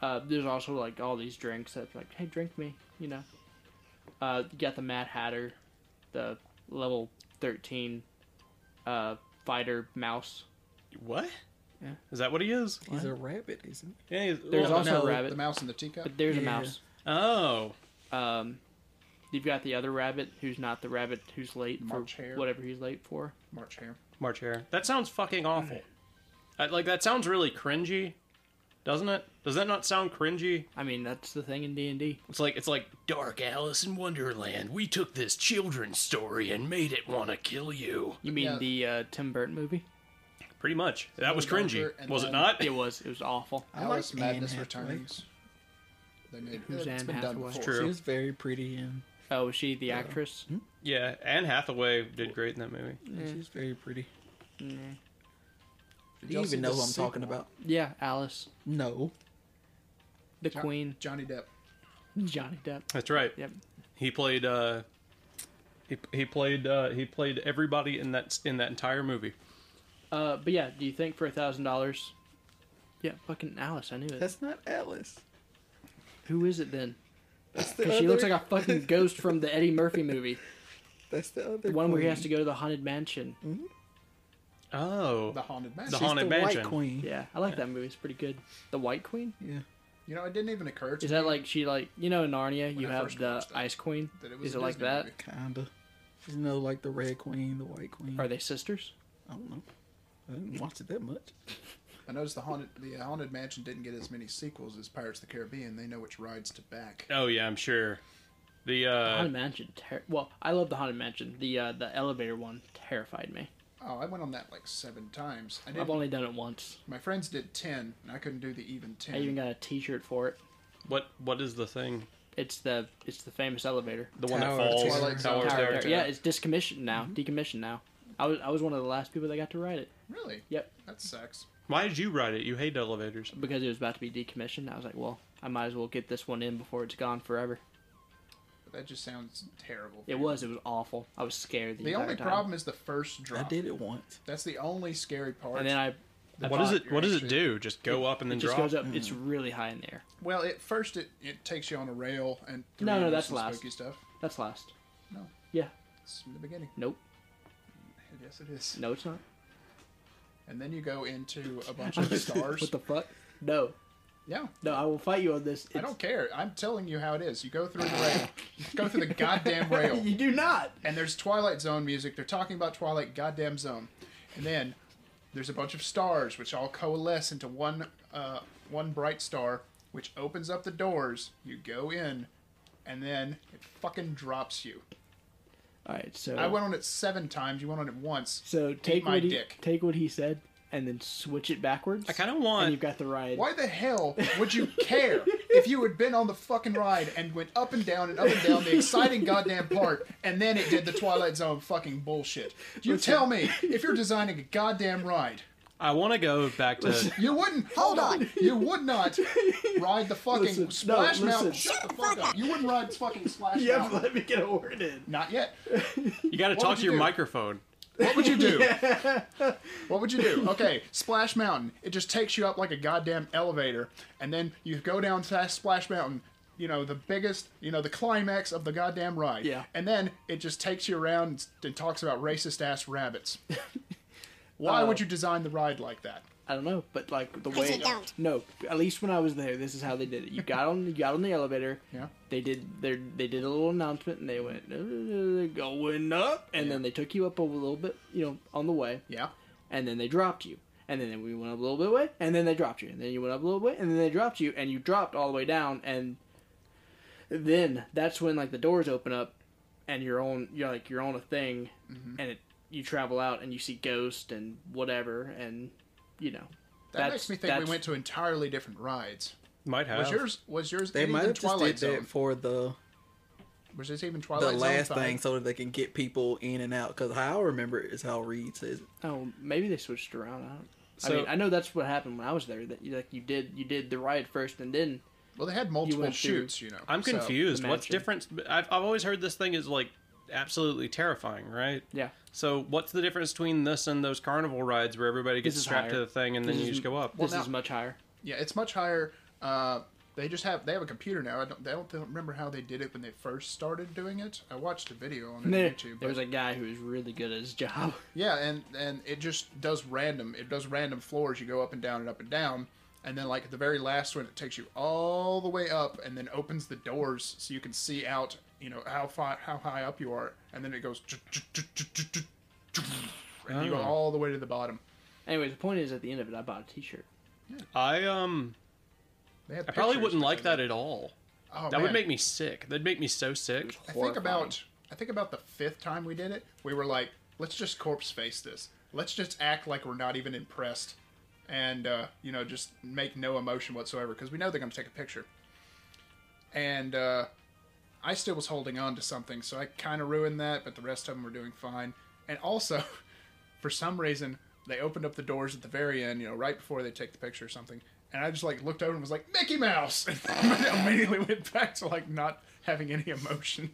[SPEAKER 3] Uh, there's also like all these drinks that's like, hey, drink me, you know. Uh, you got the Mad Hatter, the level thirteen uh, fighter mouse.
[SPEAKER 2] What?
[SPEAKER 3] Yeah.
[SPEAKER 2] Is that what he is?
[SPEAKER 5] He's a rabbit, isn't
[SPEAKER 2] Yeah. He's,
[SPEAKER 3] There's
[SPEAKER 2] well,
[SPEAKER 3] also
[SPEAKER 5] no,
[SPEAKER 3] a
[SPEAKER 5] the
[SPEAKER 3] rabbit,
[SPEAKER 4] The mouse in the teacup.
[SPEAKER 3] but there's a
[SPEAKER 5] Yeah.
[SPEAKER 3] mouse.
[SPEAKER 2] Oh,
[SPEAKER 3] Um, you've got the other rabbit who's not the rabbit who's late
[SPEAKER 4] March
[SPEAKER 3] for
[SPEAKER 4] Hare.
[SPEAKER 3] whatever he's late for.
[SPEAKER 4] March Hare.
[SPEAKER 2] March Hare. That sounds fucking awful. I, like that sounds really cringy, doesn't it? Does that not sound cringy?
[SPEAKER 3] I mean, that's the thing in D and D.
[SPEAKER 2] It's like it's like Dark Alice in Wonderland. We took this children's story and made it want to kill you.
[SPEAKER 3] You mean
[SPEAKER 4] Yeah.
[SPEAKER 3] the uh, Tim Burton movie?
[SPEAKER 2] Pretty much. That was cringy,
[SPEAKER 4] Darker and
[SPEAKER 2] was it
[SPEAKER 4] then-
[SPEAKER 2] not?
[SPEAKER 3] *laughs* It was. It was awful.
[SPEAKER 5] I
[SPEAKER 4] Alice
[SPEAKER 5] like
[SPEAKER 4] Madness
[SPEAKER 5] Anne Hathaway.
[SPEAKER 4] Returns. They made,
[SPEAKER 3] Who's
[SPEAKER 4] it's
[SPEAKER 3] Anne
[SPEAKER 4] been done
[SPEAKER 3] Hathaway?
[SPEAKER 4] before.
[SPEAKER 2] True.
[SPEAKER 5] She was very pretty and
[SPEAKER 3] Oh, was she the actress?
[SPEAKER 4] Hmm?
[SPEAKER 2] Yeah, Anne Hathaway did great in that movie.
[SPEAKER 5] she was very pretty.
[SPEAKER 3] Mm.
[SPEAKER 4] Did
[SPEAKER 5] Do you
[SPEAKER 4] y'all see
[SPEAKER 5] even know
[SPEAKER 4] the
[SPEAKER 5] who I'm
[SPEAKER 4] sequel?
[SPEAKER 5] talking about?
[SPEAKER 3] Yeah, Alice,
[SPEAKER 5] No.
[SPEAKER 3] the
[SPEAKER 4] Jo-
[SPEAKER 3] Queen,
[SPEAKER 4] Johnny Depp.
[SPEAKER 3] Johnny Depp.
[SPEAKER 2] That's right.
[SPEAKER 3] Yep.
[SPEAKER 2] He played. Uh, he he played. Uh, he played everybody in that in that entire movie.
[SPEAKER 3] Uh, but yeah, do you think for a thousand dollars? Yeah, fucking Alice. I knew it.
[SPEAKER 5] That's not Alice.
[SPEAKER 3] Who is it
[SPEAKER 4] *laughs*
[SPEAKER 3] then?
[SPEAKER 5] That's the
[SPEAKER 3] Because
[SPEAKER 5] other,
[SPEAKER 3] she looks like a fucking ghost from the Eddie Murphy movie,
[SPEAKER 5] That's the other
[SPEAKER 3] the one where he
[SPEAKER 5] queen.
[SPEAKER 3] has to go to the haunted mansion.
[SPEAKER 4] Mm-hmm.
[SPEAKER 2] Oh,
[SPEAKER 4] The Haunted Mansion.
[SPEAKER 2] The
[SPEAKER 5] She's
[SPEAKER 2] Haunted
[SPEAKER 5] the
[SPEAKER 2] Mansion.
[SPEAKER 5] White Queen.
[SPEAKER 3] Yeah, I like that movie. It's pretty good. The White Queen.
[SPEAKER 5] yeah.
[SPEAKER 4] you know, it didn't even occur to
[SPEAKER 3] Is
[SPEAKER 4] me
[SPEAKER 3] that like she like you know in Narnia you
[SPEAKER 4] I
[SPEAKER 3] have
[SPEAKER 4] first
[SPEAKER 3] the
[SPEAKER 4] watched it,
[SPEAKER 3] Ice Queen?
[SPEAKER 4] that it was
[SPEAKER 3] Is
[SPEAKER 4] a
[SPEAKER 3] it like
[SPEAKER 4] Disney
[SPEAKER 3] that?
[SPEAKER 4] movie.
[SPEAKER 5] Kinda. You know, like the Red Queen, the White Queen.
[SPEAKER 3] Are they sisters?
[SPEAKER 5] I don't know. I didn't watch it that much.
[SPEAKER 4] I noticed the haunted the haunted mansion didn't get as many sequels as Pirates of the Caribbean. They know which rides to back.
[SPEAKER 2] oh yeah, I'm sure. The uh,
[SPEAKER 3] haunted Mansion. Ter- well, I love the Haunted Mansion. The uh, the elevator one terrified me.
[SPEAKER 4] Oh, I went on that like seven times. I did.
[SPEAKER 3] I've only done it once.
[SPEAKER 4] My friends did ten, and I couldn't do the even ten.
[SPEAKER 3] I even got a T-shirt for it.
[SPEAKER 2] what what is the thing?
[SPEAKER 3] It's the it's the famous elevator.
[SPEAKER 2] The one that
[SPEAKER 5] Tower
[SPEAKER 2] falls.
[SPEAKER 5] Terror.
[SPEAKER 2] Tower,
[SPEAKER 4] Twilight Zone.
[SPEAKER 2] of
[SPEAKER 4] Tower
[SPEAKER 2] Terror.
[SPEAKER 4] Terror.
[SPEAKER 3] Yeah, it's discommissioned now,
[SPEAKER 4] Mm-hmm.
[SPEAKER 3] decommissioned now. I was I was one of the last people that got to ride it
[SPEAKER 4] Really?
[SPEAKER 3] Yep.
[SPEAKER 4] That sucks.
[SPEAKER 2] Why did you ride it? You hate elevators.
[SPEAKER 3] because it was about to be decommissioned. I was like, well, I might as well get this one in before it's gone forever.
[SPEAKER 4] But that just sounds terrible.
[SPEAKER 3] It was it was awful. I was scared the,
[SPEAKER 4] The
[SPEAKER 3] entire
[SPEAKER 4] only
[SPEAKER 3] time.
[SPEAKER 4] problem is the first
[SPEAKER 5] I
[SPEAKER 4] drop.
[SPEAKER 5] did it once.
[SPEAKER 4] That's the only scary part.
[SPEAKER 3] And then I, I
[SPEAKER 2] What does
[SPEAKER 3] bought-
[SPEAKER 2] it? What does it do? Just go up and
[SPEAKER 3] It
[SPEAKER 2] then
[SPEAKER 3] just
[SPEAKER 2] drop.
[SPEAKER 3] goes up. It's
[SPEAKER 4] Mm.
[SPEAKER 3] really high in the air.
[SPEAKER 4] Well, at first it, it takes you on a rail and through
[SPEAKER 3] No, no,
[SPEAKER 4] some
[SPEAKER 3] that's
[SPEAKER 4] spooky
[SPEAKER 3] last.
[SPEAKER 4] stuff.
[SPEAKER 3] That's last.
[SPEAKER 4] No.
[SPEAKER 3] Yeah.
[SPEAKER 4] It's from the beginning.
[SPEAKER 3] Nope.
[SPEAKER 4] Yes, it is.
[SPEAKER 3] No, it's not.
[SPEAKER 4] And then you go into a
[SPEAKER 5] *laughs*
[SPEAKER 4] bunch of stars.
[SPEAKER 3] what the fuck? No.
[SPEAKER 4] Yeah,
[SPEAKER 3] No, I will fight you on this.
[SPEAKER 4] I don't care. I'm telling you how it is. You go through the rail. go through the goddamn rail.
[SPEAKER 3] *laughs* you do not.
[SPEAKER 4] And there's Twilight Zone music. They're talking about Twilight goddamn zone. And then there's a bunch of stars which all coalesce into one uh, one bright star which opens up the doors. You go in and then it fucking drops you.
[SPEAKER 3] All right, so
[SPEAKER 4] I went on it 7 times. You went on it once.
[SPEAKER 3] Oh. so take
[SPEAKER 4] my
[SPEAKER 3] what he,
[SPEAKER 4] dick.
[SPEAKER 3] take what he said and then switch it backwards.
[SPEAKER 2] I kind of
[SPEAKER 3] and
[SPEAKER 2] want.
[SPEAKER 3] you've got the ride.
[SPEAKER 4] Why the hell would you care if you had been on the fucking ride and went up and down and up and down the exciting goddamn part and then it did the Twilight Zone fucking bullshit? You tell me if you're designing a goddamn ride,
[SPEAKER 2] I want to go back to.
[SPEAKER 4] you wouldn't hold on, you would not ride the fucking
[SPEAKER 3] Listen, no,
[SPEAKER 4] Splash Mountain.
[SPEAKER 3] listen.
[SPEAKER 4] Shut the fuck up! You wouldn't ride fucking Splash
[SPEAKER 3] You have to
[SPEAKER 4] Mountain.
[SPEAKER 3] let me get a word in.
[SPEAKER 4] Not yet.
[SPEAKER 2] You got to
[SPEAKER 4] What
[SPEAKER 2] talk
[SPEAKER 4] would
[SPEAKER 2] to
[SPEAKER 4] you
[SPEAKER 2] your
[SPEAKER 4] do?
[SPEAKER 2] microphone.
[SPEAKER 4] What would you do?
[SPEAKER 5] *laughs*
[SPEAKER 4] What would you do? Okay, Splash Mountain. It just takes you up like a goddamn elevator, and then you go down past Splash Mountain. You know the biggest, you know the climax of the goddamn ride.
[SPEAKER 3] Yeah.
[SPEAKER 4] And then it just takes you around and, and talks about racist ass rabbits.
[SPEAKER 5] *laughs*
[SPEAKER 4] Why
[SPEAKER 5] Oh.
[SPEAKER 3] Uh,
[SPEAKER 4] would you design the ride like that?
[SPEAKER 3] I don't know, but like the way
[SPEAKER 6] said don't.
[SPEAKER 3] no, at least when I was there, this is how they did it. You got on, you got on the elevator.
[SPEAKER 4] Yeah.
[SPEAKER 3] They did their, they did a little announcement, and they went "Uh, going up, and then they took you up a little bit, you know, on the way,
[SPEAKER 4] Yeah.
[SPEAKER 3] and then they dropped you, and then we went up a little bit away, and then they dropped you, and then you went up a little bit, and then they dropped you, and you dropped all the way down, and then that's when like the doors open up, and you're on, you're like you're on a thing, and it you travel out and you see ghost and whatever, and you know.
[SPEAKER 4] That
[SPEAKER 3] That's-
[SPEAKER 4] makes me think we
[SPEAKER 3] that's-
[SPEAKER 4] went to entirely different rides.
[SPEAKER 2] Might have.
[SPEAKER 4] Was yours? Was yours?
[SPEAKER 5] They
[SPEAKER 4] any
[SPEAKER 5] might
[SPEAKER 4] even
[SPEAKER 5] have just
[SPEAKER 4] Twilight
[SPEAKER 5] did
[SPEAKER 4] Zone.
[SPEAKER 5] that for the
[SPEAKER 4] Was this even
[SPEAKER 5] the
[SPEAKER 4] Twilight Zone?
[SPEAKER 5] last
[SPEAKER 4] five?
[SPEAKER 5] thing so that they can get people in and out. Because how I remember it is how Reed says it.
[SPEAKER 3] Oh, maybe they switched around. I don't. I
[SPEAKER 2] So-
[SPEAKER 3] mean, I know that's what happened when I was there. That you like you did you did the ride first, and then
[SPEAKER 4] Well, they had multiple
[SPEAKER 3] went through-
[SPEAKER 4] shoots. You know.
[SPEAKER 2] I'm
[SPEAKER 4] so-
[SPEAKER 2] confused. What's
[SPEAKER 3] mansion.
[SPEAKER 2] difference? I've I've always heard this thing is like absolutely terrifying, right?
[SPEAKER 3] yeah,
[SPEAKER 2] So what's the difference between this and those carnival rides where everybody gets
[SPEAKER 3] is
[SPEAKER 2] strapped to
[SPEAKER 3] higher.
[SPEAKER 2] the thing and
[SPEAKER 3] This
[SPEAKER 2] then you
[SPEAKER 3] is-
[SPEAKER 2] just go up?
[SPEAKER 3] this
[SPEAKER 4] now-
[SPEAKER 3] is much *laughs* higher.
[SPEAKER 4] Yeah, it's much higher. Uh, they just have they have a computer now. I don't, I don't remember how they did it when they first started doing it. I watched a video on it
[SPEAKER 3] There,
[SPEAKER 4] on YouTube.
[SPEAKER 3] there
[SPEAKER 4] But,
[SPEAKER 3] was a guy who was really good at his *laughs* job.
[SPEAKER 4] yeah, and and it just does random. It does random floors. You go up and down and up and down, and then like at the very last one, it takes you all the way up and then opens the doors so you can see out. You know how far how high up you are, and then it goes. And you go
[SPEAKER 2] Oh.
[SPEAKER 4] all the way to the bottom.
[SPEAKER 3] Anyways, the point is, at the end of it, I bought a T-shirt.
[SPEAKER 2] I um
[SPEAKER 4] They have
[SPEAKER 2] I probably
[SPEAKER 4] pictures
[SPEAKER 2] wouldn't like
[SPEAKER 4] taken.
[SPEAKER 2] that at all.
[SPEAKER 4] Oh,
[SPEAKER 2] that would
[SPEAKER 4] man.
[SPEAKER 2] make me sick. That'd make me so sick.
[SPEAKER 4] I think about I think about the fifth time we did it, we were like, let's just corpse face this. Let's just act like we're not even impressed, and uh, you know, just make no emotion whatsoever because we know they're going to take a picture. And uh, I still was holding on to something, so I kind of ruined that. But the rest of them were doing fine. And also, *laughs* for some reason, they opened up the doors at the very end, you know, right before they take the picture or something. And I just like looked over and was like, Mickey Mouse, *laughs* and immediately went back to like not having any emotion.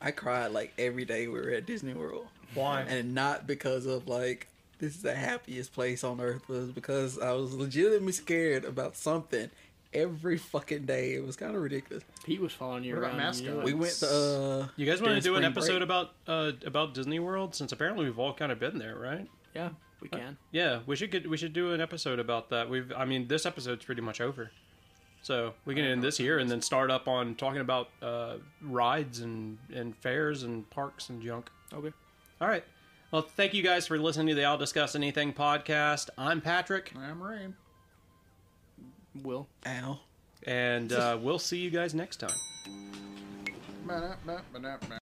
[SPEAKER 5] I cried like every day we were at Disney World.
[SPEAKER 2] Why?
[SPEAKER 5] And not because of like this is the happiest place on earth, but it was because I was legitimately scared about something every fucking day. It was kind of ridiculous.
[SPEAKER 3] Pete was following you
[SPEAKER 4] What about
[SPEAKER 3] around. and you
[SPEAKER 4] mascot?
[SPEAKER 3] knew it.
[SPEAKER 5] We went to uh,
[SPEAKER 2] You guys want to
[SPEAKER 5] during
[SPEAKER 2] do an
[SPEAKER 5] spring
[SPEAKER 2] episode
[SPEAKER 5] break.
[SPEAKER 2] about uh about Disney World since apparently we've all kind of been there, right?
[SPEAKER 3] yeah, we can.
[SPEAKER 2] Yeah, we should get we should do an episode about that. We've I mean this episode's pretty much over. So we can end this here and then start up on talking about uh, rides and, and fairs and parks and junk.
[SPEAKER 3] Okay.
[SPEAKER 2] All right. Well, thank you guys for listening to the I'll Discuss Anything podcast. I'm Patrick,
[SPEAKER 4] I'm Rain.
[SPEAKER 3] Will.
[SPEAKER 5] Ow.
[SPEAKER 2] and uh, we'll see you guys next time.
[SPEAKER 4] Ba-da-ba-ba-da-ba.